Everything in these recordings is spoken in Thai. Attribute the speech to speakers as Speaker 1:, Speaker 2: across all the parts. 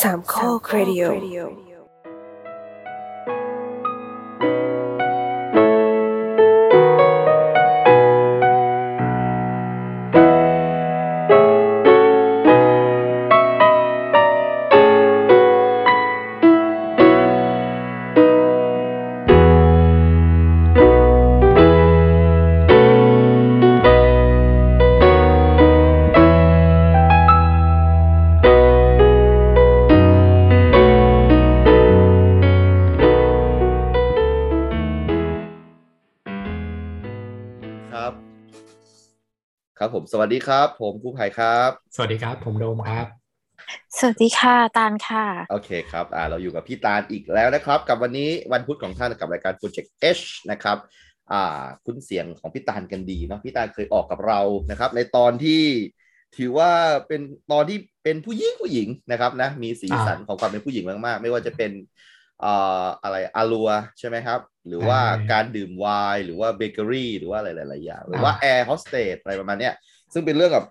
Speaker 1: สามข้อครดิโอ
Speaker 2: ครับ ครับผมสวัสดีครับ ผมกู้ภัยครับ
Speaker 3: สวัสดีครับ ผมโดมครับ
Speaker 4: สวัสดีค่ะ ตาลค่ะ
Speaker 2: โอเคครับอ่าเราอยู่กับพี่ตาลอีกแล้วนะครับ กับวันนี้วันพุธของท่านกับรายการ Project H นะครับอ่าคุ้นเสียงของพี่ตาลกันดีเนาะพี่ตาลเคยออกกับเรานะครับ ในตอนที่ถือว่าเป็นตอนที่เป็นผู้หญิงผู้หญิงนะครับนะมีสีสันของความเป็นผู้หญิงมากๆ ไม่ว่าจะเป็นอ่าอะไรอารัวใช่ไหมครับ หรือว่า
Speaker 3: ใช่
Speaker 2: การดื่มไวน์หรือว่าเบเกอรี่หรือว่าอะไรหลายๆอย่างหรือว่าแอร์โฮสเตสอะไรประมาณเนี้ย ซึ่งเป็นเรื่องกับ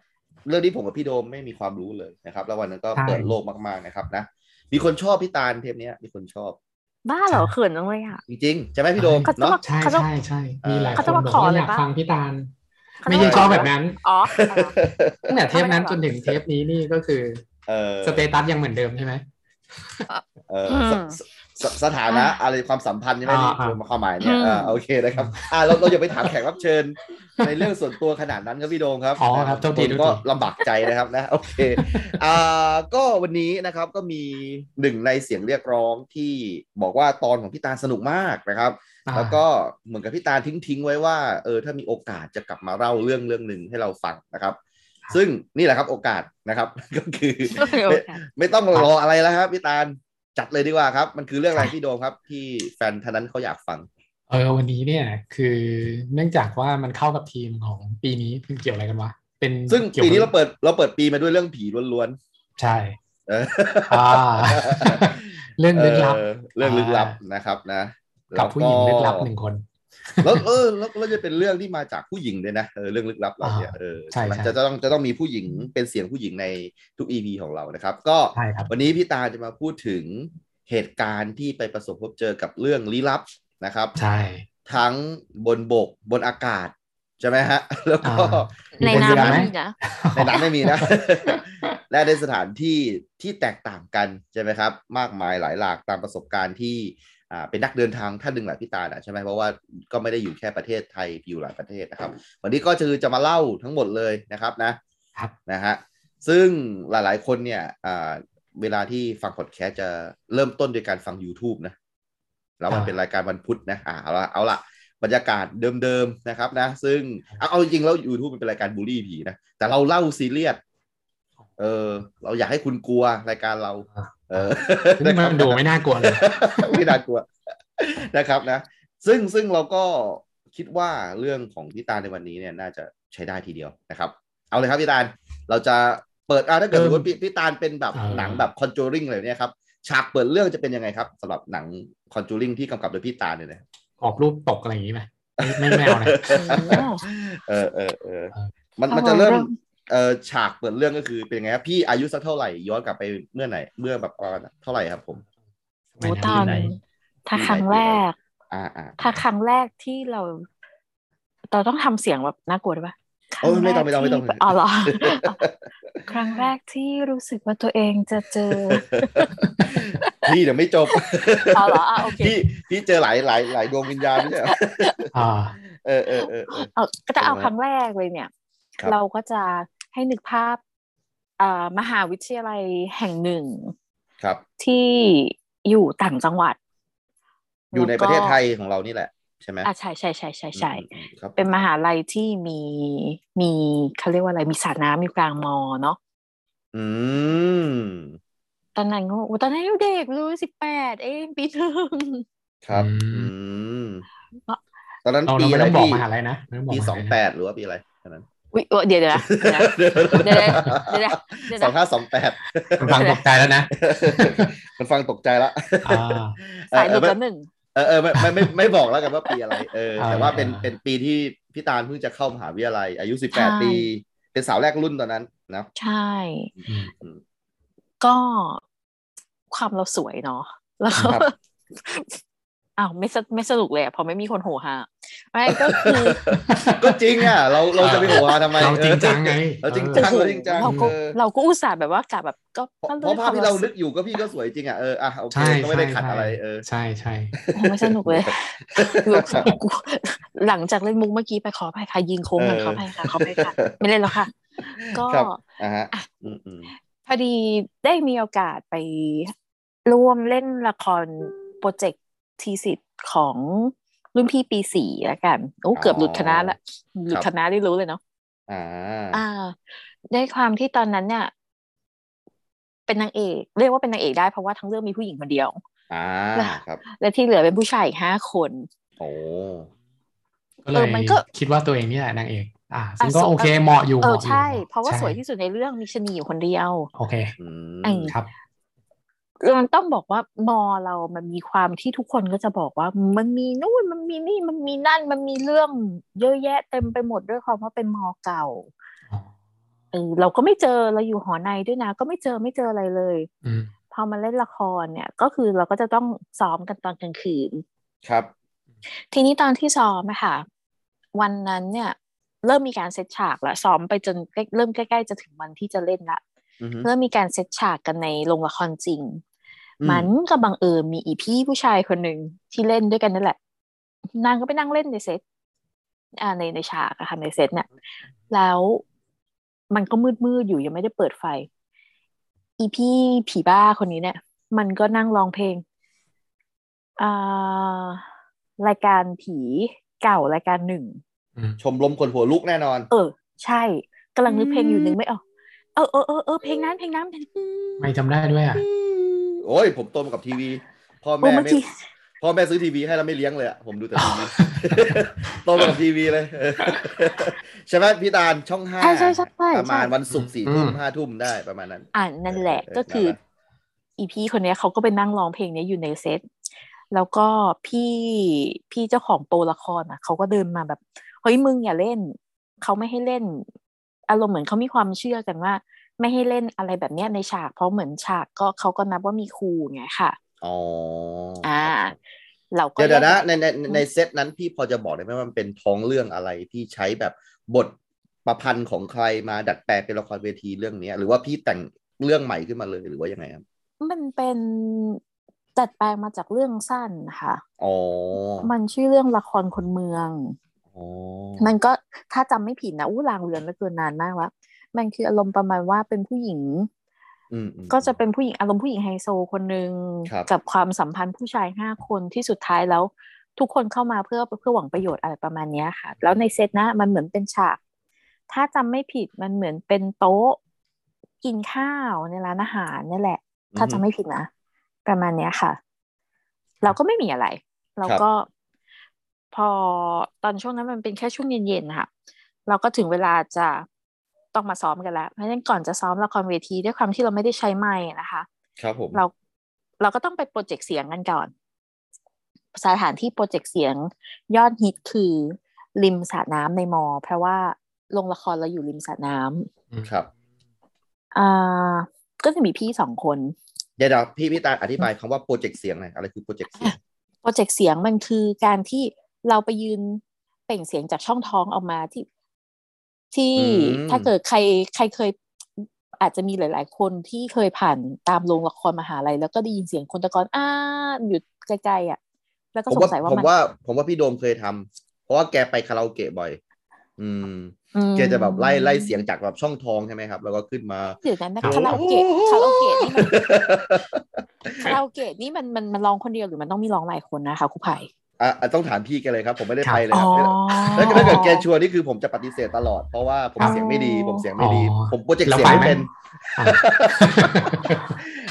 Speaker 2: เรื่องที่ผมกับพี่โดมไม่มีความรู้เลยนะครับ แล้ววันนั้นก็
Speaker 3: ใช่
Speaker 2: เปิดโลกมากๆนะครับนะ มีคนชอบพี่ตาลเทปเนี้ยมีคนชอบ
Speaker 4: บ้าเหรอเขินจังเลยอ่ะ
Speaker 2: จริงๆใช่ไหมพี่โดม
Speaker 4: เขาจะ
Speaker 2: เนาะ
Speaker 4: มา
Speaker 3: ใช่
Speaker 4: เขาจะ
Speaker 3: ใช่ใช่มีหลายค
Speaker 4: เขาจะ
Speaker 3: น
Speaker 4: มา
Speaker 3: บอก
Speaker 4: ขอ
Speaker 3: ว่า
Speaker 4: เลย
Speaker 3: อยาก
Speaker 4: ปะ
Speaker 3: ฟังพี่ตาล
Speaker 4: เขา
Speaker 3: ไม่
Speaker 4: จะ
Speaker 3: ใช่ชอบ
Speaker 4: ข
Speaker 3: แบบนั้น
Speaker 4: อ๋อ
Speaker 3: ตั้งแต่เทปนั้น
Speaker 4: เขา
Speaker 3: จ
Speaker 4: จะมา
Speaker 3: นถึงเทปนี้นี่ก็คือ
Speaker 2: เออ
Speaker 3: สเตตัสยังเหมือนเดิมใช่ไหม
Speaker 2: เออ
Speaker 4: อืม
Speaker 2: สสสสถานะอะไรความสัมพันธ์ใช่ไหมนี่
Speaker 3: อ่าอ่า
Speaker 2: ความหมายเนี่ย
Speaker 4: อืม
Speaker 2: อ่าโอเคนะครับอ่าเราเราอย่าไปถามแขกรับเชิญ ในเรื่องส่วนตัวขนาดนั้นครับพี่โดมครับ
Speaker 3: อ๋อครับโทษที
Speaker 2: ผมก็
Speaker 3: โทษที
Speaker 2: ลำบากใจนะครับนะโอเคอ่าก็วันนี้นะครับก็มีหนึ่งในเสียงเรียกร้องที่บอกว่าตอนของพี่ตาลสนุกมากนะครับ แล้วก็เหมือนกับพี่ตาลทิ้งทิ้งไว้ว่าเออถ้ามีโอกาสจะกลับมาเล่าเรื่องเรื่องหนึ่งให้เราฟังนะครับ ซึ่งนี่แหละครับโอกาสนะครับ ก็คือ
Speaker 4: ไม่มีโอ
Speaker 2: ไม่
Speaker 4: กาส
Speaker 2: ไม่ต้องรออะไรแล้วครับพี่ตาลจัดเลยดีกว่าครับ มันคือเรื่องอะไรพี่โดมครับที่แฟนท่านนั้นเขาอยากฟัง
Speaker 3: เออวันนี้เนี่ยคือเนื่องจากว่ามันเข้ากับทีมของปีนี้เป็นเกี่ยวอะไรกันวะเป็น
Speaker 2: ซึ่ง
Speaker 3: กี่ยว
Speaker 2: ปี
Speaker 3: กับ
Speaker 2: นี้เราเปิดเราเปิดปีมาด้วยเรื่องผีล้วน
Speaker 3: ใช่
Speaker 2: ๆเออ
Speaker 3: อ่าเรื่องลึกลับ
Speaker 2: เออเรื่องลึกลับนะครับนะ
Speaker 3: กับผู้หญิง
Speaker 2: แว
Speaker 3: ลึกลับหนึ่งคน
Speaker 2: แล้วเออแล้วแล้วจะเป็นเรื่องที่มาจากผู้หญิงด้วยนะเออเรื่องลึกลับเราเนี่ยเออ
Speaker 3: ใช่ใช่
Speaker 2: มันจะต้องจะต้องมีผู้หญิงเป็นเสียงผู้หญิงในทุก EP ของเรานะครับ ก็
Speaker 3: ใช่ครับ
Speaker 2: วันนี้พี่ตาจะมาพูดถึงเหตุการณ์ที่ไปประสบพบเจอกับเรื่องลี้ลับนะครับ
Speaker 3: ใช่
Speaker 2: ทั้งบนบกบนอากาศ ใช่ไหมฮะ แล้วก็
Speaker 3: อ่า
Speaker 4: ใน
Speaker 3: ค
Speaker 4: น้ำ
Speaker 3: เดียว
Speaker 4: ไม่
Speaker 3: ไหม
Speaker 4: มีนะ
Speaker 2: ในน้ำไม่มีนะ และในสถานที่ที่แตกต่างกัน ใช่ไหมครับ มากมายหลายหลากตามประสบการณ์ที่อ่าเป็นนักเดินทางท่านหนึ่งแหละพี่ตาลอะใช่ไหมเพราะว่าก็ไม่ได้อยู่แค่ประเทศไทยอยู่หลายประเทศนะครับ วันนี้ก็คือจะมาเล่าทั้งหมดเลยนะครับนะ
Speaker 3: ครับ
Speaker 2: นะฮะซึ่งหลายๆคนเนี่ยอ่าเวลาที่ฟังพอดแคสต์จะเริ่มต้นโดยการฟัง YouTube นะ แล้วมัน
Speaker 3: ครับ
Speaker 2: เป็นรายการวันพุธนะอ่าเอาละเอาละบรรยากาศเดิมๆนะครับนะ ซึ่งเอาเอาจริงๆแล้ว YouTube มันเป็นรายการบูลลี่ผีนะ แต่เราเล่าซีเรียสเออ เราอยากให้คุณกลัวรายการเรา เออ
Speaker 3: นี่มันดูไม่น่ากลัวเลย
Speaker 2: ไม่น่ากลัวนะครับนะ ซึ่งซึ่งเราก็คิดว่าเรื่องของพี่ตาลในวันนี้เนี่ยน่าจะใช้ได้ทีเดียวนะครับ เอาเลยครับพี่ตาลเราจะเปิดอ่ะถ้าเกิดส
Speaker 3: เอิ่ม
Speaker 2: มมติพี่พี่ตาลเป็นแบบ
Speaker 3: อ่า
Speaker 2: หนังแบบคอนจูริงอะไรเนี่ยครับฉากเปิดเรื่องจะเป็นยังไงครับสำหรับหนังคอนจูริงที่กำกับโดยพี่ตาลเนี่ยนะ
Speaker 3: ออกรูปตกอะไรอย่างนี้ไหมไม่ไม่แมวนะ
Speaker 2: เออเออเออ
Speaker 3: เออ
Speaker 2: มันมันจะเริ่ม
Speaker 4: เริ่ม
Speaker 2: เออฉากเปิดเรื่องก็คือเป็นยังไงครับพี่อายุสักเท่าไหร่ย้อนกลับไปเมื่อไหร่เมื่อแบบประมาณเท่าไหร่ครับผม
Speaker 3: สมัย
Speaker 4: โอ้
Speaker 3: นั้น
Speaker 4: ตาล
Speaker 3: ที่ไหน
Speaker 4: ถ้าครั้งแรก
Speaker 2: อ่าอ่า
Speaker 4: ถ้าครั้งแรกที่เราเราต้องทำเสียงแบบน่ากลัวด้วยปะครั้
Speaker 2: โอ้ยไม่ต้อ
Speaker 4: แรก
Speaker 2: งไม่ต้องไม่ต้อง
Speaker 4: ที่อ๋อเหรอ ครั้งแรกที่รู้สึกว่าตัวเองจะเจอ
Speaker 2: พี่เดี๋ยวไม่จบ
Speaker 4: เอาเหรออ่ะโอเค
Speaker 2: พี่พี่เจอหลายหลายหลายดวงวิญญาณเนี่ย
Speaker 3: อ่า
Speaker 2: เออเออเออเออ
Speaker 4: เอาก็จะเอา
Speaker 2: ใช่ไหม
Speaker 4: ครั้งแรกเลยเนี่ย
Speaker 2: ครับ
Speaker 4: เราก็จะให้นึกภาพเอ่อมหาวิทยาลัยแห่งหนึ่ง
Speaker 2: ครับ
Speaker 4: ที่อยู่ต่างจังหวัด
Speaker 2: อยู่ใน
Speaker 4: แล้ว
Speaker 2: ป
Speaker 4: ก็
Speaker 2: ระเทศไทยของเรานี่แหละ ใช่ไหม
Speaker 4: อ่ะใช่ใช่ใช่ใช่ใช่
Speaker 2: อืมครับ
Speaker 4: เป็นมหาลัยที่มีมีเขาเรียกว่าอะไรมีสระน้ำมีกลางมอเนาะ
Speaker 2: อืม
Speaker 4: ตอนนั้นก็โอ้ตอนนั้นยังเด็กเลยสิบแปดเองปีหนึ่ง
Speaker 2: ครับ
Speaker 3: อืม
Speaker 2: อืม
Speaker 4: เพราะ
Speaker 2: ตอนนั้น
Speaker 3: เรา
Speaker 2: ปี
Speaker 3: เรา
Speaker 2: อะไร
Speaker 3: ไม่ต้องบอก
Speaker 2: พี่
Speaker 3: มหาลัยนะไม่ต้องบอก
Speaker 2: ปี
Speaker 3: ม
Speaker 2: ส
Speaker 3: หา
Speaker 2: อง
Speaker 3: ลัยนะ
Speaker 2: แปดหรือว่าปีอะไรตอนนั้น
Speaker 4: อุ๊ยเออเดี๋ยวเดี๋ยวนะเดี๋ยวนะ เดี๋ยวนะเดี๋ยวนะเดี๋ยว
Speaker 2: สอง
Speaker 4: นะ
Speaker 2: ห้าสองแปด
Speaker 3: มันฟังตกใจแล้วนะ
Speaker 2: มันฟังตกใจละ
Speaker 3: อ่า
Speaker 4: สายหลุด
Speaker 2: เออ
Speaker 4: แล้วหนึ่ง
Speaker 2: เออเออไม่ไม่ไม่ไม่บอกแล้วกันว่าปีอะไร เออ แต่ว่าเป็น
Speaker 3: อ่า
Speaker 2: เป็นปีที่พี่ตาลเพิ่งจะเข้ามหาวิทยาลัย อายุสิบแปด
Speaker 4: ใช่
Speaker 2: ปี เป็นสาวแรกรุ่นตอนนั้นนะ
Speaker 4: ใช่
Speaker 3: อืม
Speaker 2: อืม
Speaker 4: ก็ ความเราสวยเนาะแล้ว
Speaker 2: ครับ
Speaker 4: อ้าวไม่สไม่สนุกเลยอะพอไม่มีคนโหฮาไม่ก็คือ
Speaker 2: ก็จริงอ่ะ เราเราจะไปหัวทำไม
Speaker 3: เราจริงจังไง
Speaker 2: เราจริงจังเราจริงจัง
Speaker 4: เราก็
Speaker 2: เออ
Speaker 4: เราก็อุตส่าห์แบบว่ากะแบบก็
Speaker 2: เพราะ
Speaker 4: ก็
Speaker 2: เพราะภาพที่เรา
Speaker 4: ควม
Speaker 2: นึกอยู่ก็พี่ก็สวยจริงอ่ะเอออ่ะโอเค
Speaker 3: ใช่
Speaker 2: ก็ไม่ได้ขัดอะไรเออ
Speaker 3: ใช่ใช่
Speaker 4: โอ้ไม่สนุกเลย กูหลังจากเล่นมุกเมื่อกี้ไปขอไปค่ะยิงโค้งกัน
Speaker 2: เออ
Speaker 4: ขอไปค่ะขอไปค่ะ ไม่เล่นแล้วค่ะ ก็
Speaker 2: ครับอ่ะฮะ
Speaker 4: อ่ะ
Speaker 2: อืมอืม
Speaker 4: พอดีได้มีโอกาสไปร่วมเล่นละครโปรเจกต์ทีสิทธิ์ของรุ่นพี่ปีสี่แล้วกันโอ้เกือบหลุดคณะละหลุดคณะได้รู้เลยเนาะ
Speaker 2: อ่า
Speaker 4: อ่าได้ความที่ตอนนั้นเนี่ย เป็นนางเอกเรียกว่าเป็นนางเอกได้เพราะว่าทั้งเรื่องมีผู้หญิงคนเดียว
Speaker 2: อ่า
Speaker 4: ล่ะ
Speaker 2: ครับ
Speaker 4: และที่เหลือเป็นผู้ชายอีกห้าคน
Speaker 2: โอ้
Speaker 3: ก็เลย
Speaker 4: เออมันก็
Speaker 3: คิดว่าตัวเองนี่แหละนางเอก อ่า ซึ่ง
Speaker 4: อ่ะ
Speaker 3: ก็
Speaker 4: สม
Speaker 3: โอเคเหมาะอยู่
Speaker 4: เออ
Speaker 3: หมาะยู่
Speaker 4: ใช่ เพราะว่า
Speaker 3: ใช่
Speaker 4: สวยที่สุดในเรื่องมีชะนีอยู่คนเดียว
Speaker 3: โอเค
Speaker 2: อืม
Speaker 4: อืม
Speaker 3: ครับ
Speaker 4: มันต้องบอกว่ามอเรามันมีความที่ทุกคนก็จะบอกว่า มันมีนู่นมันมีนี่มันมีนั่น มันมีเรื่องเยอะแยะเต็มไปหมดด้วยความว่าเป็นมอเก่า
Speaker 3: อ๋อ
Speaker 4: เออเราก็ไม่เจอเราอยู่หอในด้วยนะ ก็ไม่เจอไม่เจออะไรเลย
Speaker 3: อืม
Speaker 4: พอมาเล่นละครเนี่ย ก็คือเราก็จะต้องซ้อมกันตอนกลางคืน
Speaker 2: ครับ
Speaker 4: ทีนี้ตอนที่ซ้อมอะค่ะ วันนั้นเนี่ย เริ่มมีการเซตฉากละซ้อมไปจนใกล้เริ่มใกล้ๆจะถึงวันที่จะเล่นละ
Speaker 2: อือฮึ
Speaker 4: เริ่มมีการเซตฉากกันในโรงละครจริง
Speaker 2: อืม
Speaker 4: มันก็บังเอิญมีอีพี่ผู้ชายคนหนึ่งที่เล่นด้วยกันนั่นแหละ นางก็ไปนั่งเล่นในเซตอ่าในในฉากอะค่ะในเซตเนี่ยแล้วมันก็มืดมืดๆอยู่ยังไม่ได้เปิดไฟ อีพี่ผีบ้าคนนี้เนี่ย มันก็นั่งร้องเพลง อ่ารายการผีเก่ารายการหนึ่ง
Speaker 3: อืม
Speaker 2: ชมรมคนหัวลุกแน่นอน
Speaker 4: เออ ใช่กำลังนึกเพลงอยู่
Speaker 1: อืม
Speaker 4: นึกไม่ออกเออเออเออเออเพลงนั้นเพลงนั้นเพลง
Speaker 3: ไม่จำได้ด้วยอ่ะ
Speaker 2: โอ้ย ผมโตมากับทีวี พ่อ
Speaker 4: โอ้
Speaker 2: แม่
Speaker 4: เมื่อ
Speaker 2: ไม่
Speaker 4: กี้
Speaker 2: พ่อแม่ซื้อทีวีให้แล้วไม่เลี้ยงเลยอะผมดูแต่ทีวี โตมากับทีวีเลย ใช่ไหมพี่ตาลช่องห้า
Speaker 4: ใช่ใช่ใช่ใช่
Speaker 2: ประมาณวันศุกร์สี่ทุ่ม
Speaker 3: อืม
Speaker 2: ห้าทุ่มได้ประมาณนั้น
Speaker 4: อ่านนั่นแหละ
Speaker 2: เออเออ
Speaker 4: ก็คือ
Speaker 2: นั่นแหละ
Speaker 4: อีพี่คนเนี้ยเขาก็ไปนั่งร้องเพลงเนี้ยอยู่ในเซตแล้วก็พี่พี่เจ้าของโปรละครอ่ะเขาก็เดินมาแบบเฮ้ยมึงอย่าเล่นเขาไม่ให้เล่น อารมณ์เหมือนเขามีความเชื่อกันว่า ไม่ให้เล่นอะไรแบบเนี้ยในฉาก เพราะเหมือนฉากก็เขาก็นับว่ามีครูไงค่ะ
Speaker 2: อ๋อ
Speaker 4: อ่า เราก็
Speaker 2: เดี๋ยวเดี๋ยวนะ
Speaker 4: แก
Speaker 2: ในในในเซตนั้นพี่พอจะบอกได้ไหมว่ามันเป็นท้องเรื่องอะไรพี่ใช้แบบบทประพันธ์ของใครมาดัดแปลงเป็นละครเวทีเรื่องเนี้ย หรือว่าพี่แต่งเรื่องใหม่ขึ้นมาเลยหรือว่ายังไงครับ
Speaker 4: มันเป็นจัดแปลงมาจากเรื่องสั้นนะคะ
Speaker 2: อ๋อ
Speaker 4: มันชื่อเรื่องละครคนเมือง
Speaker 2: อ๋อ
Speaker 4: มันก็ถ้าจำไม่ผิดนะอู้ลางเรือนแล้วเกินนานมากละมันคืออารมณ์ประมาณว่าเป็นผู้หญิง
Speaker 2: อืมอืม
Speaker 4: ก็จะเป็นผู้หญิงอารมณ์ผู้หญิงไฮโซคนหนึ่ง
Speaker 2: ครับ
Speaker 4: กับความสัมพันธ์ผู้ชายห้าคนที่สุดท้ายแล้ว ทุกคนเข้ามาเพื่อเพื่อหวังประโยชน์อะไรประมาณเนี้ยค่ะ แล้วในเซตนะมันเหมือนเป็นฉาก ถ้าจำไม่ผิดมันเหมือนเป็นโต๊ะกินข้าวในร้านอาหารนี่แหละ ถ้าจำไม่ผิดนะ ประมาณเนี้ยค่ะ เราก็ไม่มีอะไร เราก็พอตอนช่วงนั้นมันเป็นแค่ช่วงเย็นๆนะคะเราก็ถึงเวลาจะต้องมาซ้อมกันแล้วเพราะฉะนั้นก่อนจะซ้อมละครเวทีด้วยความที่เราไม่ได้ใช้ไม้นะคะ
Speaker 2: ครับผม
Speaker 4: เราเราก็ต้องไปโปรเจกต์เสียงกันก่อน สถานที่โปรเจกต์เสียงยอดฮิตคือ ริมสระน้ำในมอ เพราะว่าโรงละครเราอยู่ริมสระน้ำ
Speaker 3: อืม
Speaker 2: ครับ
Speaker 4: อ่าก็จะมีพี่สองคน
Speaker 2: เดี๋ยวเดี๋ยวพี่พี่ตาลอธิบายคำว่าโปรเจกต์เสียงหน่อยอะไรคือโปรเจกต์เสียง
Speaker 4: โปรเจกต์เสียงมันคือการที่เราไปยืนเปล่งเสียงจากช่องท้องออกมาที่ ที่
Speaker 2: อืม
Speaker 4: ถ้าเกิดใครใครเคย อาจจะมีหลาย ๆ คนที่เคยผ่านตามโรงละครมหาลัยแล้วก็ได้ยินเสียงคนตะกอนอ้าอยู่ไกลๆอ่ะ แล้วก็
Speaker 2: ผม
Speaker 4: สง
Speaker 2: ว่า
Speaker 4: สัยว่า
Speaker 2: ผม
Speaker 4: มัน
Speaker 2: ว่าผมว่าพี่โดมเคยทำเพราะว่าแกไปคาราโอเกะบ่อย อืม
Speaker 4: อืม
Speaker 2: แกจะแบบไล่ไล่เสียงจากแบบช่องทองใช่ไหมครับ แล้วก็ขึ้นมา
Speaker 4: เดี๋ยวนั้นนะ
Speaker 2: โอ้โห
Speaker 4: คาราโอเกะคาราโอเกะนี่มันคาราโอเกะนี่มันมันมันร้องคนเดียวหรือมันต้องมีร้องหลายคนนะคะครูไผ่
Speaker 2: อ่ะอ่ะต้องถามพี่แกเลยครับ ผมไม่ได้ไปเลย
Speaker 4: อ๋อ
Speaker 2: ครับถ้าถ้าเกิดแกชวนนี่คือผมจะปฏิเสธตลอด เพราะว่าผม
Speaker 4: ครับ
Speaker 2: เสียงไม่ดี ผมเสียงไม่ดี
Speaker 3: อ๋อ
Speaker 2: ผมโปรเจกต์
Speaker 3: เรา
Speaker 2: เสียง
Speaker 3: ไป
Speaker 2: ไม่
Speaker 3: ไหม
Speaker 2: เป็น
Speaker 3: อ่ะ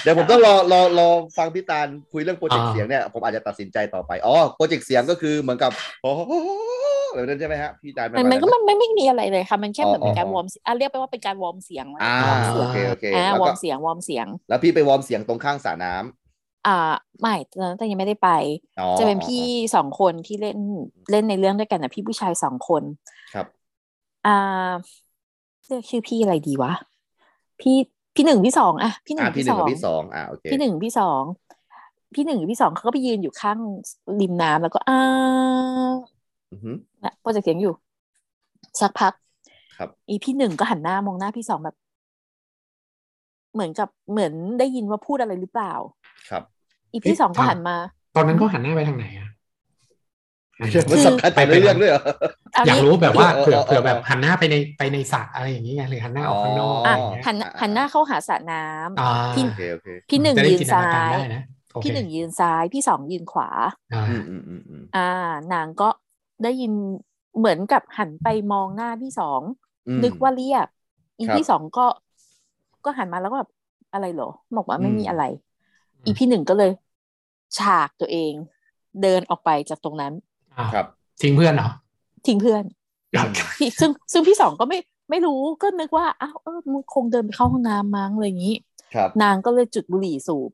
Speaker 2: เดี๋ยวผมต้องรอรอรอฟังพี่ตาลคุยเรื่องโปรเจกต์
Speaker 3: อ่า
Speaker 2: เสียงเนี่ยผมอาจจะตัดสินใจต่อไป อ๋อโปรเจกต์เสียงก็คือเหมือนกับ โอ้โหแบบนั้นใช่ไหมฮะพี่ตาล
Speaker 4: มัน
Speaker 2: ประาณ
Speaker 4: มันก็มันไม่ไม่มีอะไรเลยค่ะ มันแค่
Speaker 2: อ๋อ
Speaker 4: เหมือนเป็น
Speaker 2: อ๋อ
Speaker 4: การวอร์มเสียงอ่ะเรียกไปว่าเป็นการวอร์มเสียง
Speaker 2: อ่า
Speaker 4: แล้วกันวอร์มเสีง
Speaker 2: โอยเคโอเค
Speaker 4: อ่า
Speaker 2: แล้ว
Speaker 4: วอ
Speaker 2: ก็
Speaker 4: ร์มเสียงวอร์มเสียง
Speaker 2: แล้วพี่ไปวอร์มเสียงตรงข้างสระน้ำ
Speaker 4: อ่าไม่ตอนนั้นแต่ยังไม่ได้ไป
Speaker 2: อ๋อ
Speaker 4: จะเป็นพี่สองคนที่เล่นเล่นในเรื่องด้วยกันนะพี่ผู้ชายสองคน
Speaker 2: ครับ
Speaker 4: อ่าเรียกชื่อพี่อะไรดีวะ พี่ พี่หนึ่งพี่สองอะพี่หนึ่
Speaker 2: อ่าง พี่
Speaker 4: พี่
Speaker 2: ห
Speaker 4: ส
Speaker 2: นึ่
Speaker 4: อ
Speaker 2: งกับ
Speaker 4: ง
Speaker 2: พี่สองอ่าโอเค
Speaker 4: พี่หนึ่งพี่สองพี่หนึ่งพี่สองเขาก็ไปยืนอยู่ข้างริมน้ำแล้วก็อ้า
Speaker 2: อือฮึ
Speaker 4: นะโปรเจกต์เสียงอยู่ สักพัก
Speaker 2: ครับ
Speaker 4: อีพี่หนึ่งก็หันหน้ามองหน้าพี่สองแบบ เหมือนกับเหมือนได้ยินว่าพูดอะไรหรือเปล่า
Speaker 2: ครับ
Speaker 4: อีพี่สองก็หันมา
Speaker 3: ตอนนั้นก็หันหน้าไปทางไหนอะ
Speaker 2: มันสำคัญแต่ละเรื่องด้วยเหรอ
Speaker 4: เอา
Speaker 3: อยาก
Speaker 4: งี้
Speaker 3: รู้แบบว่า
Speaker 2: เออ
Speaker 3: เผื่อ
Speaker 2: เออ
Speaker 3: เผื่อ
Speaker 2: เออ
Speaker 3: แบบหันหน้าไปในไปในสระอะไรอย่างนี้ไงหรือหันหน้าออกข้างนอก
Speaker 2: อ๋
Speaker 3: อะ
Speaker 2: อ
Speaker 3: ไรอย่างเงี้ย
Speaker 4: หันหน้าหันหน้าเข้าหาสระน้ำ
Speaker 3: อ่า
Speaker 4: พี่
Speaker 2: โอเคโอเค
Speaker 4: พี่หนึ่ง
Speaker 3: จะได้
Speaker 4: ยืน
Speaker 3: จิต
Speaker 4: ซ้าก
Speaker 3: ร
Speaker 4: ย
Speaker 3: ได้นะโอเค
Speaker 4: พี่หนึ่งยืนซ้าย พี่สองยืนขวา
Speaker 3: อ่า
Speaker 2: อืมอืมอืมอืม
Speaker 4: อ่านางก็ได้ยินเหมือนกับหันไปมองหน้าพี่สอง
Speaker 2: อืม
Speaker 4: นึกว่าเรียก อี
Speaker 2: ครับ
Speaker 4: พี่สองก็ ก็หันมาแล้วก็แบบอะไรเหรอ บอกว่าไม่
Speaker 2: อืม
Speaker 4: มีอะไร อีพี่หนึ่งก็เลย ฉากตัวเอง เดินออกไปจากตรงนั้น
Speaker 3: อ่า
Speaker 2: ครับ
Speaker 3: ทิ้งเพื่อนเหรอ
Speaker 4: ทิ้งเพื่อนพี่ซึ่งซึ่งพี่สองก็ไม่ไม่รู้ก็นึกว่าอ้าวเออมึงคงเดินไปเข้าห้องน้ำมั้งอะไรอย่างนี้
Speaker 2: ครับ
Speaker 4: นางก็เลยจุดบุหรี่สูบ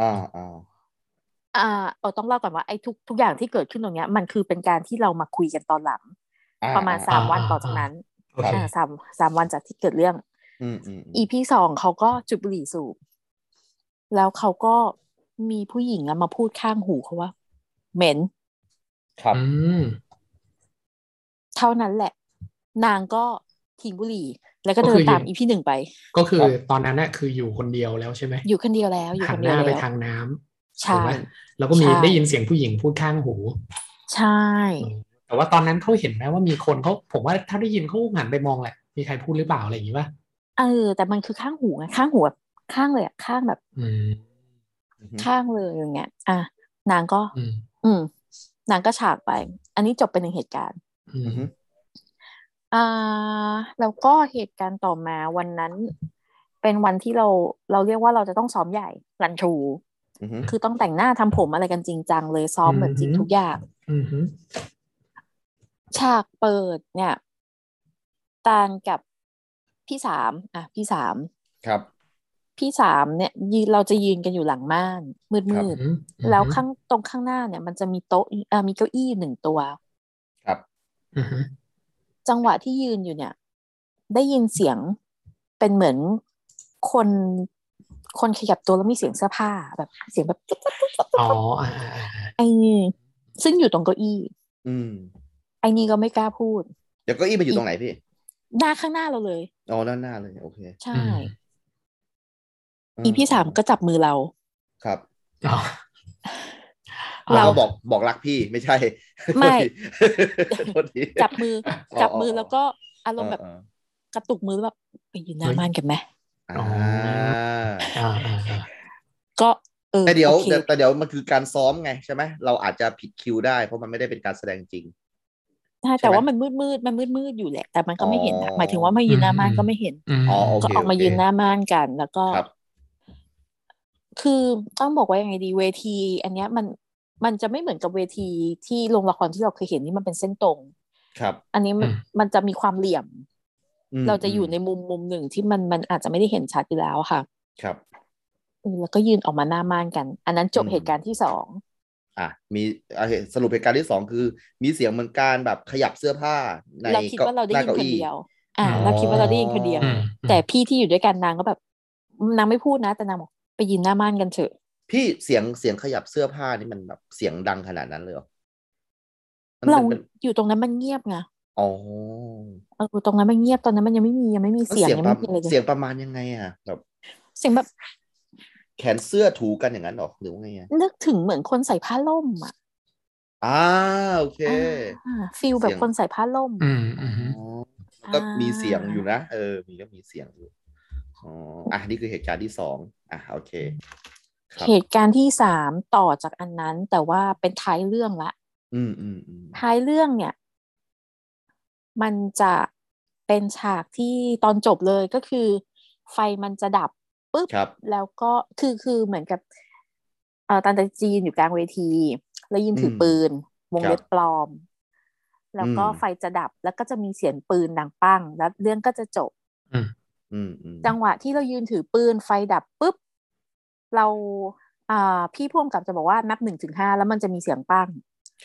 Speaker 2: อ่าอ่า
Speaker 4: อ่าเอาต้องเล่าก่อนว่าไอ้ทุกทุกอย่างที่เกิดขึ้นตรงเนี้ย มันคือเป็นการที่เรามาคุยกันตอนหลัง
Speaker 2: อ่
Speaker 4: ประมาณ
Speaker 2: อ่
Speaker 4: สาม
Speaker 3: อ่า
Speaker 4: วันต่อ
Speaker 3: อ่า
Speaker 4: จากนั้น
Speaker 3: โอเค
Speaker 4: อ่าสามสามวันจากที่เกิดเรื่อง
Speaker 2: อืมอืมอื
Speaker 4: อี
Speaker 2: ม
Speaker 4: พี่สองเขาก็จุดบุหรี่สูบ แล้วเขาก็มีผู้หญิงอะมาพูดข้างหูเขาว่า เหม็น
Speaker 2: ครับ
Speaker 3: อืม
Speaker 4: เท่านั้นแหละ นางก็ทิ้งบุหรี่ แล้วก็เดินตามอีพี่หนึ่งไป
Speaker 3: ก็คือตอนนั้นน่ะคืออยู่คนเดียวแล้วใช่ไหม
Speaker 4: อยู่คนเดียวแล้ว อยู่
Speaker 3: หั
Speaker 4: คน น
Speaker 3: ห
Speaker 4: เดียว
Speaker 3: น้าไป
Speaker 4: แล้ว
Speaker 3: ทางน้ำ
Speaker 4: ใช่
Speaker 3: ถูกไหมแล้วก็มี
Speaker 4: ใช่
Speaker 3: ได้ยินเสียงผู้หญิงพูดข้างหู
Speaker 4: ใช่
Speaker 3: แต่ว่าตอนนั้นเขาเห็นไหมว่ามีคนเขาผมว่าถ้าได้ยินเขาหันไปมองแหละ มีใครพูดหรือเปล่าอะไรอย่างนี้ป่ะ
Speaker 4: เออ แต่มันคือข้างหูไงข้างหูแบบข้างเลยอะข้างแบบ
Speaker 3: อืม
Speaker 2: อือฮึ
Speaker 4: ข้างเลยอย่างเงี้ย อ่ะนางก็
Speaker 3: อืม
Speaker 4: อืม นางก็ฉากไป อันนี้จบเป็นหนึ่งเหตุการณ์
Speaker 3: อืม
Speaker 2: อือฮึ
Speaker 4: อ่าแล้วก็เหตุการณ์ต่อมาวันนั้น เป็นวันที่เราเราเรียกว่าเราจะต้องซ้อมใหญ่รันทรู
Speaker 2: อือฮึ
Speaker 4: คือต้องแต่งหน้าทำผมอะไรกันจริงจังเลยซ้อมเหมือนจริงทุกอย่าง
Speaker 3: อืมฮึ
Speaker 4: ฉากเปิดเนี่ย ต่างกับพี่สามอ่ะพี่สาม
Speaker 2: ครับ
Speaker 4: พี่สามเนี่ยยืนเราจะยืนกันอยู่หลังม่านมืด
Speaker 2: ครับ
Speaker 4: มืด
Speaker 3: อืม
Speaker 4: แล้วข้างตรงข้างหน้าเนี่ย มันจะมีโต๊ะอ่ามีเก้าอี้หนึ่งตัว
Speaker 2: ครับ
Speaker 3: อืมฮึ
Speaker 4: จังหวะที่ยืนอยู่เนี่ย ได้ยินเสียงเป็นเหมือนคนคนขยับตัวแล้วมีเสียงเสื้อผ้าแบบเสียงแบบตุ๊บตุ๊บตุ๊บตุ๊บ
Speaker 3: อ๋ออ่าอ่าอ่า
Speaker 4: ไอ้นี่ซึ่งอยู่ตรงเก้าอี้
Speaker 2: อืม
Speaker 4: ไอ้นี่ก็ไม่กล้าพูด
Speaker 2: เดี๋ยวเก็อี้ไปอยู่ตรงไหนพี่
Speaker 4: หน้าข้างหน้าเราเลย
Speaker 2: อ๋อด้านหน้าเลยโอเค
Speaker 4: ใช่
Speaker 3: อืม
Speaker 4: อีพี่สามก็จับมือเรา
Speaker 2: ครับ
Speaker 3: อ๋อ
Speaker 4: เรา
Speaker 2: เราบอกบอกรักพี่ไม่ใช่
Speaker 4: ไม่
Speaker 2: โทษที
Speaker 4: จับมื อ
Speaker 2: อ
Speaker 4: จับมือ
Speaker 2: อ
Speaker 4: แล้วก็อารมณ์แบบ
Speaker 2: เออก
Speaker 4: ระตุกมือแล้วแบบไปยืนหน้าม่านกันไหม
Speaker 2: เอออ่า
Speaker 3: อ่าอ่าอ่า
Speaker 4: ก็เออ
Speaker 2: แต่เดี๋ยว
Speaker 4: โอค
Speaker 2: แต่แต่เดี๋ยวมันคือการซ้อมไงใช่ไหมเราอาจจะผิดคิวได้เพราะมันไม่ได้เป็นการแสดงจริง
Speaker 4: ใช่แต่
Speaker 2: ใช่ไหม
Speaker 4: ว่ามันมืดมืดๆมันมืดมืดๆอยู่แหละ แต่มันก็ไม่เห็นนะ
Speaker 2: อ๋อ
Speaker 4: หมายถึงว่ามายืนหน้าม่านก็ไม่เห็น
Speaker 3: ม
Speaker 2: อ๋อโอเค
Speaker 4: ก็ออกมายืนหน้าม่านกันแล้วก็
Speaker 2: ครับ
Speaker 4: คือต้องบอกว่ายังไงดีเวที อันเนี้ยมันมันจะไม่เหมือนกับเวทีที่โรงละครที่เราเคยเห็นนี่มันเป็นเส้นตรง
Speaker 2: ครับ
Speaker 4: อันนี้มันมันจะมีความเหลี่ยม
Speaker 2: อืม
Speaker 4: เราจะอยู่ในมุมมุมหนึ่งที่มันมันอาจจะไม่ได้เห็นชัดอยู่แล้วค่ะ
Speaker 2: ครับ
Speaker 4: อืมแล้วก็ยืนออกมาหน้าม่านกัน อันนั้นจบ
Speaker 2: อืม
Speaker 4: เหตุการณ์ที่สอง
Speaker 2: อ่ะมีอ่ะสรุปเหตุการณ์ที่สองคือ มีเสียงเหมือนการแบบขยับเสื้อผ้าใน
Speaker 4: เราคิดว่าเราได้ยินคนเดียว อ่า
Speaker 3: า
Speaker 4: เราคิดว่าเราได้ยินคนเดียว
Speaker 3: อืม
Speaker 4: แต่พี่ที่อยู่ด้วยกันนางก็แบบนางไม่พูดนะ แต่นางบอกไปยืนหน้าม่านกันเถอะ
Speaker 2: พี่เสียงเสียงขยับเสื้อผ้านี่มันแบบเสียงดังขนาดนั้นเลยเหรอมัน
Speaker 4: เรา
Speaker 2: ป็นเป็น
Speaker 4: อยู่ตรงนั้นมันเงียบไง
Speaker 2: อ๋อ
Speaker 4: เออตรงนั้นมันเงียบตอนนั้นมันยังไม่มียังไม่มี
Speaker 2: แล้ว
Speaker 4: เสียง
Speaker 2: เสียง
Speaker 4: ยัง
Speaker 2: ป
Speaker 4: ไม่
Speaker 2: ระ
Speaker 4: มีอะไรเลย
Speaker 2: เสียงประมาณยังไงอ่ะแบบ
Speaker 4: เสียงแบบ
Speaker 2: แขนเสื้อถูกันอย่างนั้นเหรอหรือว่าไงอ่ะ
Speaker 4: นึกถึงเหมือนคนใส่ผ้าล่มอ่ะ
Speaker 2: อ่าโอเค
Speaker 4: อ่าฟิลแบบ
Speaker 2: เสียง
Speaker 4: คนใส่ผ้าล่ม
Speaker 3: อืมอืมฮึ
Speaker 2: อ๋อมันก็มีเสียงอยู่นะเออ มีก็มีเสียงอยู่อ๋ออ่ะนี่คือเหตุการณ์ที่สองอ่ะโอเค ครับ
Speaker 4: เหตุการณ์ที่สามต่อจากอันนั้นแต่ว่าเป็นท้ายเรื่องละ
Speaker 2: อืมอืมอืม
Speaker 4: ท้ายเรื่องเนี่ย มันจะเป็นฉากที่ตอนจบเลยก็คือ ไฟมันจะดับปุ๊บ
Speaker 2: ครับ
Speaker 4: แล้วก็คือคือเหมือนกับเอ่อตันตะจีนอยู่กลางเวที แล้วยืนถืออ
Speaker 2: ม
Speaker 4: ปืน วง
Speaker 2: ครับ
Speaker 4: เล็บปลอม แล้วก็
Speaker 2: อืม
Speaker 4: ไฟจะดับแล้วก็จะมีเสียงปืนดังปัง แล้วเรื่องก็จะจบ
Speaker 2: อืมอืม
Speaker 4: จังหวะที่เรายืนถือปืนไฟดับปุ๊บ เราอ่าพี่พ่วงกับจะบอกว่านับหนึ่งถึงห้าแล้วมันจะมีเสียงปั้ง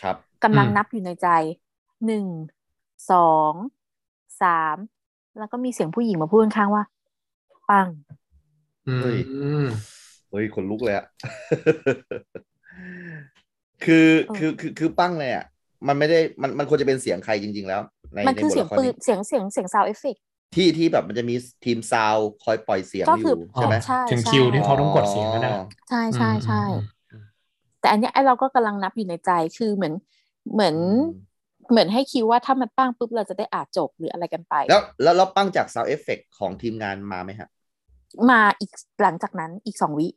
Speaker 2: ครับ
Speaker 4: กำลัง
Speaker 3: อืม
Speaker 4: นับอยู่ในใจหนึ่งสองสามแล้วก็มีเสียงผู้หญิงมาพูดข้างๆว่า ปัง
Speaker 3: อื
Speaker 2: เฮ้ย
Speaker 3: ม
Speaker 2: เฮ้ยขนลุกเลยอะ คือ
Speaker 4: เออ
Speaker 2: คือคือคือปั้งเลยอะมันไม่ได้มันมันควรจะเป็นเสียงใครจริง ๆ แล้วใน
Speaker 4: มัน
Speaker 2: ใน
Speaker 4: คือเสียง
Speaker 2: บทละคร
Speaker 4: ปืน
Speaker 2: นี้
Speaker 4: เสียงเสียงเสียงซาวเอฟเฟก
Speaker 2: ที่ที่แบบมันจะมีทีมซาวด์คอยปล่อยเสียง
Speaker 4: ก็
Speaker 2: อ
Speaker 4: คื
Speaker 2: ยู่
Speaker 4: อ
Speaker 2: ใช่ไหม
Speaker 4: ใช่
Speaker 3: ถึง
Speaker 4: ใช่
Speaker 3: คิวที่เขาต้องกดเสียงแล้วนะ
Speaker 2: อ๋อ
Speaker 4: ใช่ใช่ใช่
Speaker 3: อืม
Speaker 4: แต่อันเนี้ยไอเราก็กำลังนับอยู่ในใจคือเหมือนเหมือน
Speaker 2: อืม
Speaker 4: เหมือนให้คิดว่าถ้ามันปั้งปุ๊บเราจะได้อ่านจบหรืออะไรกันไป
Speaker 2: แล้วแล้วเราปั้งจากซาวเอฟเฟกของทีมงานมาไหมฮะ
Speaker 4: มาอีกหลังจากนั้นอีกสองวิ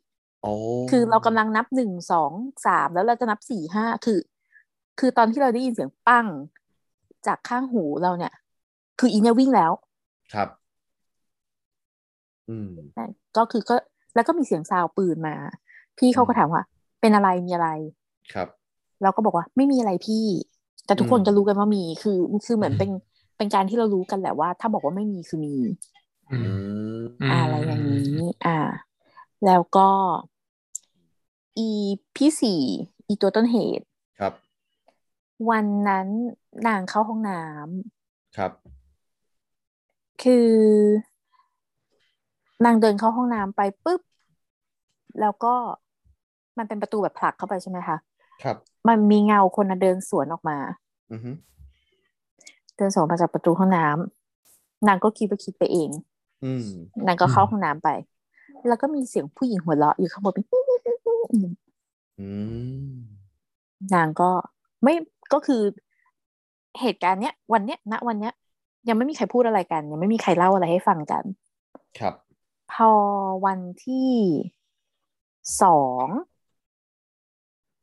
Speaker 2: โอ้
Speaker 4: คือเรากำลังนับหนึ่งสองสามแล้วเราจะนับสี่ห้าคือ คือตอนที่เราได้ยินเสียงปั้ง จากข้างหูเราเนี่ย คืออีเนี่ยวิ่งแล้ว
Speaker 2: ครับ อืม
Speaker 4: ก็คือก็แล้วก็มีเสียงซาวปืนมา พี่เขาก็ถามว่า เป็นอะไรมีอะไร
Speaker 2: ครับ
Speaker 4: เราก็บอกว่าไม่มีอะไรพี่ แต่ทุกคน
Speaker 2: อืม
Speaker 4: ก็รู้กันว่ามีคือคือเหมือน
Speaker 3: อืม
Speaker 4: เป็นเป็นการที่เรารู้กันแหละว่า ถ้าบอกว่าไม่มีคือมี
Speaker 3: อืม
Speaker 2: อืม
Speaker 3: ม
Speaker 4: อะไรอย่างนี้ อ่า แล้วก็อีพี่สี่อีตัวต้นเหตุ
Speaker 2: ครับ
Speaker 4: วันนั้นนางเข้าห้องน้ำ
Speaker 2: ครับ
Speaker 4: คือ นางเดินเข้าห้องน้ำไปปุ๊บ แล้วก็มันเป็นประตูแบบผลักเข้าไปใช่ไหมคะ
Speaker 2: ครับ
Speaker 4: มันมีเงาคนน่ะเดินสวนออกมา
Speaker 2: อือฮึ
Speaker 4: เดินสวนมาจากประตูห้องน้ำนางก็คิดไปคิดไปเอง
Speaker 2: อืม
Speaker 4: นางก็เข้าห้องน้ำไป แล้วก็มีเสียงผู้หญิงหัวเราะอยู่ข้างบนเป็นอื้ออื้ออื้ออื้ออื้อ
Speaker 2: อืม
Speaker 4: นางก็ไม่ก็คือเหตุการณ์เนี้ยวันเนี้ยณวันเนี้ย ยังไม่มีใครพูดอะไรกัน ยังไม่มีใครเล่าอะไรให้ฟังกัน
Speaker 2: ครับ
Speaker 4: พอวันที่สอง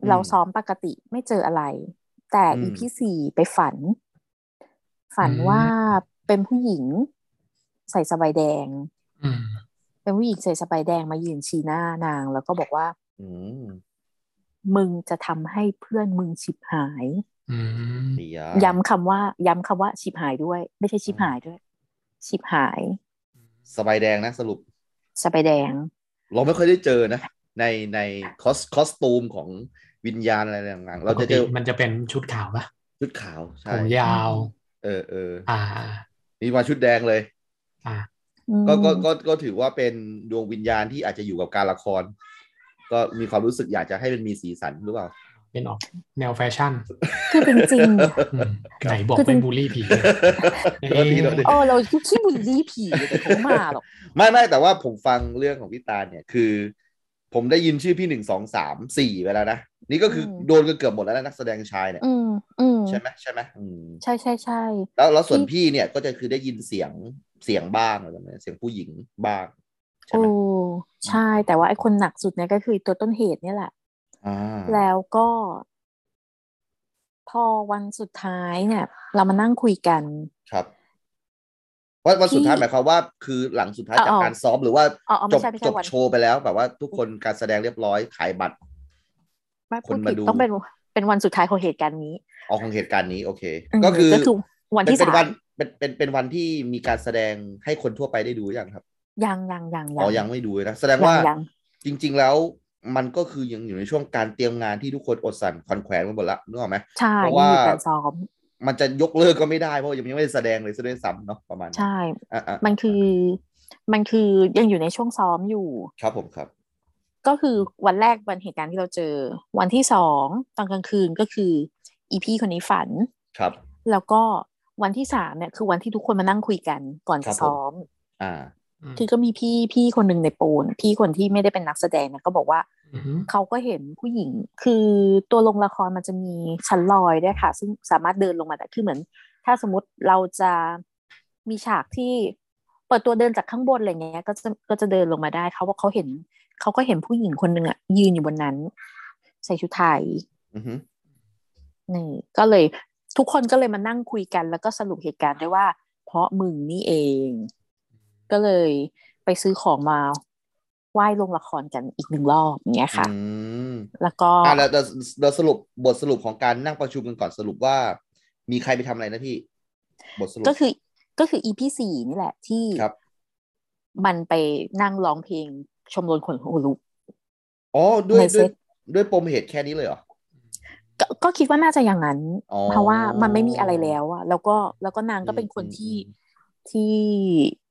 Speaker 2: อืม
Speaker 4: เราซ้อมปกติไม่เจออะไร แต่
Speaker 2: อืม
Speaker 4: อีพีสี่ไปฝัน ฝันว่าเป็นผู้หญิงใส่สบายแดง
Speaker 3: อืม
Speaker 4: เป็นผู้หญิงใส่สบายแดงมายืนชี้หน้านาง แล้วก็บอกว่า
Speaker 2: อืม
Speaker 4: มึงจะทำให้เพื่อนมึงฉิบหาย
Speaker 3: อืม
Speaker 2: เดีย
Speaker 4: ย้ำคำว่า ย้ำคำว่าฉิบหายด้วย ไม่ใช่ฉิบหายด้วยฉิบหาย
Speaker 2: สบายแดงนะสรุป
Speaker 4: สบายแดง
Speaker 2: เราไม่ค่อยได้เจอนะ ในในคอสคอสตูมของวิญญาณอะไรต่างๆ เราจะเจอ
Speaker 3: ปกติมันจะเป็นชุดขาวปะ
Speaker 2: ชุดขาวใช่
Speaker 3: ผมยาว
Speaker 2: เออเออ
Speaker 3: อ่า
Speaker 2: นี่มาชุดแดงเลย
Speaker 3: อ่า
Speaker 4: อืม
Speaker 2: ก็ก็ก็ก็ถือว่าเป็นดวงวิญญาณที่อาจจะอยู่กับการละคร ก็มีความรู้สึกอยากจะให้มันมีสีสันหรือเปล่า
Speaker 3: เป็นออกแนวแฟชั่น
Speaker 4: คือจริงๆ
Speaker 3: อืมไหนบอก
Speaker 4: คือจริ
Speaker 3: ไม่
Speaker 4: ง
Speaker 3: บูลลี่ผี
Speaker 2: โทษทีโทษที
Speaker 4: เออเราขี้บุรีผีแต่เขามาหรอก
Speaker 2: ไม่ไม่แต่ว่าผมฟังเรื่องของพี่ตาลเนี่ยคือ ผมได้ยินชื่อพี่หนึ่งสองสามสี่ไปแล้วนะ นี่ก็คืออ
Speaker 4: ม
Speaker 2: โดนกันเกือบหมดแล้วนะนักแสดงชายเนี่ย
Speaker 4: อืมอืม
Speaker 2: ใช่ไหมใช่ไหมอืม
Speaker 4: ใช่ใช่ใช่
Speaker 2: แล้วแล้วส่วนพี่เนี่ยก็จะคือได้ยินเสียงเสียงบ้างอะไรแบบนี้เสียงผู้หญิงบ้างใช่
Speaker 4: โอ้
Speaker 2: ไหม
Speaker 4: ใช่ แต่ว่าไอ้คนหนักสุดเนี่ยก็คือตัวต้นเหตุเนี่ยแหละ
Speaker 2: อ่า
Speaker 4: แล้วก็ พอวันสุดท้ายเนี่ย เรามานั่งคุยกัน
Speaker 2: ครับว่าวัน
Speaker 4: พี่
Speaker 2: สุดท้ายหมายความว่า คือหลังสุดท้าย
Speaker 4: อ๋อ
Speaker 2: จากการซ้อมหรือว่า
Speaker 4: อ๋ออ๋อ
Speaker 2: จ
Speaker 4: ไม่
Speaker 2: บ
Speaker 4: ใช่ไม่
Speaker 2: จ
Speaker 4: ใช่
Speaker 2: บ
Speaker 4: วัน
Speaker 2: โชว์ไปแล้ว แบบว่าทุกคนการแสดงเรียบร้อยขายบัตร
Speaker 4: ไม่พู
Speaker 2: คน
Speaker 4: ด
Speaker 2: มา
Speaker 4: ผิด
Speaker 2: ดู
Speaker 4: ต้องเป็นเป็นวันสุดท้ายของเหตุการณ์นี้
Speaker 2: ออกของเหตุการณ์นี้โอเค
Speaker 4: ม
Speaker 2: ก็คือ
Speaker 4: ก็คือวันที่
Speaker 2: เป็
Speaker 4: สาม
Speaker 2: วันเป็นเป็นเป็นวันที่มีการแสดงให้คนทั่วไปได้ดูยังครับ
Speaker 4: ยังยังยัง
Speaker 2: อ๋อยังไม่ดูเลยนะแสดงว่า
Speaker 4: ยัง
Speaker 2: จริง ๆ แล้วมันก็คือยังอยู่ในช่วงการเตรียมงานที่ทุกคนอดสั่นขวัญแขวนกันหมดละนึกออกไหม
Speaker 4: ใช่
Speaker 2: เพราะ
Speaker 4: ยัง
Speaker 2: ว่า
Speaker 4: อยู่การซ้อม
Speaker 2: มันจะยกเลิกก็ไม่ได้เพราะยังไม่ได้แสดงเลยซะด้วยซ้ำเนาะประมาณนั้น
Speaker 4: ใช่
Speaker 2: อ่ะอ่ะ
Speaker 4: มันคือ มันคือยังอยู่ในช่วงซ้อมอยู่
Speaker 2: ครับผมครับ
Speaker 4: ก็คือวันแรกวันเหตุการณ์ที่เราเจอ วันที่สองตอนกลางคืนก็คืออีพี่คนนี้ฝัน
Speaker 2: ครับ
Speaker 4: แล้วก็วันที่สามเนี่ยคือวันที่ทุกคนมานั่งคุยกันก่อน
Speaker 2: ครั
Speaker 4: จะ
Speaker 2: บผม
Speaker 4: ซ้อม
Speaker 2: อ่า
Speaker 4: คือก็มีพี่พี่คนหนึ่งในโปนพี่คนที่ไม่ได้เป็นนักแสดงนะก็บอกว่าเขาก็เห็นผู้หญิง คือตัวลงละครมันจะมีชั้นลอยด้วยค่ะ ซึ่งสามารถเดินลงมาได้คือเหมือน ถ้าสมมติเราจะมีฉากที่เปิดตัวเดินจากข้างบนอะไรเงี้ย ก็จะก็จะเดินลงมาได้เขาว่าเขาเห็นเขาก็เห็นผู้หญิงคนหนึ่งอะยืนอยู่บนนั้น ใส่ชุดไทย
Speaker 2: อือฮึ
Speaker 4: นี่ก็เลยทุกคนก็เลยมานั่งคุยกัน แล้วก็สรุปเหตุการณ์ได้ว่า เพราะมึงนี่เอง ก็เลยไปซื้อของมาไหว้ลงละครกันอีกหนึ่งรอบอย่างเงี้ยค่ะ
Speaker 2: อืม
Speaker 4: แล้วก็
Speaker 2: อ่าเราเราเราสรุปบทสรุปของการนั่งประชุมกันก่อนสรุปว่า มีใครไปทำอะไรนะพี่ บทสรุป
Speaker 4: ก็คือก็คืออีพีสี่นี่แหละที่
Speaker 2: ครับ
Speaker 4: มันไปนั่งร้องเพลงชมรมขนหัวลุก
Speaker 2: อ๋อด้วย
Speaker 4: ในเซ
Speaker 2: ด้วย
Speaker 4: ต
Speaker 2: ด้วยปมเหตุแค่นี้เลยเหรอ
Speaker 4: กก็คิดว่าน่าจะอย่างนั้น
Speaker 2: อ๋อ
Speaker 4: เพราะว่ามันไม่มีอะไรแล้วอะแล้วก็แล้วก็นางก็เป็นคน
Speaker 2: อืม
Speaker 4: ที่
Speaker 2: อืม
Speaker 4: ที่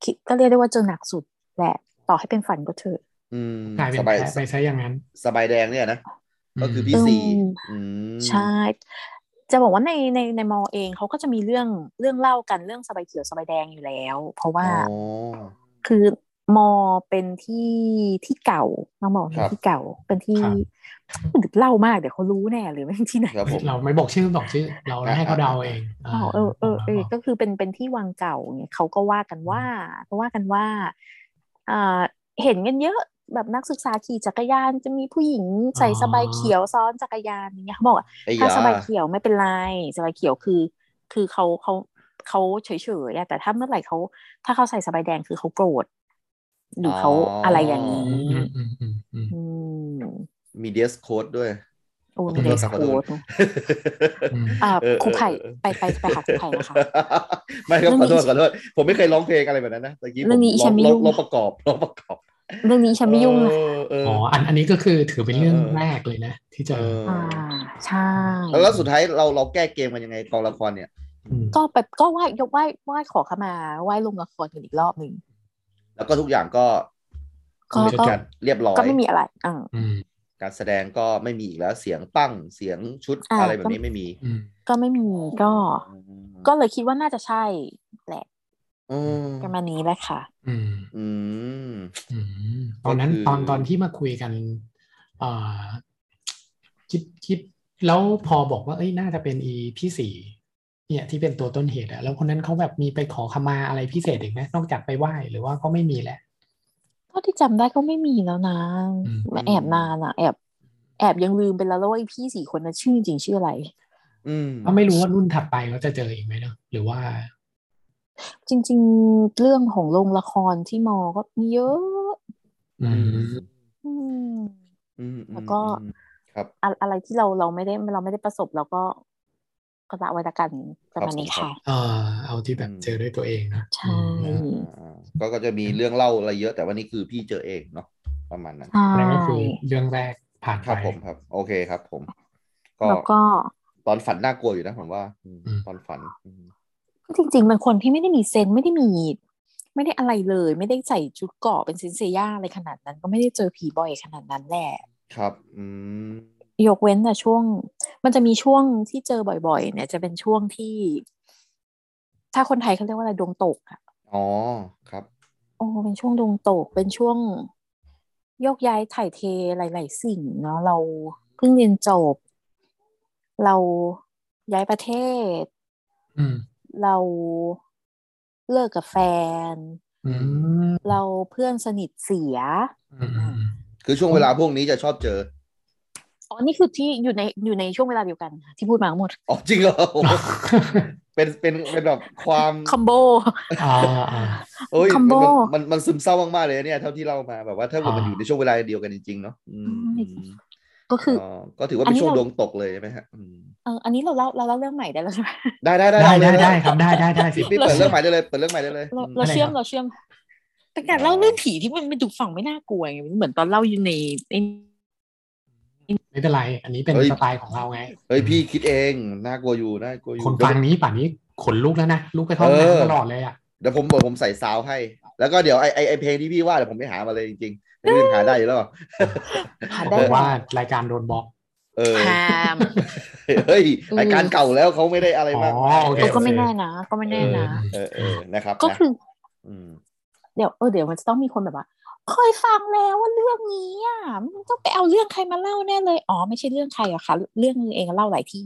Speaker 4: คิดก็เรียกได้ว่าเจอหนักสุดแหละ ต่อให้เป็นฝันก็เถอะ
Speaker 2: อืม
Speaker 3: กลายเป็น
Speaker 2: สบาย
Speaker 3: แผลไปซะอย่างนั้น
Speaker 2: สบายแดงเนี่ยนะ ก็คือ
Speaker 3: ม
Speaker 2: พี่สี่
Speaker 4: อืม
Speaker 2: อืม
Speaker 4: ใช่ จะบอกว่าในในในมอเองเขาก็จะมีเรื่องเรื่องเล่ากันเรื่องสบายเขียวสบายแดงอยู่แล้ว เพราะว่า
Speaker 2: อ๋อ
Speaker 4: คือมอเป็นที่ที่เก่าน้องบอกว่า
Speaker 2: ค
Speaker 4: เป็
Speaker 2: รั
Speaker 4: น
Speaker 2: บ
Speaker 4: ที่เก่าเป็นที่เล่ามากเดี๋ยวเขารู้แน่หรือไม่ที่ไหน
Speaker 2: ครับผม
Speaker 3: เราไม่บอกชื่อบอกชื่อ เรา
Speaker 2: อ่า
Speaker 3: ให้เขาเดา
Speaker 2: อ่า
Speaker 3: เอง
Speaker 4: อ๋อเออเออเออก็คือเป็นเป็นที่วังเก่าเนี่ยเขาก็ว่ากันว่าเขาว่ากันว่าอ่าเห็นกันเยอะแบบนักศึกษาขี่จักรยานจะมีผู้หญิงใส่สบายเขียวซ้อนจักรยานอย่างเงี้ยเขาบอกว่า
Speaker 2: ไอ้
Speaker 4: ถ้าย
Speaker 2: า
Speaker 4: สบายเขียวไม่เป็นไรสบายเขียวคือ คือเขาเขาเขาเฉยๆอะแต่ถ้าเมื่อไหร่เขาถ้าเขาใส่สบายแดงคือเขาโกรธหรือเขาอะไรอย่าง
Speaker 3: อื
Speaker 4: นี้
Speaker 3: มอืมอืมอืมอืม
Speaker 4: อืม
Speaker 2: มีเดสโค้ดด้วย
Speaker 4: โอ้
Speaker 2: ขอโท
Speaker 4: ไม่
Speaker 2: ษ
Speaker 4: ได้
Speaker 2: ครับขอโท
Speaker 4: โกร
Speaker 2: ษ
Speaker 4: ธอ่า
Speaker 2: เออ
Speaker 4: ครูไผ่
Speaker 2: เออเออ
Speaker 4: ไปไปไปหาครูไผ่นะคะ
Speaker 2: ไม่ครับขอโทษ
Speaker 4: เรื่องนี้
Speaker 2: ขอโทษผมไม่เคยร้องเพลงอะไรแบบนั้นนะตะกี้ผม
Speaker 4: เรื่องนี้
Speaker 2: ร้
Speaker 4: ฉั
Speaker 2: อง
Speaker 4: นไม่
Speaker 2: ร้อง
Speaker 4: ยุ่ง
Speaker 2: ร้องประกอบร้องประกอบ
Speaker 4: เรื่องนี้ฉันไม่ยุ่งนะ
Speaker 2: เออเออ
Speaker 3: อ๋
Speaker 2: อ
Speaker 3: อ อันอันนี้ก็คือถือเป็นเรื่อง
Speaker 2: เออ
Speaker 3: แรกเลยนะ ที่เจ
Speaker 2: เอ
Speaker 3: อ
Speaker 2: อ
Speaker 4: อ่าใช่
Speaker 2: แล้วแล้วสุดท้ายเราเราแก้เกมกันยังไงกองละครเนี่ย
Speaker 3: ม
Speaker 4: ก็แบบก็ไหว้ยกไหว้ไหว้ขอขมาไหว้ลงละครกันอีกรอบหนึ่ง
Speaker 2: แล้วก็ทุกอย่างก็
Speaker 4: ก็
Speaker 2: จัด
Speaker 4: ก็
Speaker 2: การเรียบร้อย
Speaker 4: ก็ไม่มีอะไรอ่า
Speaker 3: อืม
Speaker 2: การแสดงก็ไม่มีอีกแล้วเสียงปั้งเสียงชุด
Speaker 4: อ่า
Speaker 2: อะไรแบบนี้ไม่มี
Speaker 3: อืม
Speaker 4: ก็ไม่มีก็ ก็เลยคิดว่าน่าจะใช่แหละ
Speaker 2: อืม
Speaker 4: ประมาณนี้แหละค่ะ
Speaker 3: อืม
Speaker 2: อืม
Speaker 3: อืมตอนนั้น
Speaker 2: ก็คือ
Speaker 3: ตอนตอนที่มาคุยกันเอ่อคิดคิด แล้วพอบอกว่า เอ้ยน่าจะเป็นอีพี่สี่เนี่ย ที่เป็นตัวต้นเหตุอะแล้วคนนั้นเขาแบบมีไปขอขมาอะไรพิเศษอีกไหมนอกจากไปไหว้หรือว่าก็ไม่มีแหละ
Speaker 4: เท่าที่จำได้ก็ไม่มีแล้วนะ
Speaker 3: อืม
Speaker 4: แอบนานอ่ะ แอบแอบยังลืมไปแล้วแล้วว่าไอ้พี่สี่คนนั้นชื่อจริงชื่ออะไร
Speaker 2: อืม
Speaker 3: ก็ไม่รู้ว่ารุ่นถัดไปเขาจะเจออีกไหมเนาะหรือว่า
Speaker 4: จริง ๆ เรื่องของโรงละครที่มอก็มีเยอะ
Speaker 3: อืม
Speaker 4: อืม
Speaker 2: อืมอืม
Speaker 4: แล้วก็
Speaker 2: อืมครับ
Speaker 4: อะอะไรที่เราเราไม่ได้เราไม่ได้ประสบเราก็ก็ละไว้ละกันประมาณนี้
Speaker 2: ครับ
Speaker 4: ค่ะ
Speaker 3: เออเอาที่แบบเจอด้วยตัวเองนะ
Speaker 4: ใช่
Speaker 3: อืม
Speaker 4: ม
Speaker 2: อ่าก็ก็จะมีเรื่องเล่าอะไรเยอะแต่ว่านี่คือพี่เจอเองเนาะประมาณนั้น
Speaker 4: ใช่
Speaker 3: นั่นก็คือเรื่องแรกผ่าน
Speaker 2: ค
Speaker 3: ไป
Speaker 2: รับผมครับ โอเคครับผม ก็
Speaker 4: แล้วก็
Speaker 2: ตอนฝันน่ากลัวอยู่นะผมว่าอืม
Speaker 3: อืม
Speaker 2: ตอนฝันอืม
Speaker 4: จริงๆเป็นคนที่ไม่ได้มีเซนส์ไม่ได้มี ไม่ได้อะไรเลย ไม่ได้ใส่ชุดเกราะเป็นเซนเซียอะไรขนาดนั้น ก็ไม่ได้เจอผีบ่อยขนาดนั้นแหละ
Speaker 2: ครับอืม
Speaker 4: ยกเว้นแต่ช่วง มันจะมีช่วงที่เจอบ่อยๆ เนี่ย จะเป็นช่วงที่ ถ้าคนไทยเขาเรียกว่าอะไรดวงตกอ่ะ
Speaker 2: อ๋อครับ
Speaker 4: โอ้เป็นช่วงดวงตก เป็นช่วงโยกย้ายถ่ายเทหลายๆสิ่งเนาะเราเพิ่งเรียนจบ เราย้ายประเทศ
Speaker 3: อืม
Speaker 4: เราเลิกกับแฟน
Speaker 3: อืม
Speaker 4: เราเพื่อนสนิทเสีย
Speaker 3: อืมอืม
Speaker 2: คือช่วงเวลาพวกนี้จะชอบเจอ
Speaker 4: อ๋อ นี่คือที่อยู่ในอยู่ในช่วงเวลาเดียวกันค่ะที่พูดมาทั้งหมด
Speaker 2: อ๋อจริงเหรอโอ้โห เป็นเป็นเป็นแบบความ
Speaker 4: คอมโบ
Speaker 3: อ่าอ่า
Speaker 2: เอ้ย
Speaker 4: คอมโบ
Speaker 2: มันมันมันซึมเศร้ามากๆเลยนะเนี่ยเท่าที่เล่ามาแบบว่าถ้าเกิดมัน
Speaker 3: อ่า
Speaker 2: อยู่ในช่วงเวลาเดียวกันจริงๆเนาะอืม
Speaker 4: ก็คืออ
Speaker 2: ก็ถือว่าเป็นช่วง
Speaker 4: อันนี้เรา
Speaker 2: ดวงตกเลยใช่ไหมฮะอืม
Speaker 4: เอออันนี้เราเล่าเราเล่าเรื่องใหม่ได้แล้วใช่ไหม
Speaker 2: ได้ได้ได้เอาเล
Speaker 3: ได้ได้
Speaker 2: ย
Speaker 3: ได้ครับได้ได้ได้สิ
Speaker 2: พี่เปิดเรื่องใหม่ได้เลยเปิดเรื่องใหม่ได้เลย
Speaker 4: เราเรา
Speaker 3: อะไร
Speaker 4: เชื่อม
Speaker 3: ครับ
Speaker 4: เราเชื่อมเป็นการเล่าเรื่องผีที่มันมันดูฟังไม่น่ากลัวไงมันเหมือนตอนเล่าอยู่ในใน
Speaker 3: ไม่เป็นไร อันนี้เป็น
Speaker 2: เฮ้ย
Speaker 3: สไตล์ของเราไง
Speaker 2: เฮ้ยพี่คิดเองน่ากลัวอยู่น่ากลัวอยู่
Speaker 3: คนฟังนี้ป่านนี้ขนลุกแล้วนะลุกไปเข้าห้องน้ำตลอดเลยอ่ะ
Speaker 2: เดี๋ยวผมบอกผมใส่ซาวให้ แล้วก็เดี๋ยวไอไอไอเพลงที่พี่ว่าเดี๋ยวผมไปหามาเลยจริงๆไม่รู้ยังหาได้อยู่หรอเปล่า
Speaker 4: หา
Speaker 3: บ
Speaker 4: ได้
Speaker 3: อก
Speaker 4: ไหม
Speaker 3: ว่ารายการโดนบล็อก
Speaker 2: เออ
Speaker 4: ห้าม
Speaker 2: เฮ้ยรายการเก่าแล้วเขาไม่ได้อะไรมาก
Speaker 3: อ๋อโอเค
Speaker 4: เออก็ไม่แน่นะก็ไม่แน่นะ
Speaker 2: เออเออนะครับ
Speaker 4: ก็คือ
Speaker 2: ม
Speaker 4: เดี๋ยวเออเดี๋ยวมันจะต้องมีคนแบบว่าเคยฟังแล้วว่าเรื่องนี้อ่ะมันต้องไปเอาเรื่องใครมาเล่าแน่เลยอ๋อไม่ใช่เรื่องใครหรอกค่ะ เรื่องเองเล่าหลายที่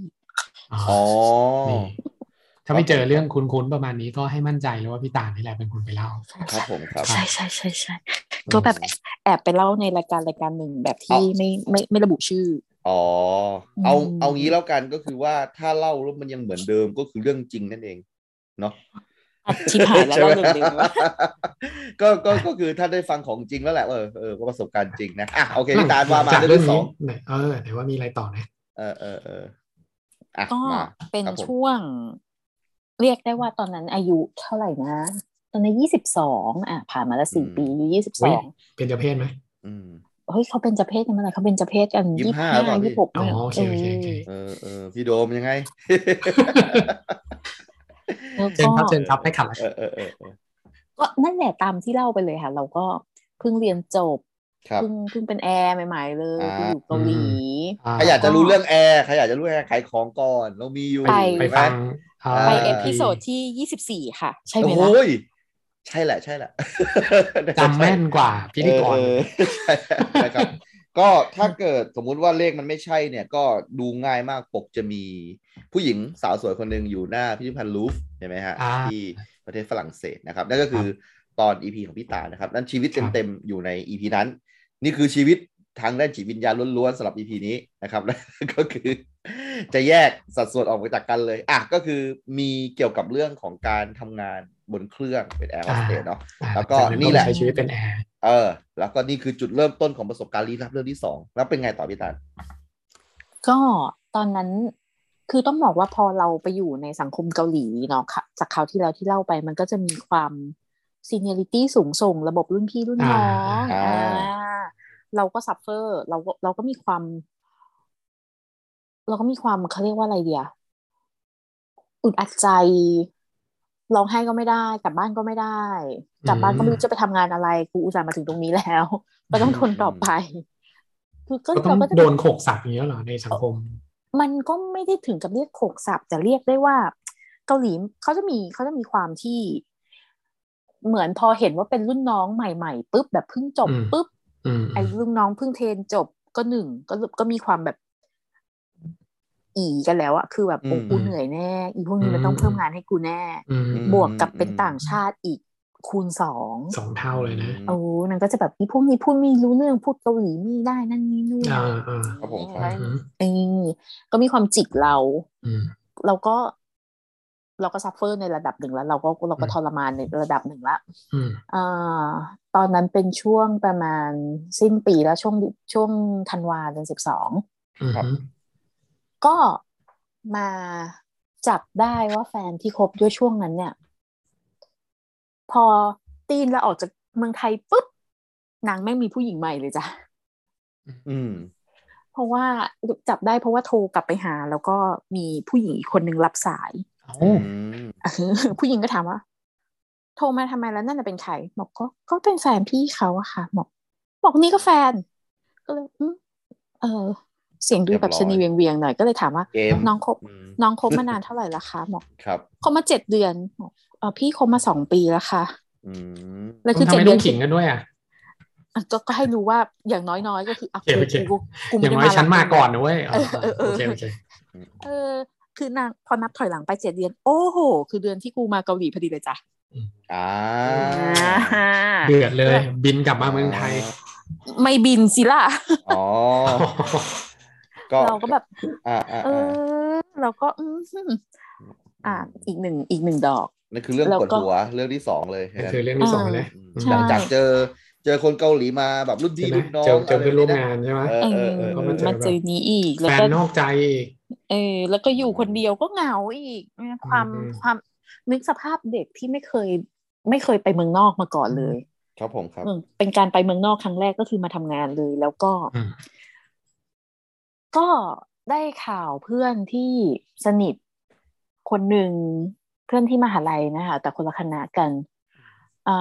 Speaker 3: อ๋อ
Speaker 2: อ๋อ
Speaker 3: นี่ถ้าไม่เจอเรื่องคุ้นๆประมาณนี้ก็ให้มั่นใจเลยว่าพี่ตาลนี่แหละเป็นคนไปเล่า
Speaker 2: ครับผมครับ
Speaker 4: ใช่ใช่ใช่ใช่ก็แบบแอบไปเล่าในรายการรายการหนึ่งแบบที่ไม่ไม่ไม่ระบุชื่อ
Speaker 2: อ๋อเอา
Speaker 4: อืม
Speaker 2: เอางี้แล้วกันก็คือว่าถ้าเล่าแล้วมันยังเหมือนเดิมก็คือเรื่องจริงนั่นเองเนาะ
Speaker 4: อัดชิบหายแล้วเล่าเรื่องเดิ ม
Speaker 2: ก็ก็ก็คือถ้าได้ฟังของจริงแล้วแหละเออเออก็ประสบการณ์จริงนะอ่ะโอเคพี่ตาลว่ามา
Speaker 3: จาก
Speaker 2: เรื่
Speaker 3: เรื่
Speaker 2: อ
Speaker 3: อง
Speaker 2: งที่สอ
Speaker 3: นี้
Speaker 2: ง
Speaker 3: เนี่ยเออเดี๋ยวว่ามีอะไรต่อนะ
Speaker 2: เออเออเอออ่ะ
Speaker 4: ก็
Speaker 2: มา
Speaker 4: เป็น
Speaker 2: ครับผม
Speaker 4: ช่วง เรียกได้ว่าตอนนั้นอายุเท่าไหร่นะ ตอนนั้นยี่สิบสองอ่ะผ่านมาแล้วสี่ปีอายุยี่สิบส
Speaker 3: เฮ้ย
Speaker 4: อง
Speaker 3: เป็นเจ้าเพศไหม
Speaker 2: อืม
Speaker 4: เฮ้ยเขาเป็นจะเพศกันเมื่อไหร่เขาเป็นจะเพศกัน
Speaker 2: 25
Speaker 4: ยี่สิบห้า
Speaker 2: หรือเปล่าพี่
Speaker 4: ยี่สิบหก
Speaker 3: อ๋อโอเคโอเคโอเค
Speaker 2: เออเออพี่โดมยังไง
Speaker 4: แล้ว
Speaker 3: เชิญ
Speaker 4: ก็
Speaker 3: ครับเชิญครับให้ขับแล้ว
Speaker 2: เออเออเออเออ
Speaker 4: ก็นั่นแหละตามที่เล่าไปเลยค่ะ เราก็เพิ่งเรียนจบ
Speaker 2: ครับ
Speaker 4: เพิ่งเพิ่งเป็นแอร์ใหม่ๆเลย
Speaker 2: อ่า
Speaker 4: ไปอยู่เกาหลี
Speaker 2: ใครอยากจะรู้เรื่องแอร์ใครอยากจะรู้แอร์ขายของก่อนเรามีอยู่
Speaker 4: ไป
Speaker 3: ไป
Speaker 2: ใช่หม
Speaker 3: ฟังอ่า
Speaker 4: ไป
Speaker 2: า
Speaker 4: เอพิโซดที่ยี่สิบสี่ค่ะ ใช่ไหม
Speaker 2: โอ้โห
Speaker 4: ล่ะ
Speaker 2: ยใช่แหละใช่แหละ
Speaker 3: จำแม่นกว่าพิธีก
Speaker 2: เออ
Speaker 3: ร
Speaker 2: เออใช่นะครับ ก็ถ้าเกิดสมมุติว่าเลขมันไม่ใช่เนี่ย ก็ดูง่ายมากปกจะมีผู้หญิงสาวสวยคนหนึ่งอยู่หน้าพิพิธภัณฑ์ลูฟร์ใช่ไหมฮะ
Speaker 3: อ่า
Speaker 2: ที่ประเทศฝรั่งเศสนะครับ นั่นก็คือตอน EP ของพี่ตานะครับ นั่นชีวิตเต็มๆอยู่ใน EP นั้น นี่คือชีวิตทางด้านจิตวิญญาณล้วนๆสำหรับ EP นี้นะครับ แล้วก็คือจะแยกสัดส่วนออกไปจากกันเลยอ่ะก็คือมีเกี่ยวกับเรื่องของการทำงานบนเครื่องเป็นแอร์โฮสเตส
Speaker 3: อ่า
Speaker 2: เนาะ
Speaker 3: อ่า
Speaker 2: แล้วก็
Speaker 3: จาก
Speaker 2: นี่แหละ
Speaker 3: ใช้ชีวิตเป็นแอร์
Speaker 2: เออ แล้วก็นี่คือจุดเริ่มต้นของประสบการณ์ลี้ลับเรื่องที่สองแล้วเป็นไงต่อพี่ตาล
Speaker 4: ก็ตอนนั้นคือต้องบอกว่าพอเราไปอยู่ในสังคมเกาหลีเนาะค่ะจากคราวที่แล้วที่เล่าไปมันก็จะมีความซีเนียริตี้สูงส่ง ระบบรุ่นพี่รุ่นน้อง
Speaker 2: อ่า
Speaker 4: อ่าเราก็ซัฟเฟอร์เราก็เราก็มีความ เราก็มีความเขาเรียกว่าอะไรเดียอึดอัดใจร้องไห้ก็ไม่ได้กลับบ้านก็ไม่ได้ กลับบ้านก็ไม่รู้จะไปทำงานอะไรกูอุตส่าห์มาถึงตรงนี้แล้ว ก็ต้องทนต่อไป คือก็
Speaker 3: ก็ต้อ
Speaker 4: เรา
Speaker 3: ง
Speaker 4: ก็จะ
Speaker 3: โดนโขกสับอย่างเงี้ยเหรอในสังคม
Speaker 4: มันก็ไม่ได้ถึงกับเรียกโขกสับแต่เรียกได้ว่า เกาหลีเขาจะมีเขาจะมีความที่ เหมือนพอเห็นว่าเป็นรุ่นน้องใหม่ๆปุ๊บแบบเพิ่งจบ
Speaker 3: อืม
Speaker 4: ปุ๊บ
Speaker 3: อืม
Speaker 4: ไอ้รุ่นน้องเพิ่งเทรนจบก็หนึ่งก็ก็มีความแบบ อีกันแล้วอะคือแบบโอ้
Speaker 2: อืม
Speaker 4: กูเหนื่อยแน่ อีพวกนี้มันต้องเพิ่มงานให้กูแน่
Speaker 3: อืม
Speaker 2: อืม
Speaker 4: บวกกับเป็นต่างชาติอีกคูณสอง
Speaker 3: สองเท่าเลยนะ
Speaker 4: โอ้นางก็จะแบบอีพวกนี้พูดไม่รู้เรื่องพูดเกาหลีไม่ได้นั่นนี่นู่น
Speaker 3: อ่าอ่า
Speaker 2: ครับผมค
Speaker 4: อะ
Speaker 2: รั
Speaker 4: ไรอ
Speaker 2: บ
Speaker 4: ย่าง
Speaker 3: อื
Speaker 4: เงี้ย
Speaker 3: ม
Speaker 4: เออก็มีความจิกเรา
Speaker 3: อืม
Speaker 4: เราก็เราก็ซัฟเฟอร์ในระดับหนึ่งแล้ว เราก็เราก็
Speaker 3: อืม
Speaker 4: ทรมานในระดับหนึ่งละ
Speaker 3: อืม
Speaker 4: อ่าตอนนั้นเป็นช่วงประมาณสิ้นปีแล้วช่วงช่วงธันวาเดือนสิบสอง
Speaker 3: อืม
Speaker 2: ครับ
Speaker 4: ก็มาจับได้ว่าแฟนที่คบด้วยช่วงนั้นเนี่ย พอตีนเราออกจากเมืองไทยปุ๊บนางแม่งมีผู้หญิงใหม่เลยจ้ะ
Speaker 2: อืม
Speaker 4: เพราะว่าจับได้เพราะว่าโทรกลับไปหา แล้วก็มีผู้หญิงอีกคนนึงรับสาย
Speaker 3: เอ้า
Speaker 4: เออ ผู้หญิงก็ถามว่า โทรมาทำไมแล้วนั่นนะเป็นใครบอกก็ก็เป็นแฟนพี่เขาอะค่ะบอกบอกนี่ก็แฟน ก็เลยอืมเออ เสียงดูแบบ
Speaker 2: เรียบร้
Speaker 4: ชะ
Speaker 2: อย
Speaker 4: นีเวียงเวียงๆหน่อยก็เลยถามว่า
Speaker 2: เกม
Speaker 4: น้องคบ
Speaker 2: อืม
Speaker 4: น้องคบมานานเท่าไหร่ละคะบอก
Speaker 2: ครับ
Speaker 4: คบมาเจ็ดเดือนบอกเออพี่คบมาสองปีแล้วค่ะ
Speaker 2: อืม
Speaker 4: แล้วคื
Speaker 3: ต้
Speaker 4: อ
Speaker 3: อง
Speaker 4: เจ็ด
Speaker 3: ทำให้
Speaker 4: เดื
Speaker 3: ต้
Speaker 4: อ
Speaker 3: อน งขิงกันด้วยอ่ะ
Speaker 4: อ่ะก็ก็ให้รู้ว่าอย่างน้อยๆ ก็คืออ่ะ
Speaker 3: โอเคโอเค
Speaker 4: กูกู
Speaker 3: อย่าง
Speaker 4: ไม่
Speaker 3: น้อ
Speaker 4: ได้
Speaker 3: ย
Speaker 4: มา
Speaker 3: ฉันมา
Speaker 4: รับ
Speaker 3: ก่อนนะเว้ยเออ
Speaker 4: เออเออ
Speaker 3: โอเคโอเค
Speaker 4: เออ คือนางพอนับถอยหลังไปเจ็ดเดือน โอ้โห คือเดือนที่กูมาเกาหลีพอดีเลยจ้ะ
Speaker 2: อ่า
Speaker 4: อ่า
Speaker 3: เดือดเลย บินกลับมาเมืองไทย
Speaker 4: ไม่บินสิล่ะ
Speaker 2: อ๋อ ก็
Speaker 4: เราก็แบบ
Speaker 2: อ่าอ่า
Speaker 4: เออ เราก็อืมอ่า อีกหนึ่งอีกหนึ่งดอก
Speaker 2: นั่นคือเรื่อง
Speaker 4: เรา
Speaker 2: ป
Speaker 4: ก็
Speaker 2: วดหัวเรื่องที่สองเลย
Speaker 3: นั่นคือเรื่องที่สองเลย
Speaker 2: อืม
Speaker 4: ใช่
Speaker 2: หลังจากเจอเจอคนเกาหลีมาแบบรุ่น
Speaker 3: ใช่
Speaker 2: พี่
Speaker 3: ไหม
Speaker 2: รุ่นน้อง
Speaker 3: เจอเจอเพื่อนร่วม
Speaker 2: ะไ
Speaker 3: งานใช่ไหม
Speaker 2: เออเออ
Speaker 4: เอ
Speaker 2: เออเอ
Speaker 4: อ
Speaker 2: อ
Speaker 4: มาเจอนี้อีก แล้ว
Speaker 3: แฟน
Speaker 4: ก็
Speaker 3: นอกใจอีก
Speaker 4: เออ แล้วก็อยู่คนเดียวก็เหงาอีก ความ
Speaker 3: อืม
Speaker 4: ความนึกสภาพเด็กที่ไม่เคย ไม่เคยไปเมืองนอกมาก่อนเลย
Speaker 2: ครับผมครับ
Speaker 4: เออเป็นการไปเมืองนอกครั้งแรกก็คือมาทำงานเลย แล้วก็
Speaker 3: อืม
Speaker 4: ก็ได้ข่าวเพื่อนที่สนิทคนหนึ่งเพื่อนที่มหาลัยนะคะแต่คนละคณะกันอ่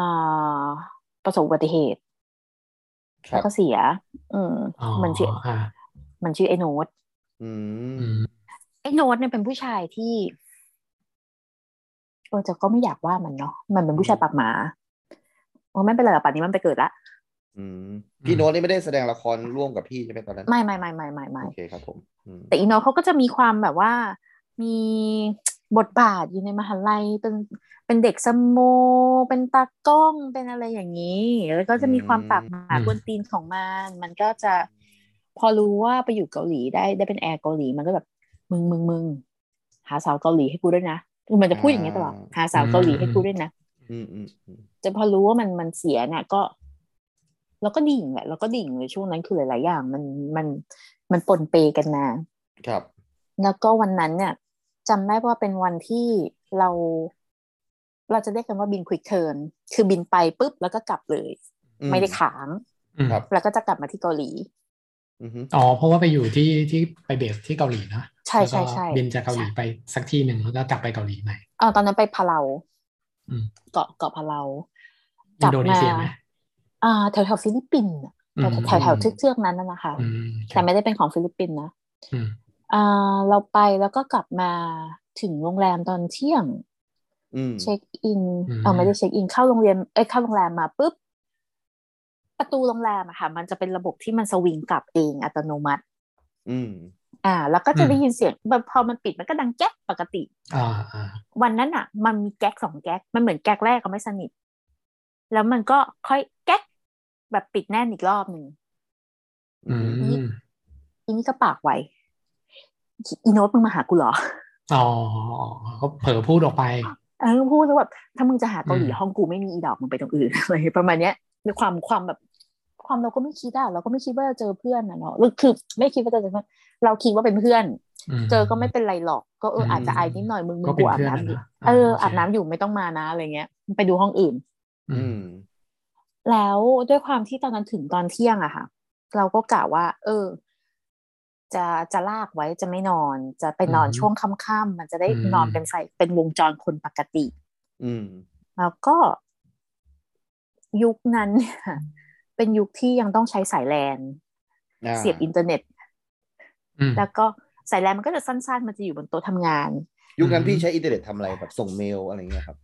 Speaker 4: าประสบอุบัติเหตุ
Speaker 2: ครั
Speaker 4: แล้
Speaker 2: บ
Speaker 4: วก็เสีย อืม
Speaker 3: อ๋อ
Speaker 4: มันชื่อ
Speaker 3: อ่า
Speaker 4: มันชื่อไอโนด
Speaker 2: อืม
Speaker 3: อืม
Speaker 4: ไอโนดเนี่ยเป็นผู้ชายที่เออจะก็ไม่อยากว่ามันเนาะมันเป็นผู้ชายปากหมาโอ้ไม่เป็นไรหรอกป่านนี้มันไปเกิดละ
Speaker 2: อืม พี่โน้ตนี่ไม่ได้แสดงละครร่วมกับพี่ใช่ไหมตอนนั้น
Speaker 4: ไม่ไม่ไม่ไม่ไม่ไม่
Speaker 2: โอเคครับผมอืม
Speaker 4: แต่อีโนดเขาก็จะมีความแบบว่า มีบทบาทอยู่ในมหาลัยเป็นเป็นเด็กสโมเป็นตากล้องเป็นอะไรอย่างนี้ แล้วก็จะมีความปากหมา
Speaker 3: อืม
Speaker 4: กวนตีนของมันมันก็จะพอรู้ว่าไปอยู่เกาหลีได้ได้เป็นแอร์เกาหลีมันก็แบบมึงมึงมึงหาสาวเกาหลีให้กูด้วยนะคือมันจะพูดอย่างนี้ยตลอดหาสาวเกาหลีให้กูด้วยนะ
Speaker 2: อืมอืมอืม
Speaker 4: จะพอรู้ว่ามันมันเสียเนี่ยก็ แล้วก็ดิ่งแหละแล้วก็ดิ่งเลยช่วงนั้นคือหลายๆอย่าง มันมันมันปนเปกันมา
Speaker 2: ครับ
Speaker 4: แล้วก็วันนั้นเนี่ยจำได้ว่าเป็นวันที่เรา เราจะเรียกกันว่าบินควิกเทิร์นคือบินไปปุ๊บแล้วก็กลับเลย
Speaker 2: อื
Speaker 4: ไม่ได้ค้าง
Speaker 3: อืม
Speaker 2: ครับ
Speaker 4: แล้วก็จะกลับมาที่เกาหลี
Speaker 2: อือฮึ
Speaker 3: อ๋อเพราะว่าไปอยู่ที่ที่ไปเบสที่เกาหลีเนอะ
Speaker 4: ใช่ใช่
Speaker 3: แล้วก็
Speaker 4: ใช่
Speaker 3: บินจากเกาหลีไปสักที่หนึ่งแล้วก็กลับไปเกาหลีใหม่
Speaker 4: เออตอนนั้นไปพะเยา
Speaker 3: อืม
Speaker 4: เกาะเกาะพะเยา
Speaker 3: อินโดนีเซียไหม
Speaker 4: อ่าแถวแถวๆฟิลิปปินส์อะ
Speaker 3: อืม
Speaker 4: แถวแถวๆเทือกๆนั้นน่ะนะคะ
Speaker 3: อืมค
Speaker 4: แต่
Speaker 3: รับ
Speaker 4: ไม่ได้เป็นของฟิลิปปินส์นะ
Speaker 3: อืม
Speaker 4: อ่าเราไปแล้วก็กลับมาถึงโรงแรมตอนเที่ยง
Speaker 2: อืม
Speaker 4: เช็คอินเออไม่ได้เช็คอินเข้าโรงเรียนเอ้ยเข้าโรงแรมมาปุ๊บ ประตูโรงแรมอะค่ะ มันจะเป็นระบบที่มันสวิงกลับเองอัตโนมัติ
Speaker 2: อืม
Speaker 4: อ่า แล้วก็จะได้ยินเสียงแบบพอมันปิดมันก็ดังแก๊กปกติ
Speaker 3: อ่าอ่า
Speaker 4: วันนั้นอะมันมีแก๊กสองแก๊กมันเหมือนแก๊กแรกก็ไม่สนิท แล้วมันก็ค่อยแก๊กแบบปิดแน่นอีกรอบหนึ่ง
Speaker 3: อืม
Speaker 4: อีนี่ก็ปากไวอีโน้ตมึงมาหากูเหรอ
Speaker 3: อ๋อก็เผลอพูดออกไป
Speaker 4: เออพูดแล้วแบบถ้ามึงจะหาเกาหลี
Speaker 3: อืม
Speaker 4: ห้องกูไม่มีอีดอกมึงไปตรงอื่น อะไรประมาณเนี้ยในความความแบบ ความเราก็ไม่คิดอะเราก็ไม่คิดว่าจะเจอเพื่อนอะเนาะหรือคือไม่คิดว่าจะเจอเพื่อนเราคิดว่าเป็นเพื่อน
Speaker 3: ม
Speaker 4: เจอก็ไม่เป็นไรหรอก ก็เอออ
Speaker 3: ม
Speaker 4: อาจจะอายนิดหน่อยมึงมึ
Speaker 3: ก็
Speaker 4: ง
Speaker 3: เป็
Speaker 4: กู
Speaker 3: น
Speaker 4: อาบ
Speaker 3: เพื่อน
Speaker 4: น้ำอยู่
Speaker 3: อะนะอ่า
Speaker 4: เออ
Speaker 3: โอเค
Speaker 4: อาบน้ำอยู่ไม่ต้องมานะอะไรเงี้ยไปดูห้องอื่น
Speaker 3: อื
Speaker 2: อื
Speaker 3: ม
Speaker 2: ม
Speaker 4: แล้วด้วยความที่ตอนนั้นถึงตอนเที่ยงอะค่ะ เราก็กะว่า เออ จะจะลากไว้จะไม่นอน จะไปนอน
Speaker 3: อืม
Speaker 4: ช่วงค่ำๆมันจะได้
Speaker 3: อืม
Speaker 4: นอนเป็นใส่เป็นวงจรคนปกติ
Speaker 2: อืม
Speaker 4: แล้วก็ยุคนั้นเนี่ยเป็นยุคที่ยังต้องใช้สายแลน
Speaker 2: า
Speaker 4: เสียบอินเทอร์เน็ต
Speaker 3: อืม
Speaker 4: แล้วก็สายแลนมันก็จะสั้นๆ มันจะอยู่บนโต๊ะทำงาน
Speaker 2: ยุคนั้นพี่ใช้อินเทอร์เน็ตทำอะไรแบบส่งเมลอะไรเงี้ยครับ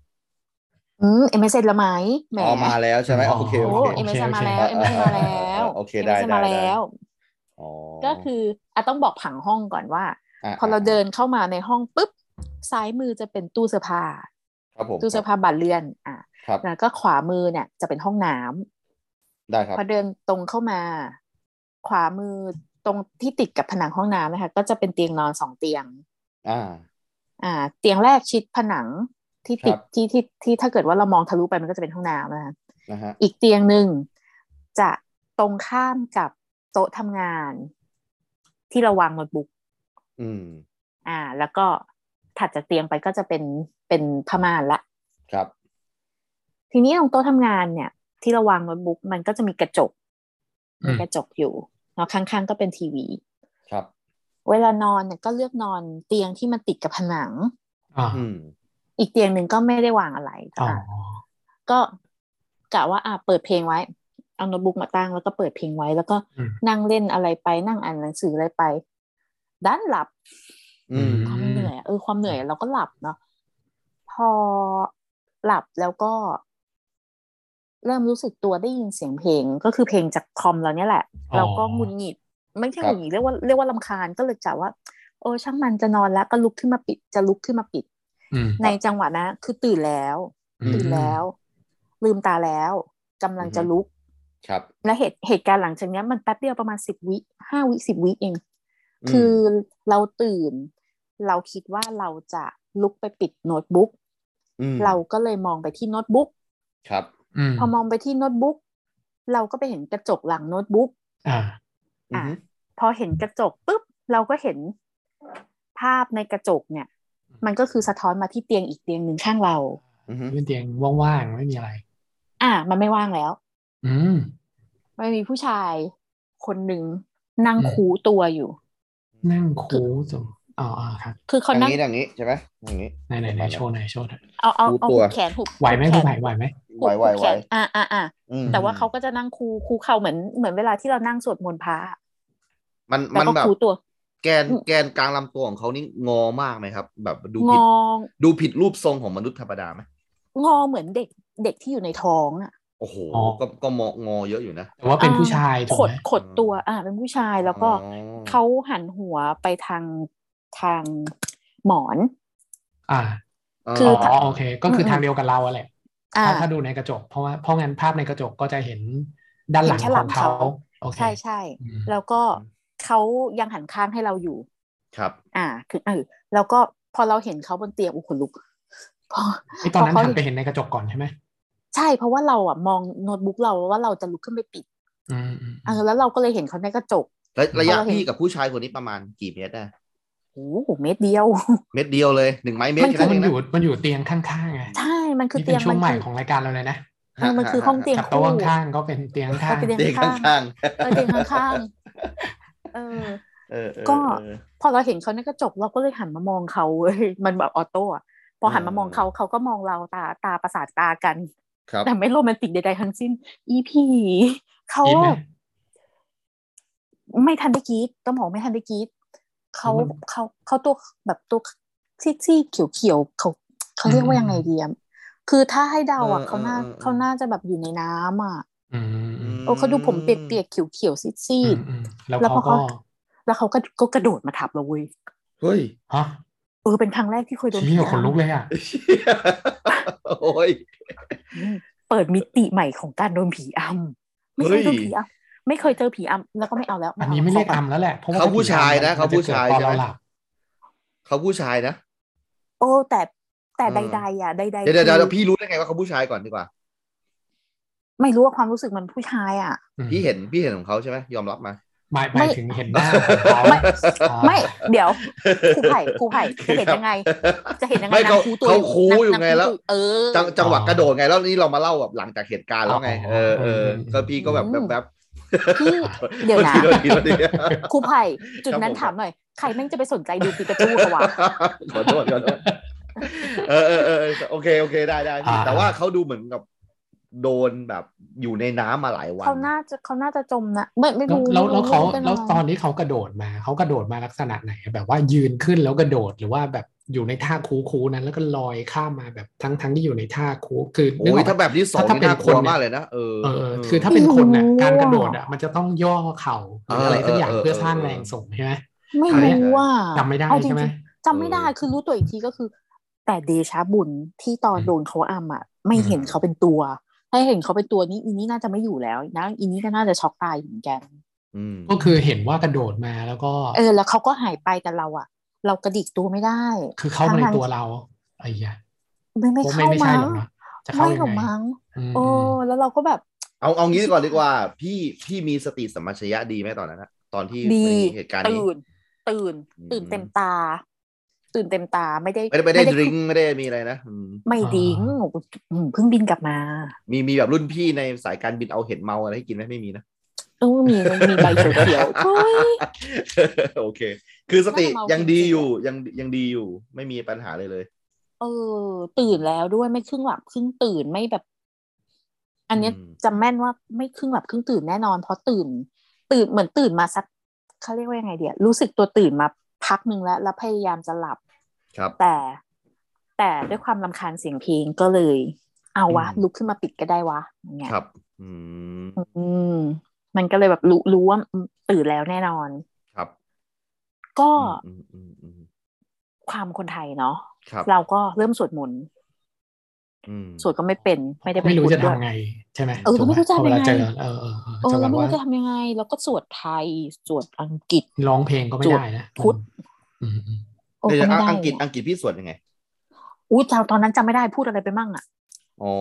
Speaker 4: อืมเอ็มเอสเอ็นละไหมแหม
Speaker 2: อ๋อมาแล้วใช่ไหม
Speaker 3: อ๋อ
Speaker 2: โอเค
Speaker 4: โอ้
Speaker 2: โอเค
Speaker 4: เอ็มเอส
Speaker 3: โอเค
Speaker 4: มาแล้วเอ็มเอสมาแล้ว
Speaker 2: โอเคได้ได้
Speaker 4: มา
Speaker 2: ได้
Speaker 4: แล้ว
Speaker 2: อ๋อ
Speaker 4: ก็คืออ่ะต้องบอกผังห้องก่อนว่า
Speaker 2: ะ
Speaker 4: พอเราเดินเข้ามาในห้องปุ๊บซ้ายมือจะเป็นตู้เสื้อผ้า
Speaker 2: ครับผม
Speaker 4: ตู้เสื้อผ้าบานเลื่อน อ่ะ
Speaker 2: ครับ
Speaker 4: แล้วก็ขวามือเนี่ย จะเป็นห้องน้ำ
Speaker 2: ได้ครับ
Speaker 4: พอเดินตรงเข้ามา ขวามือตรงที่ติดกับผนังห้องน้ำนะคะ ก็จะเป็นเตียงนอนสองเตียง
Speaker 2: อ่า
Speaker 4: อ่า เตียงแรกชิดผนังที่ติด
Speaker 2: ครับ
Speaker 4: ที่ที่ที่ถ้าเกิดว่าเรามองทะลุไปมันก็จะเป็นห้องน้ำนะคะ
Speaker 2: นะฮะ
Speaker 4: อีกเตียงหนึ่งจะตรงข้ามกับโต๊ะทำงาน ที่เราวางโน้ตบุ๊ก
Speaker 2: อืม
Speaker 4: อ่า แล้วก็ถัดจากเตียงไปก็จะเป็นเป็นผ้าม่านละ
Speaker 2: ครับ
Speaker 4: ทีนี้ตรงโต๊ะทำงานเนี่ย ที่เราวางโน้ตบุ๊กมันก็จะมีกระจกมีกระจกอยู่เนาะข้างๆก็เป็นทีวี
Speaker 2: ครับ
Speaker 4: เวลานอนเนี่ยก็เลือกนอนเตียงที่มันติดกับผนัง
Speaker 3: อ่า
Speaker 2: อืม
Speaker 4: อีกเตียงหนึ่งก็ไม่ได้วางอะไร
Speaker 3: อ๋อ
Speaker 4: อ่ะก็กะว่าอ่ะเปิดเพลงไว้ เอาโน้ตบุ๊กมาตั้งแล้วก็เปิดเพลงไว้ แล้วก็
Speaker 3: อืม
Speaker 4: นั่งเล่นอะไรไปนั่งอ่านหนังสืออะไรไปด้านหลับ
Speaker 2: อืม
Speaker 4: ค
Speaker 3: อื
Speaker 4: วาม
Speaker 3: ม
Speaker 4: เหนื่อยอ่ะเออความเหนื่อยเราก็หลับเนาะพอหลับแล้วก็ เริ่มรู้สึกตัวได้ยินเสียงเพลงก็คือเพลงจากคอมเราเนี่ยแหละ
Speaker 3: อ๋อ
Speaker 4: เราก็หงุนหงิด ไม่ใช่หงุนหงิดเรียกว่าเรียกว่าลำคาญก็เลยกะว่า โอ้ช่างมันจะนอนแล้วก็ลุกขึ้นมาปิด จะลุกขึ้นมาปิด
Speaker 3: อืม
Speaker 4: ในจังหวะนะคือตื่นแล้ว
Speaker 3: อืม
Speaker 4: ตื่นแล้ว ลืมตาแล้วกำลังจะลุก
Speaker 2: ครับ
Speaker 4: และเหตุเหตุการณ์หลังจากเนี้ยมันแป๊บเดียวประมาณสิบวิห้าวิสิบวิเอง
Speaker 2: อืม
Speaker 4: คือเราตื่น เราคิดว่าเราจะลุกไปปิดโน้ตบุ๊ก
Speaker 2: อืม
Speaker 4: เราก็เลยมองไปที่โน้ตบุ๊ก
Speaker 2: ครับ
Speaker 3: ม
Speaker 4: พอมองไปที่โน้ตบุ๊กเราก็ไปเห็นกระจกหลังโน้ตบุ๊ก
Speaker 3: อ่า
Speaker 2: อื
Speaker 4: อ่ะ
Speaker 2: ม
Speaker 4: พอเห็นกระจกปุ๊บเราก็เห็นภาพในกระจกเนี่ย มันก็คือสะท้อนมาที่เตียงอีกเตียงหนึ่งข้างเรา
Speaker 2: อืม
Speaker 3: เป็นเตียงว่างๆไม่มีอะไร
Speaker 4: อ่ะมันไม่ว่างแล้ว
Speaker 3: อืม
Speaker 4: มันมีผู้ชายคนหนึ่งนั่ง
Speaker 3: อืม
Speaker 4: คูตัวอยู่
Speaker 3: นั่งคูจมอ๋ออ๋อครับ
Speaker 4: คือเขา
Speaker 2: อย่า
Speaker 4: นั่ง
Speaker 2: งนี้อย่างนี้ใช่ไหมอย่างนี้
Speaker 3: ไหนไหนไหนโชว์หน่อยโชว์หน่อย
Speaker 4: เอาเอาเอาหุ
Speaker 2: คูตัว
Speaker 4: บแขนหุบ
Speaker 3: ไหวไหม
Speaker 4: บแข
Speaker 3: คุณ
Speaker 4: น
Speaker 3: ไผ่ไหวไหม
Speaker 4: หุ
Speaker 2: ไหว
Speaker 4: บ
Speaker 2: ไหว
Speaker 4: หุบ
Speaker 2: ไหว
Speaker 4: แขนอ่ะอ่ะอ่ะ
Speaker 2: อืม
Speaker 4: แต่ว่าเขาก็จะนั่งคูคูเข่าเหมือนเหมือนเวลาที่เรานั่งสวดมนต์พระอะ
Speaker 2: มัน
Speaker 4: แล้ว
Speaker 2: มัน
Speaker 4: ก็
Speaker 2: แบบ
Speaker 4: คูตัว
Speaker 2: แกนแกนกลางลำตัวของเขานี่งอมากไหมครับ แบบดู
Speaker 4: ง
Speaker 2: ผิด
Speaker 4: อง
Speaker 2: ดูผิดรูปทรงของมนุษย์ธรรมดาไหม
Speaker 4: งอเหมือนเด็กเด็กที่อยู่ในท้องอ่ะ
Speaker 2: โอ้โห
Speaker 3: อ๋อ
Speaker 2: ก็ก็งองอเยอะอยู่นะ
Speaker 3: แต่ว่าเป็นผู้ชายถู
Speaker 4: ข
Speaker 3: ก
Speaker 4: ด
Speaker 3: ไหม
Speaker 4: ขดตัว อ่า เป็นผู้ชายแล้วก็
Speaker 2: อ๋อ
Speaker 4: เขาหันหัวไปทางทางหมอน
Speaker 3: อ่า
Speaker 4: คือ
Speaker 3: อ๋
Speaker 2: อ
Speaker 3: อโอเค ก็คือทางเดียวกับเราอะแหละ
Speaker 4: อ่า
Speaker 3: ถ้าถ้าดูในกระจก เพราะว่าเพราะงั้นภาพในกระจกก็จะเห็นด้านหลัง
Speaker 4: เห็นแค่
Speaker 3: ข
Speaker 4: หลั
Speaker 3: อง ง
Speaker 4: เขา
Speaker 3: เขาโอเค
Speaker 4: ใช่ใช่
Speaker 3: อืม
Speaker 4: แล้วก็เขายังหันข้างให้เราอยู่
Speaker 2: ครับ
Speaker 4: อ่า คือเออแล้วก็พอเราเห็นเขาบนเตียงโอ้ขนลุกพอ
Speaker 3: ไอ้ตอนนั้น
Speaker 4: พอ
Speaker 3: หั
Speaker 4: เขา
Speaker 3: นไปเห็นในกระจกก่อนใช่ไหม
Speaker 4: ใช่ เพราะว่าเราอ่ะมองโน้ตบุ๊กเราว่าเราจะลุกขึ้นไปปิด
Speaker 3: อืมอืม
Speaker 4: เออแล้วเราก็เลยเห็นเขาในกระจก
Speaker 2: ระระ
Speaker 4: เพ
Speaker 2: ยะ
Speaker 4: ราะเราเห็น
Speaker 2: พี่กับผู้ชายคนนี้ประมาณกี่เมตรได้
Speaker 4: โอ้โหเม็ดเดียว
Speaker 2: เมตรเดียวเลยหนึ่งไม้เมตร
Speaker 4: มัน
Speaker 2: แค่
Speaker 3: คือ
Speaker 2: นั้น
Speaker 3: มั
Speaker 2: เอน งนะ
Speaker 3: อยู่มันอยู่เตียงข้างๆไง
Speaker 4: ใช่ มันคือ
Speaker 3: นี่
Speaker 4: เตี
Speaker 3: เป็
Speaker 4: ยง
Speaker 3: นช่วง
Speaker 4: มั
Speaker 3: ใหม่
Speaker 4: คือ
Speaker 3: ของรายการเราเลยนะ
Speaker 4: เออมันคือห้องเตียง
Speaker 3: กับ
Speaker 4: คู่
Speaker 3: โต๊ะข้างๆก็เป็นเตียงข้าง
Speaker 4: ก็เป็นเตีย
Speaker 2: เตียงข้าง
Speaker 4: เออเตียงข้างๆเออ
Speaker 2: ๆเออเออ
Speaker 4: ก็
Speaker 2: เออ
Speaker 4: พอเราเห็นเขาในกระจกเราก็เลยหันมามองเขาเว้ย มันแบบออโต้อะพอหันมามองเขาเขาก็มองเราตาตาประสานตากัน
Speaker 2: ครับ
Speaker 4: แต่ไม่โรแมนติกใดๆทั้งสิ้น อีผีเขา
Speaker 3: กินไหม
Speaker 4: ไม่ทันได้กรีดต้องบอกไม่ทันได้กรีดเขา
Speaker 3: แล้วมัน
Speaker 4: เขาเขาตัวแบบตัวซีดๆเขียวๆเขาเขาเรียกว่ายังไงดีอะคือถ้าให้เดาอ่ะ
Speaker 2: เออ
Speaker 4: เขาน่า
Speaker 2: เออเออ
Speaker 4: เขาน่าจะแบบอยู่ในน้ำอ่ะ
Speaker 3: อืมอืม
Speaker 4: โอ้เขาดูผมเปียกๆเขียวๆซี
Speaker 3: อื
Speaker 4: ด
Speaker 3: มอืมแล้ว
Speaker 4: แล้ว
Speaker 3: เขา
Speaker 4: พอ
Speaker 3: ก็
Speaker 4: เขา ๆแล้วเขาก็ก็กระโดดมาทับเราเว้ย
Speaker 2: เฮ้ย
Speaker 3: ฮะ
Speaker 4: เออเป็นครั้งแรกที่เคยโดน
Speaker 3: ชี้ยขน
Speaker 4: ทำ
Speaker 3: ลุกเลยอ่ะ
Speaker 2: โอ้ย
Speaker 4: อืมเปิดมิติใหม่ของการโดนผีอำไม่เคยโดนผีอำไม่เคยเจอผีอำแล้วก็ไม่เอาแล้ว
Speaker 3: อันนี้ไม่เรียก
Speaker 4: ขป
Speaker 3: อำแล้วแหละเพราะว่า
Speaker 2: เขาผู้ชายนะเขาผู้ชาย
Speaker 3: ตอน
Speaker 2: ใช่ไหม
Speaker 3: เราหลับ
Speaker 2: เขาผู้ชายนะ
Speaker 4: โอ้แต่แต่
Speaker 2: อืม
Speaker 4: ใดๆอ่ะใดๆ
Speaker 2: เดี๋ยว
Speaker 4: คื
Speaker 2: เดี๋ยว
Speaker 4: อ
Speaker 2: เดี๋ยวพี่รู้ได้ไงว่าเขาผู้ชายก่อนดีกว่า
Speaker 4: ไม่รู้ว่าความรู้สึกมันผู้ชายอ่ะ
Speaker 3: อืม
Speaker 2: พี่เห็นพี่เห็นของเขาใช่ไหมยอมรับมา
Speaker 3: หมายหมาย
Speaker 4: ไม่
Speaker 3: ถึงเห็นหน้าของเขา
Speaker 4: ไม่
Speaker 3: อ่า
Speaker 4: ไม่เดี๋ยวครูไผ่ ครูไผ่จะเห็นยังไง จะเห็นยังไง
Speaker 2: ไม่เขา
Speaker 4: นางคูตัว
Speaker 2: เขาคูอยู่ไงแล้
Speaker 4: นา
Speaker 2: ว
Speaker 4: คูตัเออ
Speaker 2: จังจังหวะกระโดดไงแล้วนี่เรามาเล่าแบบหลังจากเหตุการณ์แล้วไง เออเออก็พี่ก็แบบแบบแบบ
Speaker 4: พี่เดี๋ยวนะ
Speaker 2: โทษทีโทษทีโทษที
Speaker 4: ครูไผ่จุดนั้น
Speaker 2: ครั
Speaker 4: ถา
Speaker 2: บผม
Speaker 4: มหน่อย ใครแม่งจะไปสนใจดูปิกาจูเขาวะ
Speaker 2: ขอโทษขอโทษเออเออเออโอเคโอเคได้ได้พี่แต่ว่าเขาดูเหมือนกับโดนแบบอยู่ในน้ำมาหลายวัน
Speaker 4: เขาน่าจะเขาน่าจะจมนะไม่ไม่รู้
Speaker 3: แล้วแล้วเขา
Speaker 4: ไม่ป็นไร
Speaker 3: แล้วตอนที่เขากระโดดมาเขากระโดดมาลักษณะไหนแบบว่ายืนขึ้นแล้วกระโดดหรือว่าแบบอยู่ในท่าคูคูนั้น แล้วก็ลอยข้ามมาแบบทั้งทั้งที่อยู่ในท่าคูคือนึก
Speaker 2: โอ้ย
Speaker 3: กปะ
Speaker 2: ถ้าแบบที่สอง
Speaker 3: ถ้า
Speaker 2: นี่
Speaker 3: เป็น
Speaker 2: น่ากลัว
Speaker 3: คนเนี่ย
Speaker 2: มากเลยนะเออ
Speaker 3: เออคือถ้าเป็นคนน่ะการกระโดดอ่ะมันจะต้องย่อเข่าหรืออะไรสักอย่าง
Speaker 2: เออเออเออ
Speaker 3: เพื่อสร้างแรงส่งใช่ไหม
Speaker 4: ไม่
Speaker 2: ใช่
Speaker 4: รู้
Speaker 2: ใช่
Speaker 4: ว่า
Speaker 3: จำไม่ได้
Speaker 4: เอาจริง
Speaker 3: ใช่ไหม
Speaker 4: ๆจำไม่ได้คือรู้ตัวอีกทีก็คือ แต่เดชาบุญที่ตอนโดนเขาอํอ่ะ ไม่เห็นเขาเป็นตัวถ้าเห็นเขาเป็นตัวนี้อีนี่น่าจะไม่อยู่แล้วนะอีนี่ก็น่าจะช็อกตายเหมือนกัน
Speaker 2: อืม
Speaker 3: ก็คือเห็นว่ากระโดดมาแล้วก็
Speaker 4: เออ แล้วเขาก็หายไปแต่เราอะเรากระดิกตัวไม่ได้
Speaker 3: คือเข้ามาใน
Speaker 4: ทั้งๆ
Speaker 3: ตัวเราไอ้ยะ
Speaker 4: ไม่ไม่
Speaker 3: โอ้ไม่
Speaker 4: เข้า
Speaker 3: ไม่ใช่
Speaker 4: มา
Speaker 3: หรอกเนอะจะเข้า
Speaker 4: ไม่
Speaker 3: ยั
Speaker 4: หรอก
Speaker 3: งไง
Speaker 4: มั้ง
Speaker 3: อืม
Speaker 4: โอ้แล้วเราก็แบบ
Speaker 2: เอาเอางี้ดีกว่าดีกว่า พี่พี่มีสติสัมปชัญญะดีไหมตอนนั้นนะตอนที่
Speaker 4: ดี
Speaker 2: มีเหตุการณ์นี้
Speaker 4: ตื่น ตื่น
Speaker 2: อืม
Speaker 4: ตื่นเต็มตา ตื่นเต็มตาไม่ได้
Speaker 2: ไม่ได้ไม่ได้ดริงไม่ได้มีอะไรนะอืม
Speaker 4: ไม่ดริงก์โอ้โหอืมเพิ่งบินกลับมา
Speaker 2: มีมีแบบรุ่นพี่ในสายการบินเอาเห็ดเมาอะไรให้กินไหมไม่มีนะ
Speaker 4: เออมีมีใบเขี ยวๆเฮ้ย
Speaker 2: โอเค คือสติ
Speaker 4: น่าจะเมายั
Speaker 2: ยังดี
Speaker 4: จริงๆ
Speaker 2: อยู่ยังยังดีอยู่ ไม่มีปัญหาเลยเลย
Speaker 4: เออ ตื่นแล้วด้วยไม่ครึ่งหลับครึ่งตื่นไม่แบบ อันเนี้ย
Speaker 2: อืม
Speaker 4: จำแม่นว่าไม่ครึ่งหลับครึ่งตื่นแน่นอนเพราะตื่น ตื่นเหมือนตื่นมาสักเขาเรียกว่ายังไงเดียรู้สึกตัวตื่นมาพักหนึ่งแล้วแล้วพยายามจะหลับ
Speaker 2: ครับ
Speaker 4: แต่แต่ด้วยความลำคาญเสียงเพลงก็เลย เอาวะ
Speaker 2: อืม
Speaker 4: ลุกขึ้นมาปิดก็ได้วะอย่างเงี้ย
Speaker 2: ครับ อืม
Speaker 4: อืม มันก็เลยแบบรู้รู้ว่าอืมตื่นแล้วแน่นอน
Speaker 2: ครับ
Speaker 4: ก็
Speaker 2: อืมอืมอืมอืม
Speaker 4: ความคนไทยเนาะ
Speaker 2: ครับ
Speaker 4: เราก็เริ่มสวดมนต์
Speaker 2: อืม
Speaker 4: สวดก็ไม่เป็นไม่ได้เป็น
Speaker 3: ไม่รู้
Speaker 4: พุทธ
Speaker 3: จะ
Speaker 4: ด้วย
Speaker 3: ทำไงใช่ไหม
Speaker 4: เออ
Speaker 3: ถูกห
Speaker 4: ไม่รู้จะ
Speaker 3: พอเวลา
Speaker 4: ทำยังไง
Speaker 3: เจอเออเออเออ
Speaker 4: เออ
Speaker 3: จะแบ
Speaker 4: เรา
Speaker 3: บ
Speaker 4: ไม่
Speaker 3: ว่า
Speaker 4: รู้จะทำยังไง แล้วก็สวดไทย สวดอังกฤษ
Speaker 3: ร้องเพลงก็ไม่ได้นะ
Speaker 4: พุทธ
Speaker 3: อืมอืม
Speaker 4: โอ้ก็
Speaker 2: เดี๋ยว
Speaker 4: ไม่
Speaker 2: อ่ะ
Speaker 4: ได้
Speaker 2: อังกฤษอังกฤษพี่สวดยังไง
Speaker 4: อู้จำตอนนั้นจำไม่ได้พูดอะไรไปมั่งอ่ะ
Speaker 2: อ๋อ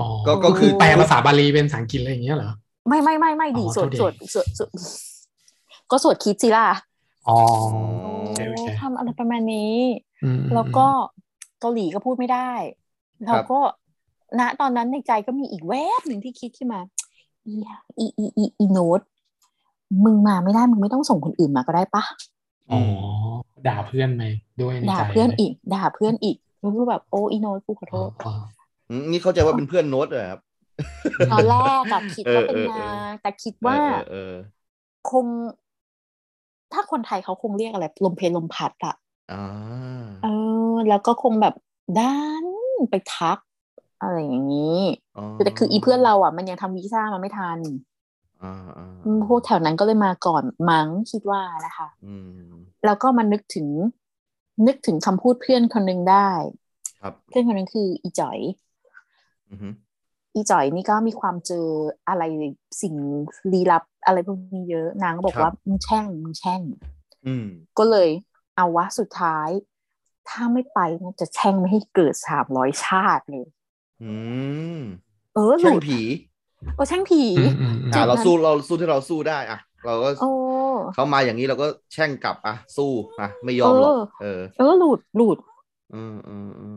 Speaker 3: อ๋อ
Speaker 2: ก็ก็คือ
Speaker 3: แปลภาษาบาลีเป็นภาษาอังกฤษอะไรอย่างเงี้ยเหรอ
Speaker 4: ไม่ไม่ไม่ไม่ดี
Speaker 3: อ๋อ
Speaker 4: สวด
Speaker 3: โทษที
Speaker 4: สวดสวดสวดก็สวดคีจีล่า
Speaker 3: อ๋อ
Speaker 2: โอ้
Speaker 4: โอ้
Speaker 3: โอเค
Speaker 4: ทำอะไรประมาณนี้
Speaker 3: อืมอืมอืม
Speaker 4: แล้วก็เกาหลีก็พูดไม่ได้แล้วก็ณตอนนั้นในใจก็มีอีกแวบหนึ่งที่คิดขึ้นมาอีอีอีอีอีโน้ตมึงมาไม่ได้มึงไม่ต้องส่งคนอื่นมาก็ได้ปะ
Speaker 3: อ๋อด่าเพื่อนไหมด้วยใน
Speaker 4: ด่า
Speaker 3: ใจ
Speaker 4: เพื่อนอีก ด่าเพื่อนอีกแล้วก็แบบโอ้อีโน้ตกูขอโท
Speaker 3: อ๋อ
Speaker 4: ษ
Speaker 3: อ๋อ
Speaker 2: อืมนี่เข้าใจว่าเป็นเพื่อนโน้ตเลยครับ
Speaker 4: ตอนแรกอะคิดว่าเป็น
Speaker 2: เออ
Speaker 4: นา
Speaker 2: เออเออ
Speaker 4: แต่คิดว่า
Speaker 2: เออเออ
Speaker 4: คง ถ้าคนไทยเขาคงเรียกอะไรลมเพลลมพัดอะ
Speaker 2: เอออ่า
Speaker 4: เออ แล้วก็คงแบบด้านไปทัก อะไรอย่างนี้แต่คืออีเพื่อนเราอะมันยังทำวีซ่ามันไม่ทัน
Speaker 2: อ่าอ่า
Speaker 4: อืมพวกแถวนั้นก็เลยมาก่อนมั้งคิดว่านะคะ
Speaker 2: อืม
Speaker 4: แล้วก็มันนึกถึง นึกถึงคำพูดเพื่อนคนหนึงได้
Speaker 2: ครับ
Speaker 4: เพื่อนคนนั้นคืออีจ๋อย
Speaker 2: อือฮึ
Speaker 4: อีจ๋อยนี่ก็มีความเจออะไรสิ่งลี้ลับอะไรพวกนี้เยอะนางก็บอกว่ามึงแช่งมึงแช่ง
Speaker 2: อืม
Speaker 4: ก็เลยเอาวะสุดท้าย ถ้าไม่ไปนะจะแช่งไม่ให้เกิดสามร้อยชาติเลย
Speaker 2: อืม
Speaker 4: เออห
Speaker 2: แช่
Speaker 4: ลุ
Speaker 2: ง
Speaker 4: ด
Speaker 2: ผี
Speaker 4: โอ้แช่งผี
Speaker 3: อืมอืมอืม
Speaker 4: จุดนั้
Speaker 2: อ่ะ
Speaker 4: น
Speaker 2: เราสู้เราสู้ที่เราสู้ได้อ่ะ เราก็
Speaker 4: โอ้
Speaker 2: เขามาอย่างนี้เราก็แช่งกลับอ่ะสู้อ่ะไม่ยอมหรอ
Speaker 4: เอ
Speaker 2: ก
Speaker 4: อ
Speaker 2: เออ
Speaker 4: เออหลุดหลุด
Speaker 2: อืมอืมอืม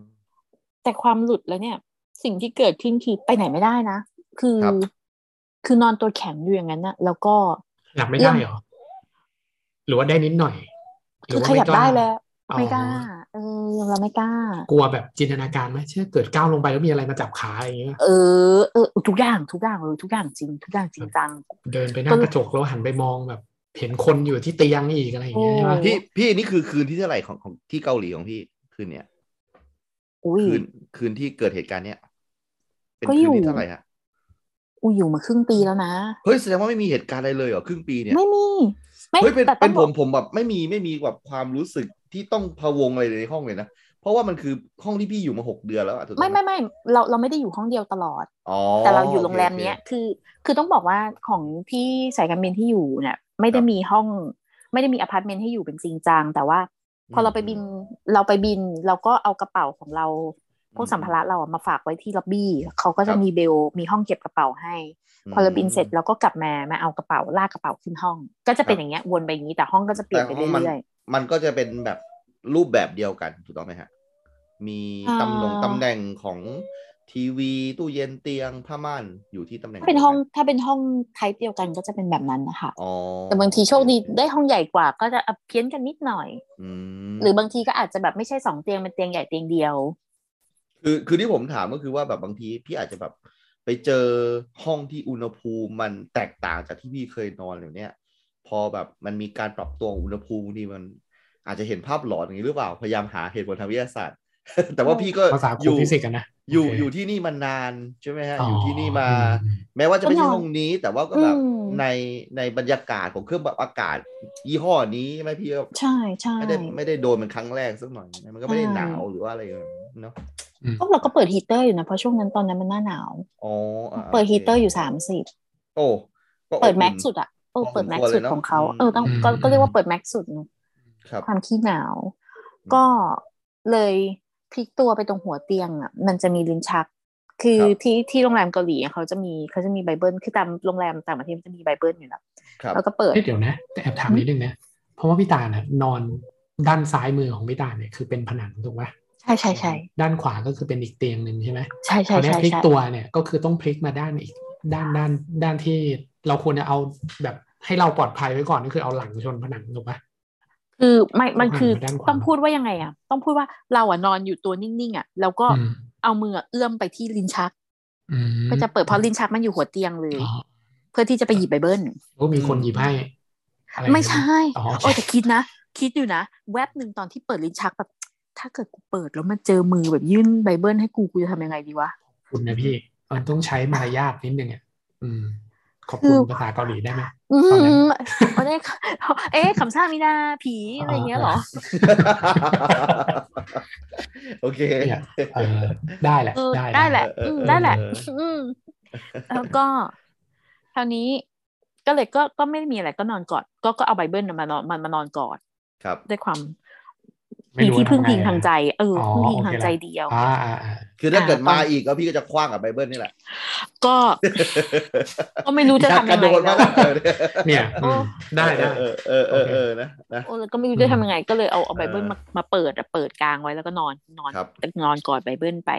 Speaker 4: แต่ความหลุดแล้วเนี่ย สิ่งที่เกิดขึ้นคือไปไหนไม่ได้นะ คือ
Speaker 2: ครับ
Speaker 4: คือนอนตัวแข็งอยู่อย่างนั้นนะแล้วก็
Speaker 3: หลับไม่ได้เหรอ หรือว่าได้นิดหน่อยหรื
Speaker 4: คือ
Speaker 3: ว่า
Speaker 4: ขยับ
Speaker 3: ม่กา
Speaker 4: ได้แล้ว ไม่กล้า
Speaker 3: อ๋
Speaker 4: เออ เราไม่กล้า
Speaker 3: อกลัวแบบจินตนาการไหมเชื่อเกิดก้าวลงไปแล้วมีอะไรมาจับขาอะไรอย่างเงี้ย
Speaker 4: เออเออทุกอย่างทุกอย่างเลยทุกอย่างจริง ทุกอย่างจริงจัง
Speaker 3: เดินไปหน้ากระจกแล้วหันไปมองแบบ เห็นคนอยู่ที่เตียงอีกอะไรอย่างเงี้ยใช่ปะ
Speaker 4: โอ้
Speaker 2: พี่พี่นี่คือคืนที่เท่าไหร่ของของที่เกาหลีของพี่คืนเนี้ย
Speaker 4: อุ้ย
Speaker 2: คืนคืนที่เกิดเหตุการณ์เนี้ยเป็น
Speaker 4: ก็อ
Speaker 2: คื
Speaker 4: ยู่
Speaker 2: นที่เท่าไหร่ฮะ
Speaker 4: อุ้ยอยู่มาครึ่งปีแล้วนะ
Speaker 2: เฮ้ยแสดงว่าไม่มีเหตุการณ์อะไรเลยเหรอครึ่งปีเนี่ย
Speaker 4: ไม่มี ไม่
Speaker 2: เฮ้ยเป็น
Speaker 4: แต่ต้
Speaker 2: เป็
Speaker 4: อง
Speaker 2: น
Speaker 4: บ
Speaker 2: ผ
Speaker 4: อก
Speaker 2: มผมแบบไม่มีไม่มีแบบความรู้สึกที่ต้องพะวงอะไรในห้องเลยนะเพราะว่ามันคือห้องที่พี่อยู่มาหกเดือนแล้วอะถูกต้อง
Speaker 4: ไม่
Speaker 2: ห
Speaker 4: ไม่ไม่เราเราไม่ได้อยู่ห้องเดียวตลอด
Speaker 2: อ๋อ
Speaker 4: แต่เราอยู่โรง
Speaker 2: โค
Speaker 4: แรม
Speaker 2: โค
Speaker 4: เนี้ยคือ คือต้องบอกว่าของที่สายการบินที่อยู่เนี่ยไม่ได้
Speaker 2: ครับ
Speaker 4: มีห้อง ไม่ได้มีอพาร์ตเมนต์ให้อยู่เป็นจริงจังแต่ว่า พอ
Speaker 2: ม
Speaker 4: เราไปบินเราไปบินเราก็เอากระเป๋าของเรา พวก
Speaker 2: อืม
Speaker 4: สัมภาระเราอะมาฝากไว้ที่ล็อบบี้เขาก็
Speaker 2: ครั
Speaker 4: จะ
Speaker 2: บ
Speaker 4: มีเบลมีห้องเก็บกระเป๋าให้ พอเราบินเสร็จเราก็กลับมามาเอากระเป๋าลากกระเป๋าขึ้นห้อง ก็จะเป็นอย่างเงี้ยวนไปอย่างงี้แต่ห้องก็จะเปลี่ยนไป
Speaker 2: แต่ห้องมัน
Speaker 4: เรื่อยๆ
Speaker 2: มันก็จะเป็นแบบรูปแบบเดียวกันถูกต้องไหมฮะ มี
Speaker 4: อ่า
Speaker 2: ตำแหน่งตำแหน่งของทีวีตู้เย็นเตียงผ้าม่านอยู่ที่ตำแหน่ง
Speaker 4: ถ้าเป็นห้อง
Speaker 2: ดียวกั
Speaker 4: ถ้าเป็นห้องไทป์เดียวกันก็จะเป็นแบบนั้นนะคะ
Speaker 2: นอ๋อ
Speaker 4: แต่บางทีโชคดีได้ห้องใหญ่กว่าก็จะเอาเพี้ยนกันนิดหน่อย
Speaker 2: อืม
Speaker 4: หรือบางทีก็อาจจะแบบไม่ใช่สองเตียงเป็นเตียงใหญ่เตียงเดียว
Speaker 2: คือคือที่ผมถามก็คือว่าแบบบางทีพี่อาจจะแบบไปเจอห้องที่อุณหภูมิมันแตกต่างจากที่พี่เคยนอนอยู่เนี้ยพอแบบมันมีการปรับตัวของอุณหภูมินี่มัน อาจจะเห็นภาพหลอนอย่างนี้หรือเปล่าพยายามหาเหตุผลทางวิทยาศาสตร์ แต่ว่าพี่ก็
Speaker 3: ภาษาค
Speaker 2: อ
Speaker 3: รู
Speaker 2: ยู่
Speaker 3: ฟิสิกส์กันนะ
Speaker 2: อยู่
Speaker 3: โเค
Speaker 2: อยู่ที่นี่มานานใช่ไหมฮะอยู่ที่นี่มา
Speaker 3: อืม
Speaker 2: แม้ว่าจะไม่
Speaker 4: ก็
Speaker 2: ใช่
Speaker 4: นอน
Speaker 2: ห้องนี้ แต่ว่าก็แบบ
Speaker 4: อืม
Speaker 2: ในในบรรยากาศของเครื่องแบบอากาศ ยี่ห้อนี้ใช่ไหมพี่ก็
Speaker 4: ใช่ใช่
Speaker 2: ไม่ได้ไม่ได้โดนมันครั้งแรกสักหน่อยมันก็ไม่ได้หนาวหรือว่าอะไรอย่างเนาะ
Speaker 4: ก็เราก็เปิดฮีตเตอร์อยู่นะเพราะช่วงนั้นตอนนั้นมันหน้าหนาว
Speaker 2: อ๋ออ่ะ
Speaker 4: เปิด
Speaker 2: โค
Speaker 4: ฮีตเตอร์อยู่สามสิบ
Speaker 2: โอ้ก็อบอุ่น
Speaker 4: เปิดแม็กสุดอะเออ
Speaker 2: พอสมควร
Speaker 4: เปิดแม็กสุด
Speaker 2: เลยเนอะ
Speaker 4: ของเขา
Speaker 2: อืม
Speaker 4: เออต้อง
Speaker 3: อืม
Speaker 4: ก็ก็เรียกว่าเปิดแม็กสุดเนอะ
Speaker 2: ครับ
Speaker 4: ความขี้หนาว ก็เลยพลิกตัวไปตรงหัวเตียงอ่ะมันจะมีลิ้นชัก คือที่ที่โรงแรมเกาหลีอะเขาจะมีเขาจะมีไบเบิลคือตามโรงแรมต่างประเทศมันจะมีไบเบิลอยู่แล้ว
Speaker 2: ครับ
Speaker 4: แล้วก็เปิด
Speaker 3: เอ๊ะเดี๋ยวนะแต่แอบถามนิดนึงนะ เพราะว่าพี่ตาลน่ะนอนด้านซ้ายมือของพี่ตาลเนี่ยคือเป็นผนังถูกปะ
Speaker 4: ใช่ใช่ใช่
Speaker 3: ด้านขวาก็คือเป็นอีกเตียงหนึ่งใช่ไหม
Speaker 4: ใช่
Speaker 3: ค
Speaker 4: ใช่
Speaker 3: ราวเนี้ย
Speaker 4: ใช่
Speaker 3: พลิก
Speaker 4: ใช่
Speaker 3: ตัวเนี่ยก็คือต้องพลิกมาด้านอีกด้านด้านด้านที่เราควรจะเอาแบบให้เราปลอดภัยไว้ก่อนก็คือเอาหลังชนผนังถูกปะ
Speaker 4: คือไม่มันคือ
Speaker 3: ด้านขวา
Speaker 4: ต้องพูดว่ายังไงอ่ะ ต้องพูดว่าเราอ่ะนอนอยู่ตัวนิ่งๆอ่ะแล้วก็
Speaker 3: อืม
Speaker 4: เอามืออะเอื้อมไปที่ลิ้นชัก
Speaker 3: อืม
Speaker 4: ก็จะเปิดเพราะลิ้นชักมันอยู่หัวเตียงเลย
Speaker 3: อ๋อ
Speaker 4: เพื่อที่จะไปหยิบไบเบิล
Speaker 3: แล้วก็มีคนหยิบให้อะร
Speaker 4: ไม่ใช่
Speaker 3: อ๋อ
Speaker 4: โอ้ยแต่คิดนะ คิดอยู่นะ แวบหนึ่งตอนที่เปิดลิ้นชักแบบ ถ้าเกิดกูเปิดแล้วมันเจอมือแบบยื่นไบเบิลให้กูกูจะทำยังไงดีวะ
Speaker 3: คุณนะพี่มันต้องใช้มารยาทนิดนึงอ่ะอืม ขอบ
Speaker 4: คื
Speaker 3: คุ
Speaker 4: อ
Speaker 3: ณภาษาเกาหลีได้ไหม
Speaker 4: อื
Speaker 3: ตอนนั้น
Speaker 4: ม เอาได้ค่ะเอ๊ะคำซ่ามินาผีอะไรเงี้ยเหรอ
Speaker 2: โอเค
Speaker 3: เนี่ยเออได้แหละ
Speaker 4: เออ
Speaker 3: ได้
Speaker 4: ได้แหละ
Speaker 2: เออเออ
Speaker 4: ม
Speaker 2: เออ
Speaker 4: ได้แหละ
Speaker 2: เอออื
Speaker 4: มแล้วก็คราวนี้ก็เลยก็ก็ไม่ได้มีอะไรก็นอนกอดก็ก็เอาไบเบิลน่ะมานอนมันมานอนกอด
Speaker 2: ครับ
Speaker 4: ด้วยความ
Speaker 3: ไม่
Speaker 4: มี
Speaker 3: รู้
Speaker 4: ที่พึ่งพิง
Speaker 3: นะ
Speaker 4: ทางใจ เออ
Speaker 3: อ๋อ
Speaker 4: พึ่งพิง
Speaker 3: โอเค
Speaker 4: ทาง
Speaker 3: ละ
Speaker 4: ใจเดียว
Speaker 3: อ่าอ่าอ่า
Speaker 2: คือถ้าเกิด
Speaker 4: อ่า
Speaker 2: มาอีกแล้วพี่ก็จะคว้างกับไบเบิลนี่แหละ
Speaker 4: ก็ก็ไม่รู้จะทำ
Speaker 2: ก
Speaker 4: ยั
Speaker 2: ระ
Speaker 4: ง
Speaker 2: โด
Speaker 4: ไง
Speaker 2: ดมา
Speaker 4: แล้ว
Speaker 2: กเออ
Speaker 3: เนี่ยอืมได้ได้
Speaker 2: เออเออเออเออนะนะ
Speaker 4: โอ้แล้วก็ไม่รู้จะทำยังไง ก็เลยเอาเอาไบเบิล
Speaker 2: เออ
Speaker 4: มามาเปิดอะเปิดกลางไว้แล้วก็นอนนอน
Speaker 2: ครับ
Speaker 4: นอนกอดไบเบิลไป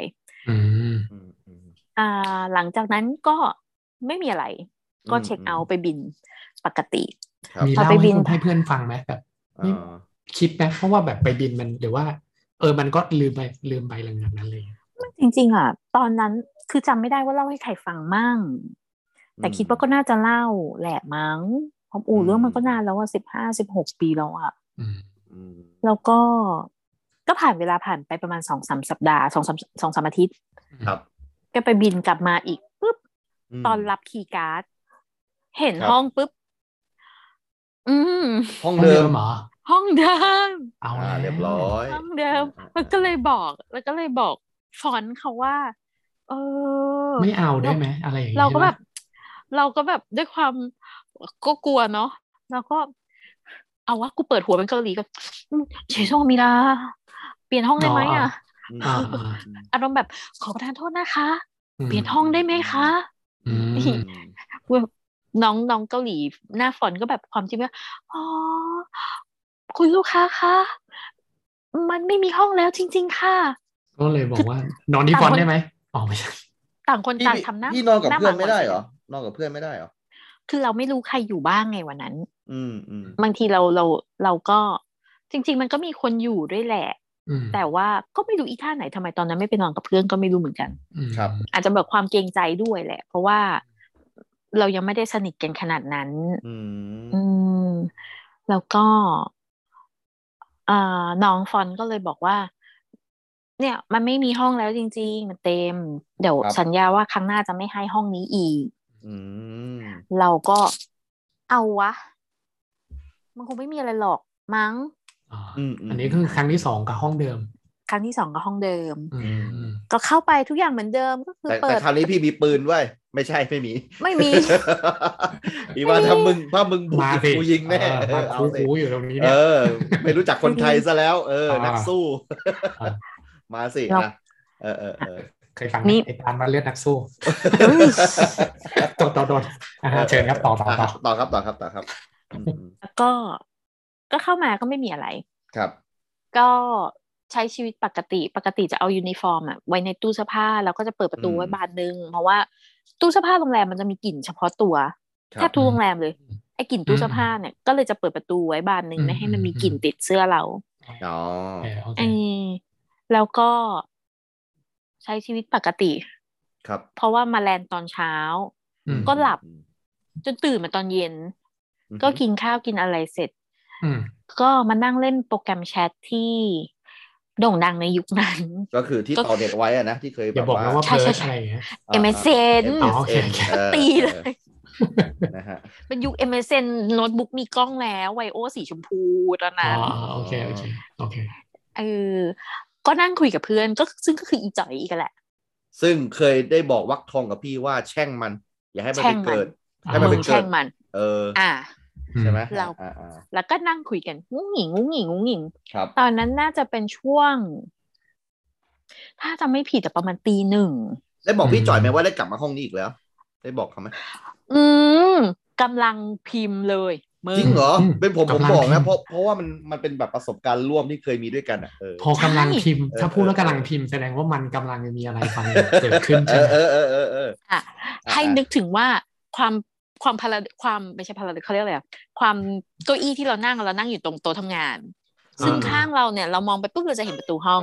Speaker 3: อืม
Speaker 2: อืมอืม
Speaker 4: อ่า หลังจากนั้นก็ไม่มีอะไร ก็
Speaker 2: อืม
Speaker 4: เช็ค
Speaker 2: อืม
Speaker 4: เอาท์ไปบินปกติ
Speaker 2: ครับ
Speaker 3: มี
Speaker 4: พอ
Speaker 3: เล่า
Speaker 4: ไป
Speaker 3: ให้
Speaker 4: บิน
Speaker 3: คุณให้เพื่อนฟังไหมแบบ
Speaker 2: อ่า
Speaker 3: คิดไหมเพราะว่าแบบไปบินมันหรือว่า เออมันก็ลืมไปลืมไปหลังจากนั้นเลย
Speaker 4: จริงๆอ่ะตอนนั้นคือจำไม่ได้ว่าเล่าให้ใครฟังมั่ง แต่
Speaker 2: อืม
Speaker 4: คิดว่าก็น่าจะเล่าแหละมั้งเพราะอู
Speaker 2: อืม
Speaker 4: เรื่องมันก็นานแล้วว่าสิบห้าสิบหกปีแล้วอ่ะ
Speaker 3: อืม
Speaker 2: อืม
Speaker 4: แล้วก็ก็ผ่านเวลาผ่านไปประมาณสองสามสัปดาห์สองสามสองสามอาทิตย์
Speaker 2: ครับ
Speaker 4: ก็ไปบินกลับมาอีกปุ๊บ
Speaker 2: ม
Speaker 4: ตอนรับคีย์การ์ด เห็น
Speaker 2: ครับ
Speaker 4: ห้องปุ๊บ อืม
Speaker 2: ห้อง
Speaker 3: ห้อง
Speaker 2: เดิ
Speaker 3: เดิ
Speaker 2: ม
Speaker 3: มเหรอ
Speaker 4: ห้องเดิม
Speaker 3: เอา
Speaker 2: อ่า
Speaker 3: แล้ว
Speaker 2: เรียบร้อย
Speaker 4: ห้องเดิมมันก็เลยบอก แล้วก็เลยบอกฟอนต์เขาว่า เออ
Speaker 3: ไม่เอาได้ไหมอะไรอย่างงี้
Speaker 4: เราก็
Speaker 3: ใช่ไหม
Speaker 4: แบบ เราก็แบบด้วยความก็กลัวเนาะแล้วก็ เอาว่ากูเปิดหัวเป็นเกาหลีก็อืมเฉยโซมีดาเปลี่ยนห้องได้ไหมอ่ะ
Speaker 3: อ่าอ่า
Speaker 4: อารมณ์แบบขอประทานโทษนะคะ
Speaker 3: อืม
Speaker 4: เปลี่ยนห้องได้ไหมคะ
Speaker 3: อืม
Speaker 4: อีก เว้ยน้องน้องเกาหลีหน้าฝอนก็แบบความจริงว่าอ๋อคุณลูกค้าคะมันไม่มีห้องแล้วจริง ๆ ค่ะ
Speaker 3: ก็เลยบอกว่า นอนที่ฟอนต์ได้ไหมอ๋อไม่ใช่
Speaker 4: ต่างคน
Speaker 2: พี่
Speaker 4: ต่างทำหน้า
Speaker 2: พี่นอนกับ
Speaker 4: หา
Speaker 2: เพื่อน
Speaker 4: หา
Speaker 2: ไม่ได้
Speaker 4: สีย
Speaker 2: เหรอนอนกับเพื่อนไม่ได้เหรอ
Speaker 4: คือเราไม่รู้ใครอยู่บ้างไงวันนั้น
Speaker 2: อืมอืม
Speaker 4: บางทีเราเราเราก็จริง ๆ มันก็มีคนอยู่ด้วยแหละ
Speaker 3: อืม
Speaker 4: แต่ว่าก็ไม่รู้อีท่าไหนทำไมตอนนั้นไม่ไปนอนกับเพื่อนก็ไม่รู้เหมือนกัน
Speaker 3: อืม
Speaker 2: ครับ
Speaker 4: อาจจะแบบความเกรงใจด้วยแหละ เพราะว่า เรายังไม่ได้สนิทกันขนาดนั้น
Speaker 2: อืม
Speaker 4: อืม แล้วก็อ่าน้องฟอนก็เลยบอกว่า เนี่ย มันไม่มีห้องแล้วจริง ๆ มันเต็ม เดี๋ยวสัญญาว่าครั้งหน้าจะไม่ให้ห้องนี้อีก
Speaker 2: อืม
Speaker 4: เราก็เอาวะ มันคงไม่มีอะไรหรอกมั้ง
Speaker 3: อา
Speaker 2: อืม
Speaker 3: อันนี้คือครั้งที่สองกับห้องเดิม
Speaker 4: ครั้งที่สองก็ห้องเดิม
Speaker 3: อืมอืม
Speaker 4: ก็เข้าไปทุกอย่างเหมือนเดิมก็คือ
Speaker 2: แต่
Speaker 4: เปิ
Speaker 2: แต่
Speaker 4: ด
Speaker 2: คราวนี้พี่มีปืนไว้ยไม่ใช่ไม่มี
Speaker 4: ไม่มี
Speaker 2: พี่ว่าถ้ามึงถ้ามึงบุก
Speaker 3: มาสิ
Speaker 2: กูยิงแน่
Speaker 3: เออมา
Speaker 2: เอา
Speaker 3: คู
Speaker 2: สิ
Speaker 3: คูอยู่ตรงนี้
Speaker 2: เอ
Speaker 3: เนี่ย
Speaker 2: อ ไม่รู้จักคนไทยซะแล้ว เออ
Speaker 3: อ่านั
Speaker 2: นักสู้
Speaker 3: อ่า
Speaker 2: มาสิ
Speaker 4: เรา
Speaker 2: อ่ะเออเออเออ
Speaker 3: เคยฟัง
Speaker 4: นี่
Speaker 3: ไอ้ตานมาเลือดนักสู้
Speaker 4: เฮ้ย
Speaker 3: โดนโดนโดนอ่าฮะเชิญครับต่อต่อต่อ
Speaker 2: ะต่อครับต่อครับต่อครับอืมอืม
Speaker 4: แล้วก็ ก็เข้ามาก็ไม่มีอะไร
Speaker 2: ครับ
Speaker 4: ก็ใช้ชีวิตปกติปกติจะเอายูนิฟอร์มอะไว้ในตู้เสื้อผ้าแล้วก็จะเปิดประตูไว้บานนึง เพราะว่าตู้เสื้อผ้าโรงแรมมันจะมีกลิ่นเฉพาะตัว
Speaker 2: ค
Speaker 4: แท
Speaker 2: รับบ
Speaker 4: ทุกโรงแรมเลย
Speaker 3: อืม
Speaker 4: ไอ้กลิ่นตู้เสื้อผ้าเนี่ยก็เลยจะเปิดประตูไว้บานนึง
Speaker 3: อืม
Speaker 4: ไม่ให้มันมี
Speaker 3: อืม
Speaker 4: กลิ่นติดเสื้อเรา
Speaker 2: อ๋อ
Speaker 3: โอเคโอเค
Speaker 4: เออแล้วก็ใช้ชีวิตปกติ
Speaker 2: ครับ
Speaker 4: เพราะว่ามาแลนด์ตอนเช้า
Speaker 3: อืม
Speaker 4: ก็หลับ จนตื่นมาตอนเย็น
Speaker 2: อืม
Speaker 4: ก็กินข้าวกินอะไรเสร็จ
Speaker 3: อืม
Speaker 4: ก็มานั่งเล่นโปรแกรมแชทที่โด่งดังในยุคนั้น
Speaker 2: ก็คือที่
Speaker 4: ก็
Speaker 2: ต่อเน็ตไว้อะนะที่เคย
Speaker 3: อย่าบอกนะว่า
Speaker 4: ใช่ใช่
Speaker 3: เพิร์ช
Speaker 4: ใช่
Speaker 3: อะไรอย่างเงี้ย
Speaker 2: อ่า
Speaker 4: MSN
Speaker 2: อ่า
Speaker 3: อ๋อโอเคโอเค
Speaker 2: ออ
Speaker 4: ตีเลย
Speaker 2: เออนะฮะ
Speaker 4: เป็นยุค MSN โน้ตบุ๊กมีกล้องแล้วไวโอสีชมพูตอน
Speaker 3: อ๋อ
Speaker 4: นั้น
Speaker 3: อ๋อโอเคโอเคโอเค
Speaker 4: เออก็นั่งคุยกับเพื่อนก็ซึ่งก็คืออีจ่อยอีกแหละ
Speaker 2: ซึ่งเคยได้บอกวักทองกับพี่ว่าแช่งมัน อย่าให้มัน
Speaker 4: แช่งมัน
Speaker 2: ไปเกิด ให้
Speaker 3: มั
Speaker 2: มัน
Speaker 3: น
Speaker 2: ไป
Speaker 4: ง
Speaker 2: เกิ
Speaker 4: แช่
Speaker 2: ด
Speaker 4: งมัน
Speaker 2: เออ
Speaker 4: อ่ะ
Speaker 2: ใช่ไหม
Speaker 4: เรา
Speaker 2: อ่าอ่า
Speaker 4: แล้วก็นั่งคุยกันงุ้งหงิงงุ้งหงิงงุ้งหงิง
Speaker 2: ครับ
Speaker 4: ตอนนั้นน่าจะเป็นช่วง ถ้าจำไม่ผิดแต่ประมาณตีหนึ่ง
Speaker 2: ได้บอกพี่จ่อยไหมว่าได้กลับมาห้องนี้อีกแล้ว ได้บอกเขาไหม
Speaker 4: อืมกำลังพิมพ์เลยมึ
Speaker 2: จริ
Speaker 4: ง
Speaker 2: งเหรอ
Speaker 3: อืม
Speaker 2: เป็นผมผม
Speaker 3: กำลัง
Speaker 2: บอกนะ
Speaker 3: พิมพ์
Speaker 2: เพราะเพราะว่ามันมันเป็นแบบประสบการณ์ร่วมที่เคยมีด้วยกันอ่ะเออ
Speaker 3: พอกำลังพิมพ์
Speaker 2: ใช่
Speaker 3: ถ้าพูดว่ากำลังพิมพ์แสดงว่ามันกำลังมีอะไรฟังเกิดขึ้น
Speaker 2: เอ
Speaker 3: ใช่ไหม
Speaker 2: อเออเออเออเออ
Speaker 4: อ่ะ
Speaker 2: อ่า
Speaker 4: ให้
Speaker 2: อ่านึ
Speaker 4: นึกถึงว่าความความพาราความไม่ใช่พาราเขาเรียกอะไรอะความเก้าอี้ที่เรานั่งเรานั่งอยู่ตรงโต๊ะทำงาน ซึ่งข้างเราเนี่ยเรามองไปปุ๊บเราจะเห็นประตูห้อง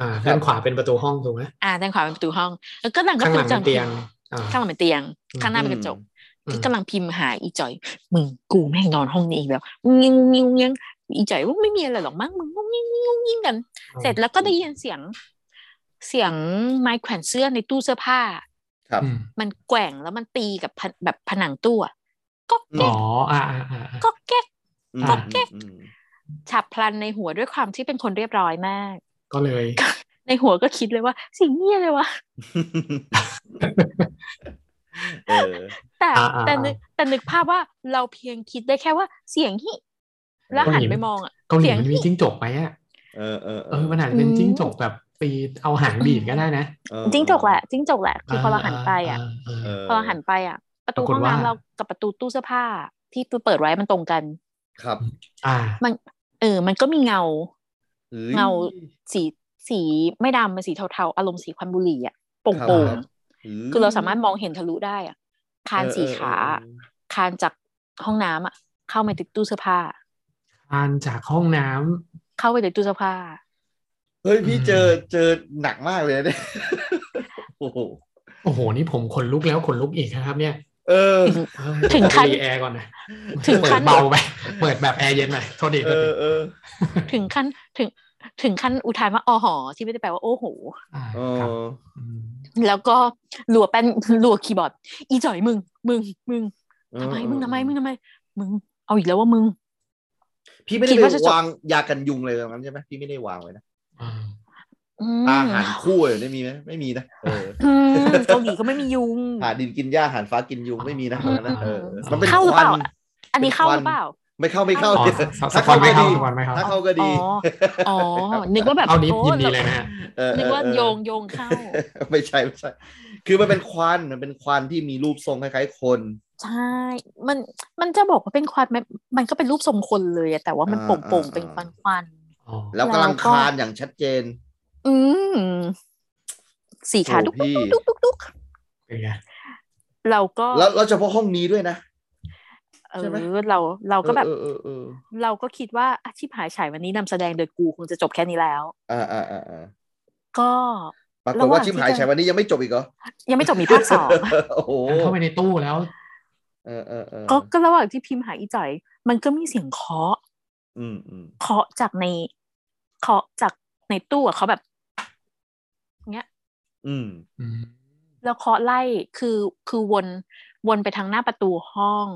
Speaker 3: อ่าด้านขวาเป็นประตูห้องถูกไหม
Speaker 4: อ่าด้านขวาเป็นประตูห้อง แล้วก็นั่งก็
Speaker 3: ข้างหลัง
Speaker 4: จั
Speaker 3: เป็นเตียงอ่า
Speaker 4: ข้างหลังเป็นเตียง
Speaker 3: อืม
Speaker 4: ข้างหน้าเป็นกระจก
Speaker 3: อื
Speaker 4: ก็
Speaker 3: ม
Speaker 4: กำลังพิมพ์หาอีจอยมึงกูแม่งนอนห้องนี้อีกแล้วงิ้งงิ้งงิ้งอีจอยว่าไม่มีอะไรหรอกมั้งมึงงุ้งงิ้งงุ้งงิ้งกัน เสร็จแล้วก็ได้ยินเสียง เสียงไม้แขวนเสื้อในตู้เสื้อผ้า
Speaker 2: ครับ
Speaker 4: มันแกว่งแล้วมันตีกับผนแบบผนังตู้อะก็
Speaker 2: ม
Speaker 4: แก๊
Speaker 3: อ๋
Speaker 4: ก
Speaker 3: ออ่าอ่าอ่าอ่า
Speaker 4: ก็แก๊ก
Speaker 2: อืม
Speaker 4: ก็แก๊ก
Speaker 2: อืม
Speaker 4: ฉับพลันในหัวด้วยความที่เป็นคนเรียบร้อยมาก
Speaker 3: ก็เลย
Speaker 4: ในหัวก็คิดเลยว่า สิ่งนี้เลยวะ
Speaker 2: เออ
Speaker 4: แต่
Speaker 3: อ่าอ่า
Speaker 4: แต่นึกแต่นึกภาพว่าเราเพียงคิดได้แค่ว่าเสียงฮิแล้วหันไปมองอะ
Speaker 3: เกาหลี
Speaker 4: เสียง
Speaker 3: มันมี
Speaker 4: ฮิ
Speaker 3: จิ้งจกไหมอ่ะ
Speaker 2: เออเออ
Speaker 3: เออมันอาจจะเป็นจิ้งจกแบบตีเอาหางดีดก็ได้นะ
Speaker 2: เออ
Speaker 4: จิ้งจกแหละจิ้งจกแหละคือพอเราหันไปอ่ะ
Speaker 3: เอ
Speaker 2: เอ
Speaker 3: อ
Speaker 2: อ
Speaker 4: พอเราหันไปอ่ะ ประตู
Speaker 3: ปราก
Speaker 4: ห้อง
Speaker 3: ฏว่า
Speaker 4: น้ำเรากับประตูตู้เสื้อผ้า ที่เปิดไว้มันตรงกัน
Speaker 2: ครับ
Speaker 3: อ่า
Speaker 4: เออ มันก็มีเงา
Speaker 2: ฮ้ย
Speaker 4: เงา สีสีไม่ดำมันสีเทาๆอารมณ์สีควันบุหรี่อ่ะโป่
Speaker 2: ครั
Speaker 4: ง
Speaker 2: บ ฮ้ย
Speaker 4: ๆคือเราสามารถมองเห็นทะลุได้อ่ะคานสีขา
Speaker 2: เออเออเออ
Speaker 4: คานจากห้องน้ำอ่ะ เข้ามาติดตู้เสื้อผ้า
Speaker 3: ทานจากห้องน้ำ
Speaker 4: เข้าไปในตู้เสื้อผ้า
Speaker 2: เฮ้ยพี่
Speaker 3: อืม
Speaker 2: เจอเจอหนักมากเลยนะเนี่ยโอ้โห
Speaker 3: โอ้โห นี่ผมขนลุกแล้วขนลุกอีกนะครับ เนี่ย
Speaker 2: เออ
Speaker 3: เออ
Speaker 4: ถึงขั้น
Speaker 3: เปิดแอร์ก่อนนะ
Speaker 4: ถึงขั้น
Speaker 3: เปิดเบาไปเปิดแบบแอร์เย็นหน่อยโทษดี
Speaker 2: เอ
Speaker 3: โท
Speaker 2: อ
Speaker 3: ษดี
Speaker 2: เออ
Speaker 4: ถึงขั้นถึงถึงขั้นอุทานว่าอ๋อหอที่ไม่ได้แปลว่าโอ้โห
Speaker 3: า
Speaker 2: เอ
Speaker 3: ครับ
Speaker 2: อ
Speaker 3: อืม
Speaker 4: แล้วก็รัวแป้นรัวคีย์บอร์ด อีจ่อยมึง มึงมึง
Speaker 2: เออ
Speaker 4: ทำไม
Speaker 2: เออ
Speaker 4: มึงทำไมมึงทำไม มึงเอาอีกแล้วว่ามึง
Speaker 2: พี่ไม่
Speaker 4: คิด
Speaker 2: ได้ไป
Speaker 4: ว่าจะจบ
Speaker 2: วางยากันยุงเลยตรงนั้นใช่ไหมพี่ไม่ได้วางไว้นะ
Speaker 3: อ่า
Speaker 4: อืม
Speaker 2: อาหารคู่เนี่ยได้มีไหมไม่มีนะเออ
Speaker 4: อืมเกาหลีก็ไม่มียุง
Speaker 2: หาดินกินหญ้าหานฟ้ากินยุงไม่มีนะตรงนั้นนะเออมันเป็น
Speaker 4: เข้าหรือ
Speaker 2: ค
Speaker 4: เป
Speaker 2: วัน
Speaker 4: ล่า อันนี้เข้าหรือเปล่า
Speaker 2: ไม่เข้าไม่เข้า
Speaker 3: อ๋อ
Speaker 2: เดี๋ยว
Speaker 3: สสปอนไม่เข้าสปอนไม่เข้า
Speaker 2: ถ้าเข้าก็
Speaker 4: อ๋
Speaker 2: ดี
Speaker 4: อ อ๋อ นึกว่าแบบ
Speaker 3: เอานี้
Speaker 4: โอ้
Speaker 3: ยินดีเลยนะฮะ
Speaker 2: เออ
Speaker 4: นึกว่า
Speaker 2: เออเออ
Speaker 4: โยงโยงเข้า
Speaker 2: ไม่ใช่ไม่ใช่ คือมันเป็นควันมันเป็นควันที่มีรูปทรงคล้ายๆคน
Speaker 4: ใช่ มัน มันจะบอกว่าเป็นควันไหมมันก็เป็นรูปทรงคนเลยอะแต่ว่ามัน
Speaker 2: อ่า
Speaker 4: โป่ง
Speaker 2: อ่า
Speaker 4: ๆ เป็นควันควัน
Speaker 3: อ๋อ
Speaker 2: แล้วกำลัง
Speaker 4: แล้วก็
Speaker 2: คลานอย่างชัดเจน
Speaker 4: ๆอืม สีขา
Speaker 2: โอ้
Speaker 4: ดุก
Speaker 2: พี่
Speaker 4: ดุกดุกดุกดุก
Speaker 3: เป็นไง
Speaker 4: เราก็
Speaker 2: แล้วแล้วเฉพาะห้องนี้ด้วยนะ
Speaker 4: เอ
Speaker 2: ใช่ไหม
Speaker 4: อเรา เราก็แบบ
Speaker 2: เออเออเออ
Speaker 4: เราก็คิดว่าอาชีพหายฉายวันนี้นำแสดงโดยกูคงจะจบแค่นี้แล้ว
Speaker 2: เอออ่าอ่าอ่าอ่า
Speaker 4: ก็
Speaker 2: ปราก
Speaker 4: ระห
Speaker 2: ฏ
Speaker 4: ว่าง
Speaker 2: ว่าชิมหาย
Speaker 4: ที่จะ
Speaker 2: ชายวันนี้ยังไม่จบอีกเหรอ
Speaker 4: ยังไม่จบมีภาคสอง
Speaker 2: โอ้โห
Speaker 3: เข้าไปในตู้แล้ว
Speaker 2: ออเออเออ
Speaker 4: ก็ก็ระหว่างที่พิมพ์หาอีจ่อย มันก็มีเสียงเคาะ
Speaker 2: อืมอืม
Speaker 4: เคาะจากในเคาะจากในตู้อะเขาแบบเงี้ย
Speaker 2: อืม
Speaker 3: อืม
Speaker 4: แล้วเคาะไล่คือคือวนวนไปทางหน้าประตูห้อง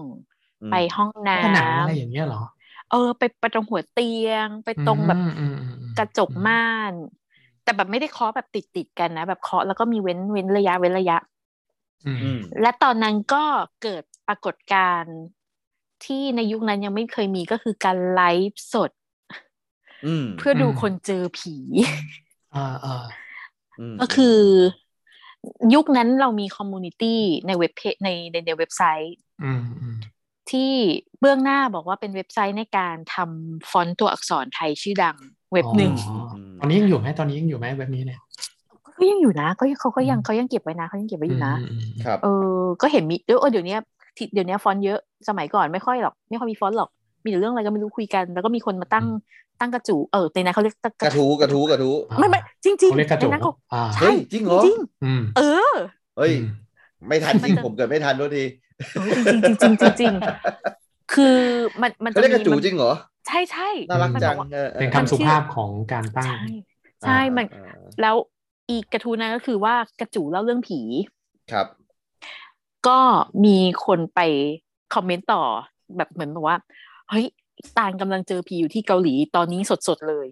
Speaker 2: อืม
Speaker 4: ไปห้องน้
Speaker 3: ผนังอะไร
Speaker 4: ำ
Speaker 3: อย่างเงี้ยเหรอ
Speaker 4: เออ ไปไปตรงหัวเตียง ไปตรงแบบ
Speaker 3: อืมอืมอืมอืม
Speaker 4: กระจกม่าน แต่แบบไม่ได้เคาะแบบติดติดๆกันนะ แบบเคาะแล้วก็มีเว้นเว้นระยะเว้นระยะ
Speaker 3: อืม
Speaker 2: อืม
Speaker 4: และตอนนั้นก็เกิดปรากฏการณ์ที่ในยุคนั้นยังไม่เคยมีก็คือการไลฟ์สด
Speaker 2: อืม
Speaker 4: เพื่อดูคนเจอผี
Speaker 3: อ่าอ่า
Speaker 2: อ
Speaker 4: ก็คือยุคนั้นเรามีคอมมูนิตี้ในเว็บเพจในในในเว็บไซต์
Speaker 3: อืมอืม
Speaker 4: ที่เบื้องหน้าบอกว่าเป็นเว็บไซต์ในการทำฟอนต์ตัวอักษรไทยชื่อดังเว็บหนึ่ง
Speaker 3: อ๋อ
Speaker 2: อืม
Speaker 3: ตอนนี้ยังอยู่ไหมตอนนี้ยังอยู่ไหมเว็บนี้เนี่ย
Speaker 4: ก็ยังอยู่นะก็ยังเขาก็ยัง
Speaker 3: อืม
Speaker 4: เขายังเก็บไว้นะเขายังเก็บไว้อยู่นะ
Speaker 3: อืมอืมอืม
Speaker 2: ครับ
Speaker 4: เออ ก็เห็นมีเออเดี๋ยวเนี้ยที่เดี๋ยวเนี้ยฟอนต์เยอะ สมัยก่อนไม่ค่อยหรอก ไม่ค่อยมีฟอนต์หรอก มีแต่เรื่องอะไรก็ไม่รู้คุยกัน แล้วก็มีคนมาตั้งตั้งกระจูเออในนั้นเขาเรียกตั้ง
Speaker 2: กระทู้กระทู้กระทู้
Speaker 4: ไม่ไม่จริงจริง
Speaker 3: เขาเรียกกระจก
Speaker 4: ในนั้นเขา
Speaker 3: อ่า
Speaker 4: ใช่
Speaker 2: เฮ้ยจริงเหรอ
Speaker 4: จริง
Speaker 3: อืม
Speaker 4: ๆเออ
Speaker 2: เฮ้ย
Speaker 3: อืม
Speaker 2: ไม่ทันจริง
Speaker 4: มันจะ
Speaker 2: ผมเกิดไม่ทันด้วยที
Speaker 4: เออจริงๆจริงๆจริงๆจริงๆคือมันมัน
Speaker 2: เขาเรียกกระจูจริงเหรอ
Speaker 4: ใช่ใช่ๆ
Speaker 2: น่ารักจัง
Speaker 4: มันบอกว่า
Speaker 2: ออออ
Speaker 3: เป็นคำสุภาพของการตั้ง
Speaker 4: ใช่ใช่มัน
Speaker 2: อ่าอ่า
Speaker 4: แล้วอีกกระทูนั้นก็คือว่ากระจูเล่าเรื่องผี
Speaker 2: ครับ
Speaker 4: ก็มีคนไปคอมเมนต์ต่อแบบเหมือนแบบว่าเฮ้ยตานกำลังเจอผีอยู่ที่เกาหลีตอนนี้สดๆเลย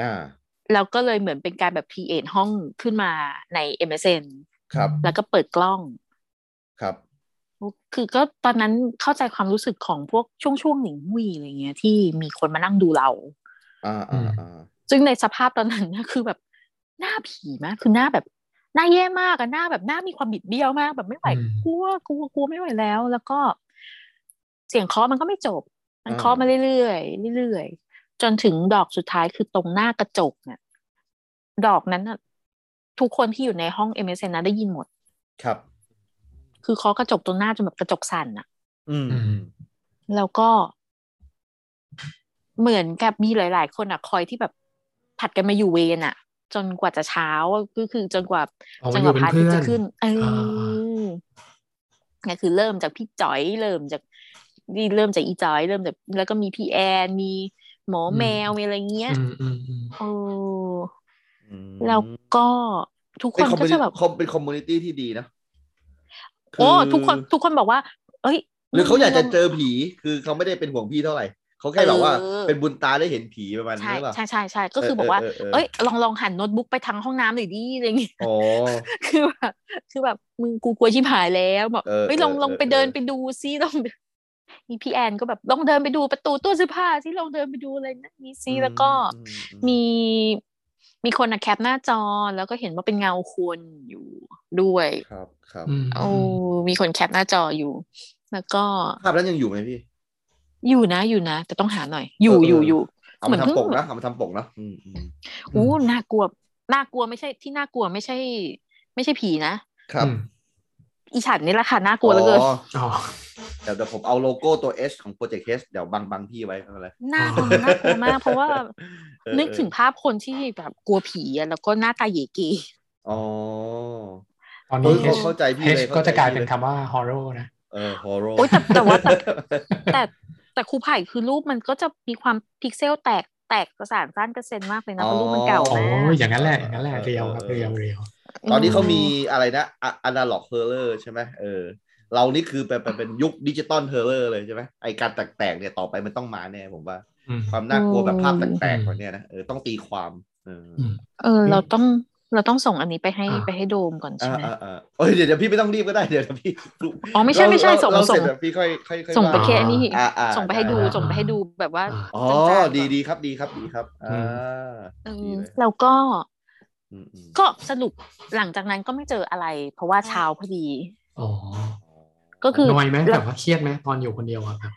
Speaker 2: อ่า
Speaker 4: แล้วก็เลยเหมือนเป็นการแบบ create ห้องขึ้นมาใน MSN
Speaker 2: ครับ
Speaker 4: แล้วก็เปิดกล้อง
Speaker 2: ครับ
Speaker 4: คือก็ตอนนั้นเข้าใจความรู้สึกของพวกช่วงช่วงๆหนิงหุยอะไรเงี้ยที่มีคนมานั่งดูเรา
Speaker 2: อ่าอ่าอ่า
Speaker 4: ซึ่งในสภาพตอน นั้นก็คือแบบหน้าผีมากคือหน้าแบบหน้าแย่มากอะหน้าแบบหน้ามีความบิดเบี้ยวมาก แบบไม่ไหว
Speaker 3: อืม
Speaker 4: กลัวกลัวกลัวไม่ไหวแล้ว แล้วก็ เสียงเคาะมันก็ไม่จบ มันเคาะมาเรื่อยๆเรื่อยๆจนถึงดอกสุดท้ายคือตรงหน้ากระจกเนี่ยดอกนั้นน่ะทุกคนที่อยู่ในห้องเอเมซนนั้นได้ยินหมด
Speaker 2: ครับ
Speaker 4: คือเคาะกระจกตรงหน้าจนแบบกระจกสั่นอะ
Speaker 2: อืม
Speaker 3: อืม
Speaker 4: แล้วก็ เหมือนกับมีหลาย ๆ คนอะคอยที่แบบผัดกันมาอยู่เวรอะจนกว่าจะเช้าก็คือจนกว่า
Speaker 3: เอา
Speaker 4: จั
Speaker 3: มาง อ
Speaker 4: หวะ
Speaker 3: ยู่
Speaker 4: พระอาทิตย์
Speaker 3: เป็นเพื่อน
Speaker 4: จะขึ้น เอ
Speaker 3: อ่า
Speaker 4: อก็คือเริ่มจากพี่จ๋อยเริ่มจากนี่เริ่มจากอีจ๋อย เริ่มจากแล้วก็มีพี่แอน มีหมอแมวมีอะไรเงี้ย
Speaker 3: อืมอืมอืม
Speaker 4: โอ้
Speaker 2: อืม
Speaker 4: แล้วก็ทุกค
Speaker 2: เป็น
Speaker 4: น
Speaker 2: คอม
Speaker 4: ก็
Speaker 2: มูนิ
Speaker 4: จะแบบ
Speaker 2: คอมเป็นคอมมูนิตี้ที่ดีนะ
Speaker 4: โอ้
Speaker 2: อ
Speaker 4: ทุกคนทุกคนบอกว่า เอ้ย
Speaker 2: หรือเขาอยากจะเจอผี คือเขาไม่ได้เป็นห่วงพี่เท่าไหร่ เขาแค่แบบว่า
Speaker 4: เออ
Speaker 2: เป็นบุญตาได้เห็นผีประมาณนี้
Speaker 4: ใช่
Speaker 2: หรือเปล่า
Speaker 4: ใช่ใช่ใช่ก็คือบอกว่า เอ้ย ลองลองหันโน้ตบุ๊กไปทางห้องน้ำหน่อยดิอะไรเงี้ย
Speaker 2: อ๋อ
Speaker 4: คือแบบคือแบบมึงกูกลัวชิบหายแล้วแบบ
Speaker 2: เออ
Speaker 4: เฮ้ย
Speaker 2: เออ
Speaker 4: ลองลอง
Speaker 2: เออ
Speaker 4: ไปเดิน
Speaker 2: เออ
Speaker 4: ไปดูซิลองมีพี่แอนก็แบบลองเดินไปดูประตูตู้เสื้อผ้าซิลองเดินไปดูอะไรนั่นนี่ซิแล้วก็
Speaker 2: อือื
Speaker 4: มีมีคนอะแคปหน้าจอแล้วก็เห็นว่าเป็นเงาคนอยู่ด้วย
Speaker 2: ครับครับ
Speaker 3: อืม
Speaker 4: โอ้มีคนแคปหน้าจออยู่ แล้วก็
Speaker 2: ภาพนั้นยังอยู่ไหมพี่
Speaker 4: อยู่นะอยู่นะแต่ต้องหาหน่อย อยู่
Speaker 2: เออเออ
Speaker 4: อยู่อยู่
Speaker 2: เอา
Speaker 4: เหมื
Speaker 2: มา
Speaker 4: อนเพิ่ง
Speaker 2: ทำปกนะเอามาทำปกนะอืมอืม
Speaker 4: อู้น่ากลัวน่ากลัวไม่ใช่ที่น่ากลัวไม่ใช่ ไม่ใช่ผีนะครับ
Speaker 3: อืม
Speaker 4: อีฉันนี่แหละค่ะน่ากลัวเหลือเกิน
Speaker 2: อ๋อ
Speaker 3: อ๋อ
Speaker 2: เดี๋ยวเดี๋ยวผมเอาโลโก้ตัว S ของ Project H เดี๋ยวบังบังพี่ไว้อะไร
Speaker 4: น่ากลัวน่ากลัวมากเพราะว่า
Speaker 2: เออ
Speaker 4: นึกถึง
Speaker 2: เออ
Speaker 4: ภาพคนที่แบบกลัวผีอะแล้วก็หน้าตาเหยเก
Speaker 2: อ๋อ
Speaker 3: ตอน
Speaker 2: เอ
Speaker 3: นี้
Speaker 2: อ
Speaker 3: H
Speaker 2: เข้าใจพี่
Speaker 3: H
Speaker 2: เลย
Speaker 3: ก็จะกลาย
Speaker 2: ข้
Speaker 3: เป็น
Speaker 2: ใจพี่
Speaker 3: คำว่า horror นะ
Speaker 2: เออ horror
Speaker 4: โอ๊ยแต่แต่ว่าแต่แต่แต่ครูไผ่คือรูปมันก็จะมีความพิกเซลแตกแตกประสานสั้นกระเซ็นมากเลยนะเพราะรูปมันเก่า
Speaker 2: อ๋อ
Speaker 3: โอ้
Speaker 4: มาก
Speaker 3: ยอย่างนั้นแหละ อย่างนั้นแหละ เรียวครับ
Speaker 2: เออ
Speaker 3: เรียวเรียว
Speaker 2: ตอนนี้เขามีอะไรนะอนาล็อกเฮอร์เรอร์ใช่ไหมเออ เรานี่คือเป็นเป็นเป็นยุคดิจิตอลเฮอร์เรอร์เลยใช่ไหมไอการแตกๆเนี่ยต่อไปมันต้องมาแน่ผมว่า
Speaker 3: อืม
Speaker 2: ความน่ากลัวแบบภาพแตกๆกว่าเนี้นะเออต้องตีความเอออ
Speaker 3: ม
Speaker 4: เออเราต้องเราต้องส่งอันนี้ไปให้
Speaker 3: อ่า
Speaker 4: ไปให้โดมก่อนใช่
Speaker 2: อ่า
Speaker 4: ไหม
Speaker 2: อ่าอ่าโอ้ยเดี๋ยวเดี๋ยวพี่ไม่ต้องรีบก็ได้เดี๋ยวเดี๋ยวพี่
Speaker 4: อ๋อไม่ใช่ไม่ใช่ส่ง
Speaker 2: เรา
Speaker 4: ส่ง
Speaker 2: เสร็จเดี๋ยวพี่ค่อยค่อยค่อย
Speaker 4: ส่งไป
Speaker 2: ว่า
Speaker 4: แค่อันนี้
Speaker 2: อ่าอ่า
Speaker 4: ส่งไปให้ดู
Speaker 2: ไ
Speaker 3: อ่า
Speaker 4: ส่งไปให้ดูแบบว่า
Speaker 3: อ่า
Speaker 2: อ๋อ
Speaker 4: จางๆก่
Speaker 2: ดี
Speaker 4: อน
Speaker 2: ดีครับดีครับดีครับอ่า
Speaker 4: เออ
Speaker 2: ดีเลย
Speaker 4: แล้วก็
Speaker 2: อืมอืม
Speaker 4: ก็สรุปหลังจากนั้นก็ไม่เจออะไร เพราะว่าเช้าพอดี
Speaker 3: อ๋อ
Speaker 4: ก็คือ
Speaker 3: น้อยไหมแบบว่าเครียดไหมตอนอยู่คนเดียวอะครับ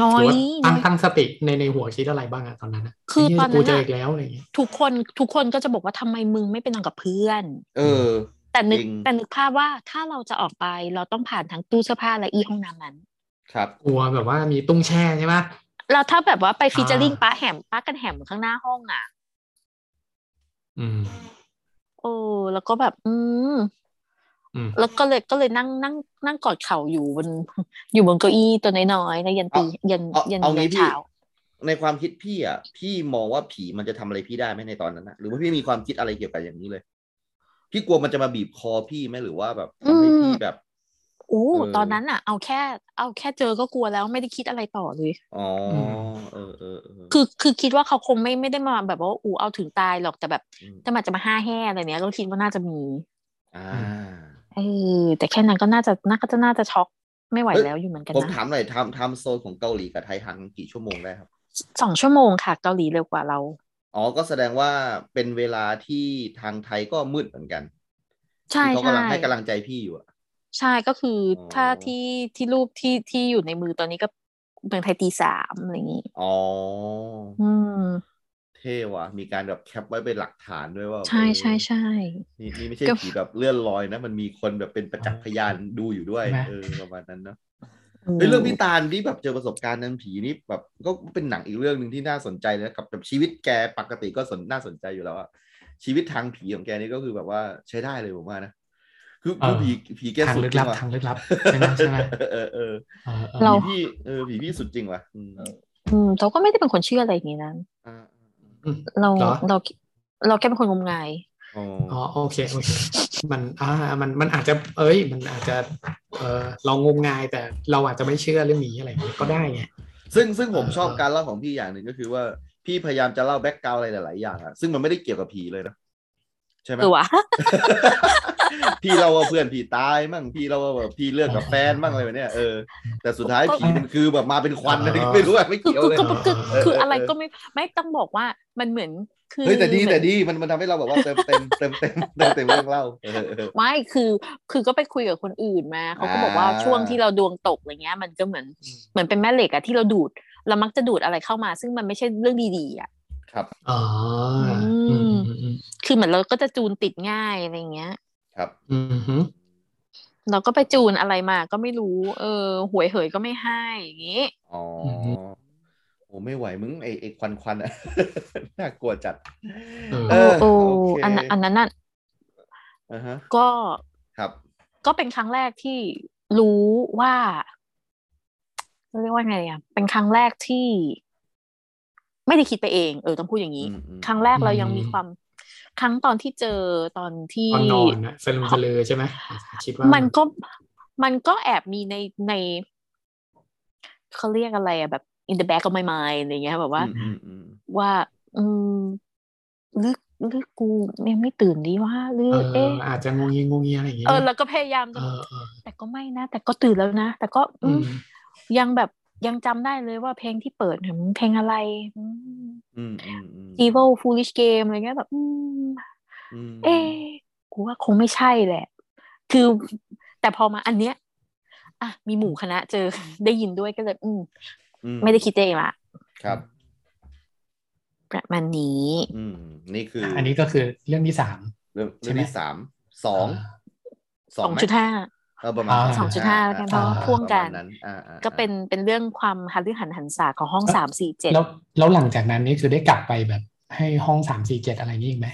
Speaker 4: น้อ
Speaker 3: หรื
Speaker 4: ย
Speaker 3: ว
Speaker 4: น้
Speaker 3: ่าตั้
Speaker 4: อง ย
Speaker 3: ตั้งสติในในหัวคิดอะไรบ้างอะตอนนั้นอะ
Speaker 4: คือตอนนั้นอะ
Speaker 3: กูเจออีกแล้วอะไรอย่างเงี้ย
Speaker 4: ทุกคนทุกคนก็จะบอกว่าทำไมมึงไม่ไปนอนกับเพื่อน
Speaker 2: เออ
Speaker 4: แต่นึก
Speaker 2: จริง
Speaker 4: แต่นึกภาพว่าถ้าเราจะออกไปเราต้องผ่านทั้งตู้เสื้อผ้าและอีห้องน้ำนั้น
Speaker 2: ครับ
Speaker 3: กลัวแบบว่ามีตุ้งแช่ใช่ไหม
Speaker 4: เราถ้าแบบว่าไปฟีเจอริง
Speaker 3: อ่า
Speaker 4: ป้าแหมป้ากันแหมข้างหน้าห้องอ่ะ
Speaker 3: อืม
Speaker 4: โอ้แล้วก็แบบ อืม
Speaker 3: อืม
Speaker 4: แล้วก็เลยก็เลยนั่งนั่งนั่งกอดเข่าอยู่บนอยู่บนเก้าอี้ตัวน้อยๆแล้วยันตียัน
Speaker 2: เอา
Speaker 4: ยัน
Speaker 2: เอางี้
Speaker 4: ยัน
Speaker 2: พี่
Speaker 4: เช้า
Speaker 2: ในความคิดพี่อ่ะพี่มองว่าผีมันจะทำอะไรพี่ได้ไหมในตอนนั้นนะหรือว่าพี่มีความคิดอะไรเกี่ยวกับอย่างนี้เลย พี่กลัวมันจะมาบีบคอพี่ไหมหรือว่าแบบทำให้
Speaker 4: อืม
Speaker 2: พี่แบบ
Speaker 4: อู้
Speaker 2: เออ
Speaker 4: ตอนนั้นอ่ะ เอาแค่ เอาแค่เจอก็กลัวแล้วไม่ได้คิดอะไรต่อเลย
Speaker 2: อ๋ออ
Speaker 3: ม
Speaker 2: เออเออเออ
Speaker 4: คือคือคิดว่าเขาคงไม่ไม่ได้มาแบบว่าอู้เอาถึงตายหรอกแต่แบบ
Speaker 2: ม
Speaker 4: ถ้ามันจะมาห้าแห่อะไรเนี้ยเราคิดว่าน่าจะมี
Speaker 2: อ่า
Speaker 4: เออแต่แค่นั้นก็น่าจะน่าก็จะน่าจะช็อกไม่ไหว
Speaker 2: เอ้ย
Speaker 4: แล้วอยู่เหมือนกัน
Speaker 2: ผม
Speaker 4: นะ
Speaker 2: ถามหน่อยทำทำโซนของเกาหลีกับไทยห่างกันกี่ชั่วโมงได้ครับ
Speaker 4: สองชั่วโมงค่ะเกาหลีเร็วกว่าเรา
Speaker 2: อ๋อ ก็แสดงว่าเป็นเวลาที่ทางไทยก็มืดเหมือนกัน
Speaker 4: ใช่
Speaker 2: ที่เขา
Speaker 4: ใช่
Speaker 2: กำลังให้กำลังใจพี่อยู่อะ
Speaker 4: ใช่ก็คืออ
Speaker 2: อ
Speaker 4: ถ้าที่ที่รูปที่ที่อยู่ในมือตอนนี้ก็เมืองไทยตีสามอะไรอย่างงี้
Speaker 2: อ๋อ
Speaker 4: อืม
Speaker 2: เท่ว่ะ มีการแบบแคปไว้เป็นหลักฐานด้วยว่า
Speaker 4: ใช่
Speaker 2: เออ
Speaker 4: ใช่ใช่
Speaker 2: นี่นี่ไม่ใช่
Speaker 4: ก็
Speaker 2: ผีแบบเลื่อนลอยนะ มันมีคนแบบเป็นประจักษ์พยานดูอยู่ด้วย
Speaker 3: ใช่ไหม
Speaker 2: เออประมาณนั้นเนาะเฮ้ยเรื่องพี่ตาลที่แบบเจอประสบการณ์นั้นผีนี่แบบก็เป็นหนังอีกเรื่องหนึ่งที่น่าสนใจนะกับกับชีวิตแกปกติก็สนน่าสนใจอยู่แล้วอะชีวิตทางผีของแกนี่ก็คือแบบว่าใช้ได้เลยผมว่านะ คือคือผีผีแก
Speaker 3: ทาง
Speaker 2: สุด
Speaker 3: ลึก
Speaker 2: จริ
Speaker 3: ลับ
Speaker 2: งว่ะ
Speaker 3: ทางลึกลับใช่ไหมใช่ไหม
Speaker 2: เออเออ
Speaker 3: เออเออ
Speaker 4: เรา
Speaker 2: ผีพี่เออผีพี่สุดจริงว่ะอืม
Speaker 4: อืมเราก็ไม่ได้เป็นคนเชื่ออะไรอย่างงี้นะ
Speaker 2: อ่า
Speaker 4: เรา
Speaker 3: เหรอ
Speaker 4: เราเราแค่เป็นคนงมงาย
Speaker 2: อ๋อ
Speaker 3: อ๋อโอเคโอเคมันอ่ามันมันอาจจะเอ้ย มันอาจจะเออเรางมงายแต่เราอาจจะไม่เชื่อเรื่องนี้อะไรอย่างเงี้ยก็ได้ไง
Speaker 2: ซึ่งซึ่งผม
Speaker 3: เออ
Speaker 2: ชอบการเล่าของพี่อย่างหนึ่งก็คือว่าพี่พยายามจะเล่าแบ็กกราวอะไรหลายๆอย่างอะซึ่งมันไม่ได้เกี่ยวกับผีเลยนะใช่ไหม
Speaker 4: เออวะ
Speaker 2: พี่เราว่าเพื่อนพี่ตายมั่งพี่เราว่าแบบพี่เลิกกับแฟนมั่งอะไรแบบเนี้ยเออแต่สุดท้ายผีมันคือแบบมาเป็นควันนะไม่รู้อะไม่
Speaker 4: คือ
Speaker 2: เกี่ยว
Speaker 4: คือ
Speaker 2: เลย
Speaker 4: ก็คือ
Speaker 3: เออเออเอ
Speaker 4: คือ อคืออะไร
Speaker 2: เออ
Speaker 4: ก็ไม่ไม่ต้องบอกว่ามันเหมือนคือ
Speaker 2: เฮ้ยแต่ดี
Speaker 4: เหมื
Speaker 2: แต่
Speaker 4: อน
Speaker 2: ดีมันมันทำให้เราแบบว่าเติมเต็ม เติมเต็มเติมเต็มเรื่องเล่าเออเออ
Speaker 4: ไม่คือคือก็ไปคุยกับคนอื่นมาเขาก็บอกว่า
Speaker 2: อ่า
Speaker 4: ช่วงที่เราดวงตกอะไรเงี้ย มันก็เหมือนเหมือนเป็นแม่เหล็กอะที่เราดูดเรามักจะดูดอะไรเข้ามา ซึ่งมันไม่ใช่เรื่องดีๆอะ
Speaker 2: ครับ
Speaker 3: อ๋อ
Speaker 4: อื
Speaker 3: อื
Speaker 4: ม
Speaker 3: มอืมอืม
Speaker 4: คือเหมือนเราก็จะจูนติดง่ายอะไรเงี้ย
Speaker 2: ครับ
Speaker 3: อืมฮึ
Speaker 4: เราก็ไปจูนอะไรมาก็ไม่รู้ เออหวยเหยก็ไม่ให้อย่างงี้
Speaker 2: อ๋อโอ้ไม่ไหวมึงไอไอควันควันๆอะ น่ากลัวจัด
Speaker 3: เออ
Speaker 2: เออ
Speaker 4: โอ้
Speaker 2: โอเค
Speaker 4: อันนั้นอันนั้นน่ะ
Speaker 2: อ่าฮะ
Speaker 4: ก็
Speaker 2: ครับ
Speaker 4: ก็เป็นครั้งแรกที่รู้ว่าเรียกว่าไงอ่ะ เป็นครั้งแรกที่ ไม่ได้คิดไปเอง เออ ต้องพูดอย่างนี้
Speaker 2: อืมอืม
Speaker 4: ครั้งแรกเรายัง
Speaker 3: อืม
Speaker 4: มีความ ครั้งตอนที่เจอตอนที่
Speaker 3: ตอนนอนนะสลุมสลือใช่ไหมคิดว่า
Speaker 4: มั
Speaker 3: มัน
Speaker 4: ก็มันก็แอบมีในในเขาเรียกอะไรอะแบบ in the back of my mind อะไรเงี้ยแบบว่า
Speaker 2: อืมอืม
Speaker 4: ว่า อืมลึกลึกกูยังไม่ตื่นดีว่าหรือ
Speaker 3: เอ
Speaker 4: เอ๊ะ
Speaker 3: ออาจจะงงเงียงงเงียอะไรอย่างเงี้ย
Speaker 4: เออแล้วก็พยายามจะ
Speaker 3: เออเออ
Speaker 4: แต่ก็ไม่นะ แต่ก็ตื่นแล้วนะ แต่ก็อื
Speaker 3: อื
Speaker 4: ม
Speaker 3: ม
Speaker 4: ยังแบบยังจำได้เลยว่าเพลงที่เปิดเนี่ยมันเพลงอะไรอืม
Speaker 2: อืมอืมอืม
Speaker 4: Evil Foolish Game อะไรเงี้ยแบบอืม
Speaker 2: ม
Speaker 4: เอ๊ะกูว่าคงไม่ใช่แหละ คือแต่พอมาอันเนี้ย อ่ะ มีหมู่คณะเจอ ได้ยินด้วยก็เลย อืม
Speaker 2: อื
Speaker 4: ไม่ได้คิดเองละ
Speaker 2: ครับ
Speaker 4: ประมาณนี้
Speaker 2: อืมนี่คือ
Speaker 3: อ่ะ
Speaker 2: อั
Speaker 3: นนี้ก็คือเรื่องที่สาม
Speaker 2: เรื่อง
Speaker 3: ใช่
Speaker 2: เรื่อง
Speaker 3: ไหม
Speaker 2: ที่สามสอง
Speaker 4: สอง
Speaker 2: ไม
Speaker 4: จุดห้า
Speaker 2: เออประมาณ
Speaker 3: อ่า
Speaker 4: สองจุดห้าแล้วกันเพราะ
Speaker 2: อ่
Speaker 4: พ่วงกัน
Speaker 2: ประมาณนั้นอ่าอ่า
Speaker 4: ก็เป็นเป็นเรื่องความหันหรือหันหันศาของห้องสามสี่เจ็ด
Speaker 3: แล้วแล้วหลังจากนั้นนี่คือได้กลับไปแบบให้ห้องสามสี่เจ็ดอะไรนี่อีกไหม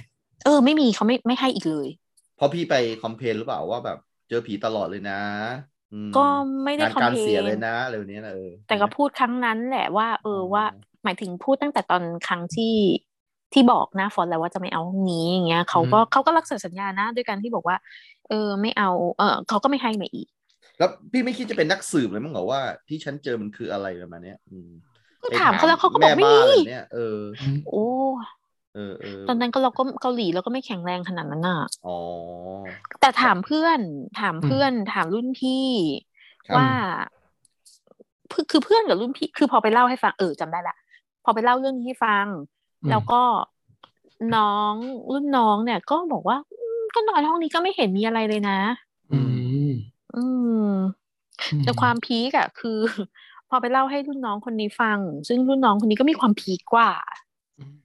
Speaker 4: เออ ไม่มีเขาไม่ไม่ให้อีกเลย
Speaker 2: เพราะพี่ไปคอมเพลนหรือเปล่าว่าแบบ เจอผีตลอดเลยนะอืม
Speaker 4: ก็ไม่ได้
Speaker 2: งาน
Speaker 4: คอม
Speaker 2: การ
Speaker 4: เพล
Speaker 2: เสียเลย
Speaker 4: น
Speaker 2: นะอะไรแบบนี้นะเออ
Speaker 4: แต่ก็พูดครั้งนั้นแหละว่า เออว่า หมายถึงพูดตั้งแต่ตอนครั้งที่ที่บอกหน้าฟอนต์แล้วว่าจะไม่เอาห้องนี้อย่างเงี้ยเขาก็เขาก็รักษาสัญญานะ ด้วยการที่บอกว่า เออ ไม่เอา เออเขาก็ไม่ให้มาอีก
Speaker 2: แล้วพี่ไม่คิดจะเป็นนักสืบเลยมั้งเหรอว่าที่ฉันเจอมันคืออะไรประมาณเนี้ยอืม
Speaker 4: ก็ถามเขาแล้วเขาก็บอก
Speaker 2: แม่
Speaker 4: ไม่มี
Speaker 2: บ้านอะไรเนี่ยเออ
Speaker 3: อืม
Speaker 4: โอ้
Speaker 2: เออเออ
Speaker 4: ตอนนั้นก็เราก็เกาหลีเราก็ไม่แข็งแรงขนาดนั้นน่ะ
Speaker 2: อ๋อ
Speaker 4: แต่ถามเพื่อน ถามเพื่อน ถามรุ่นพี่
Speaker 2: ครับ
Speaker 4: ว่าเพื่อนคือเพื่อนกับรุ่นพี่ คือพอไปเล่าให้ฟังเออจำได้ละพอไปเล่าเรื่องนี้ให้ฟัง
Speaker 3: อืม
Speaker 4: แล้วก็น้องรุ่นน้องเนี่ย ก็บอกว่าอืมก็นอนห้องนี้ก็ไม่เห็นมีอะไรเลยนะ
Speaker 3: อืม
Speaker 4: อืม แต่ความพีกอะคือ พอไปเล่าให้รุ่นน้องคนนี้ฟัง ซึ่งรุ่นน้องคนนี้ก็มีความพีกกว่า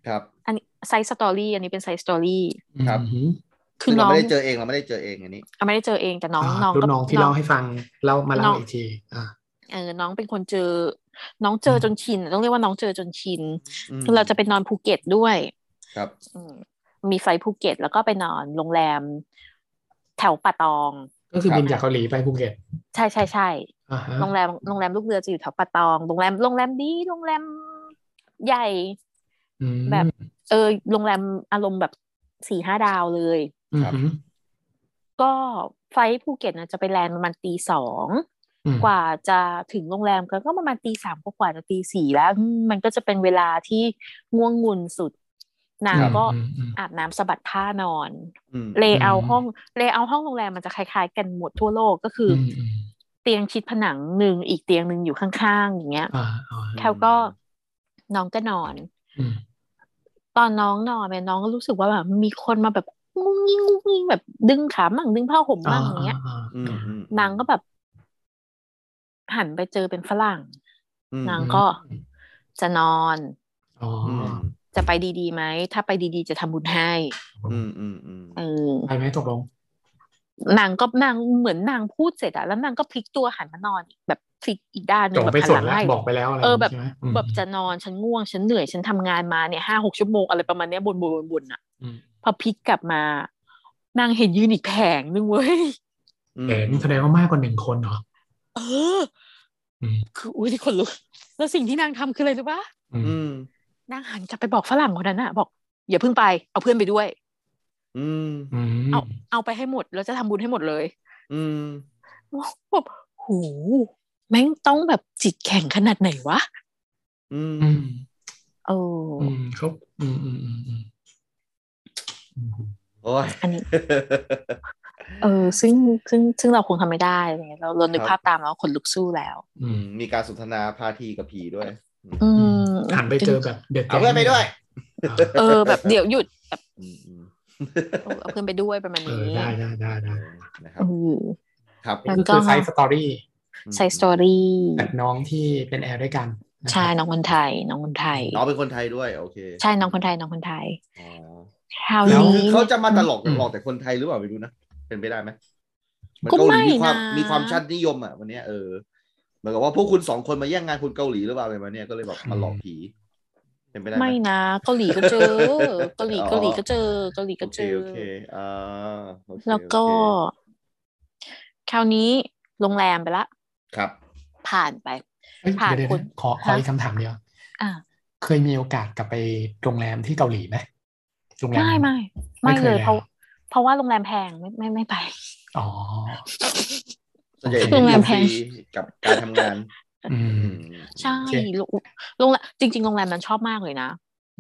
Speaker 2: ครับ
Speaker 4: อันนี้ไซส์สตอรี่อันนี้เป็นไซส์สตอรี่
Speaker 2: ครับ
Speaker 3: อืม
Speaker 4: คือน้
Speaker 2: เรา
Speaker 4: อง
Speaker 2: ไม่ได้เจอเองเราไม่ได้เจอเองอันนี้
Speaker 4: อ่ะไม่ได้เจอเองแต่น้อง
Speaker 3: า
Speaker 4: น้อง
Speaker 3: รุ่
Speaker 4: ก็
Speaker 3: นน้องที่
Speaker 4: น้
Speaker 3: เล่า
Speaker 4: อง
Speaker 3: ให้ฟังเล่ามา
Speaker 4: น้
Speaker 3: เล่า
Speaker 4: อง
Speaker 3: อีกทีอ่า
Speaker 4: เออน้องเป็นคนเจอ น้องเจออ
Speaker 3: ม
Speaker 4: จนชินต้องเรียกว่าน้องเจอจนชิน
Speaker 2: อืม
Speaker 4: คือเราจะไปนอนภูเก็ตด้วย
Speaker 2: ครับ
Speaker 4: อืมมีไฟล์ภูเก็ต แล้วก็ไปนอนโรงแรม แถวป่าตอง
Speaker 3: ก็คือ
Speaker 2: ครับ
Speaker 3: บินจากเกาหลีไปภูเก็ต
Speaker 4: ใช่ใช่ใช่
Speaker 3: อ่าฮะ
Speaker 4: โรงแรมโรงแรมลูกเรือจะอยู่แถวปะตองโรงแรมโรงแรมดีโรงแรมใหญ่
Speaker 3: อืม
Speaker 4: แบบ เออโรงแรมอารมณ์แบบสี่ห้าดาวเลย
Speaker 3: อืมฮึ
Speaker 4: ก็ไฟลท์ภูเก็ตน่ะจะไปแลนด์ประมาณตีสอง
Speaker 3: อืม
Speaker 4: กว่าจะถึงโรงแรมก็ก็ประมาณตีสามกว่าๆจะตีสี่แล้วอืมมันก็จะเป็นเวลาที่ง่วงงุนสุดนางก็
Speaker 3: อืมอืมอืม
Speaker 4: อาบน้ำสะบัดผ้านอน
Speaker 2: อืม
Speaker 4: เลเยอ
Speaker 3: อืม
Speaker 4: ร์ห้องเลเยอร์ห้องโรงแรมมันจะคล้ายๆ กันหมดทั่วโลกก็คือ
Speaker 3: มอืม
Speaker 4: เตียงชิดผนังหนึ่งอีกเตียงหนึ่งอยู่ข้างๆ อย่างเงี้ย
Speaker 3: อ่าอ่า
Speaker 4: เขาก็น้องก็นอน
Speaker 3: อืม
Speaker 4: ตอนน้องนอนเนี่ยน้องก็รู้สึกว่าแบบมีคนมาแบบงุ้งยิงงุ้งยิงแบบดึงขามั่งดึงผ้าห่ม
Speaker 3: อ่า
Speaker 4: มั่งอย่างเงี้ย
Speaker 3: อ่า
Speaker 2: อืมอืม
Speaker 4: นางก็แบบ หันไปเจอเป็นฝรั่ง
Speaker 2: อืม
Speaker 4: นา
Speaker 3: อ่าง
Speaker 4: ก็ จะนอน
Speaker 3: อ๋อ
Speaker 2: อืม
Speaker 4: จะไปดีๆไหมถ้าไปดีๆ จะทำบุญให้
Speaker 2: อืมอืมอืม
Speaker 4: เออ
Speaker 3: ไปไหมตกลง
Speaker 4: นางก็นางเหมือนนางพูดเสร็จอะแล้วนางก็พลิกตัวหันมานอนอีกแบบพลิกอีกด้านหนึ
Speaker 3: จ
Speaker 4: ง
Speaker 3: บ
Speaker 4: แบบ
Speaker 3: ไป
Speaker 4: หัน
Speaker 3: ส
Speaker 4: ห
Speaker 3: น
Speaker 4: ลัง
Speaker 3: แล้ว
Speaker 4: ให้
Speaker 3: บอกไปแล้วอะไร
Speaker 4: เออแบบ
Speaker 3: ใช่ไหมม
Speaker 4: แบบจะนอนฉันง่วงฉันเหนื่อยฉันทำงานมาเนี่ยห้าหกชั่วโมงอะไรประมาณเนี้ยบนบนบนบนอะ
Speaker 3: อืม
Speaker 4: พอพลิกกลับมา นางเห็นยืนอีกแผงนึงเว้ย
Speaker 3: เห็นแสดงว่ามากกว่าหนึ่งคนเหรอ
Speaker 4: เอออ
Speaker 3: ม
Speaker 4: คืออุ้ยที่คนลุกแล้วสิ่งที่นางทำคืออะไรรู้ปะ
Speaker 3: อืม
Speaker 2: อืม
Speaker 4: นางหันกลับไปบอกฝรั่งคนนั้นอะบอก อย่าเพิ่งไปเอาเพื่อนไปด้วย
Speaker 2: อืม
Speaker 3: อืม
Speaker 4: เอาเอาไปให้หมดแล้วจะทำบุญให้หมดเลย
Speaker 2: อืม
Speaker 4: แบบหูแม่งต้องแบบจิตแข็งขนาดไหนวะ
Speaker 2: อืม
Speaker 3: อืม
Speaker 4: เอออ
Speaker 3: อืมเขาอืมอืมอืมอืมอืม
Speaker 2: โอ้ย
Speaker 4: อันนี้ เออ ซึ่งซึ่งซึ่งเราคงทำไม่ได้อะไรเงี้ยเราเรานึก
Speaker 2: ครับ
Speaker 4: ภาพตามแล้วขนลุกสู้แล้ว
Speaker 3: อืม
Speaker 2: มีการสนทนาพาทีกับผีด้วย
Speaker 4: อืม
Speaker 3: หันไปเจอแบบเด็ด
Speaker 2: เอาเพื่อนไปด้วย
Speaker 4: เออแบบเดี๋ยวหยุดแบบ
Speaker 2: อืมอืม
Speaker 4: เออเอาเพื่อนไปด้วยประมาณ
Speaker 3: เอ
Speaker 4: นี้
Speaker 3: อได้ได้ได้ได้
Speaker 2: นะครั
Speaker 4: เอบ อ
Speaker 2: ครับ
Speaker 4: แล้วก็
Speaker 3: ก็คือไซส์สตอรี่
Speaker 4: ใส่สตอรี่
Speaker 3: กับน้องที่เป็นแอร์ด้วยกันนะครับ
Speaker 4: ใช่น้องคนไทย น้องคนไทย
Speaker 2: น้องเป็นคนไทยด้วย โอเค
Speaker 4: ใช่น้องคนไทยน้องคนไทย
Speaker 2: อ๋อ
Speaker 4: คราว
Speaker 2: คือ
Speaker 4: นี้
Speaker 2: เขาจะมาตลกหลอกแต่คนไทยหรือเปล่าไม่รู้นะ เป็นไปได้ไหมเหอน
Speaker 4: ก็
Speaker 2: เกาห
Speaker 4: ไม่
Speaker 2: ลีมีความ
Speaker 4: นะ
Speaker 2: มีความชาตินิยมอ่ะวันเนี้ยเออ เหมือนกับว่าพวกคุณสองคนมาแย่งงานคุณเกาหลีหรือเปล่าอะไรมาเนี้ยก็เลยแบบมาหลอกผี เป็นไปได้ห
Speaker 4: ไม่นะเกาหลีก็เจอเกาหลี
Speaker 2: อ๋อ
Speaker 4: เกาหลีก็เจอเกาหลีก็เจอ
Speaker 2: โอเคโอเคอ่าโอเค
Speaker 4: แล้วก็
Speaker 2: โอเค
Speaker 4: คราวนี้โรงแรมไปละ
Speaker 2: ครับ
Speaker 4: ผ่านไป
Speaker 3: เอ้ย
Speaker 4: ผ่าน
Speaker 3: เดี๋ยว
Speaker 4: คุ
Speaker 3: เดี๋ย
Speaker 4: ณ
Speaker 3: วขอขอ
Speaker 4: ฮะ
Speaker 3: อีกคำถามเดียว
Speaker 4: อ่ะ
Speaker 3: เคยมีโอกาสกลับไปโรงแรมที่เกาหลีไหมโรงแรม
Speaker 4: ไม่ไม่ไม่
Speaker 3: ไม่เคย
Speaker 4: เลยเพ
Speaker 3: แล้ว
Speaker 4: ราะเพราะว่าโรงแรมแพงไม่ไม่ไม่ไป
Speaker 3: อ๋อ
Speaker 2: ส่วนใหญ่
Speaker 4: โรงแรมแพง
Speaker 2: ฟรีกับการทำงาน
Speaker 3: อืม
Speaker 4: ใช่
Speaker 3: โอเค
Speaker 4: โรงโรงแรมจริง ๆ โรงแรมมันชอบมากเลยนะ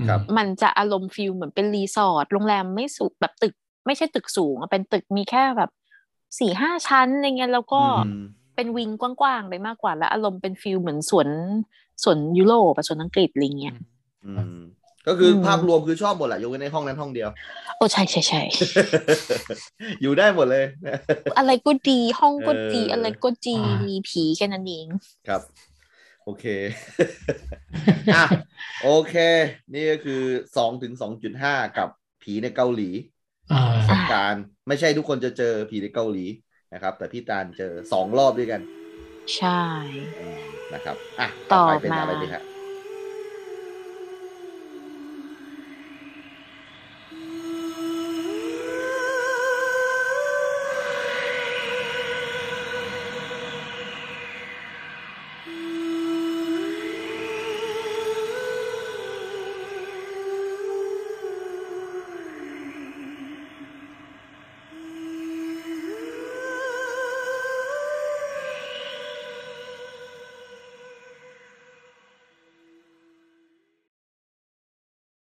Speaker 2: ครับ
Speaker 4: มันจะอารมณ์ฟิลเหมือนเป็นรีสอร์ทโรงแรมไม่สูงแบบตึก ไม่ใช่ตึกสูงอะเป็นตึกมีแค่แบบสี่ห้าชั้นอะไรเงี้ยแล้วก็
Speaker 2: อืม
Speaker 4: เป็นวิงกว้างๆไปมากกว่า แล้วอารมณ์เป็นฟิลเหมือนสวนสวนยุโรปอะสวนอังกฤษอะไรเงี้ย
Speaker 2: อืมก็คืออ
Speaker 4: ม
Speaker 2: ภาพรวมคือชอบหมดแหละยกเว้นในห้องนั้นห้องเดียว
Speaker 4: โอ้ใช่ใช่ ใช่
Speaker 2: อยู่ได้หมดเลย
Speaker 4: อะไรก็ดีห้องก็ดี
Speaker 2: เอออ
Speaker 4: อะไรก็ดี
Speaker 3: อ่ามี
Speaker 4: มีผีแค่นั้นเอง
Speaker 2: ครับ โอเค อ่ะ โอเค นี่ก็คือสองถึงสองจุดห้ากับผีในเกาหลี
Speaker 3: อ่า
Speaker 2: ประสบการณ์ไม่ใช่ทุกคนจะเจอผีในเกาหลีนะครับ แต่พี่ตาลเจอสองรอบด้วยกัน
Speaker 4: ใช่
Speaker 2: อืมนะครับ อ่ะต่อไป
Speaker 4: ต่อมา
Speaker 2: เป็นอะไรดีฮะ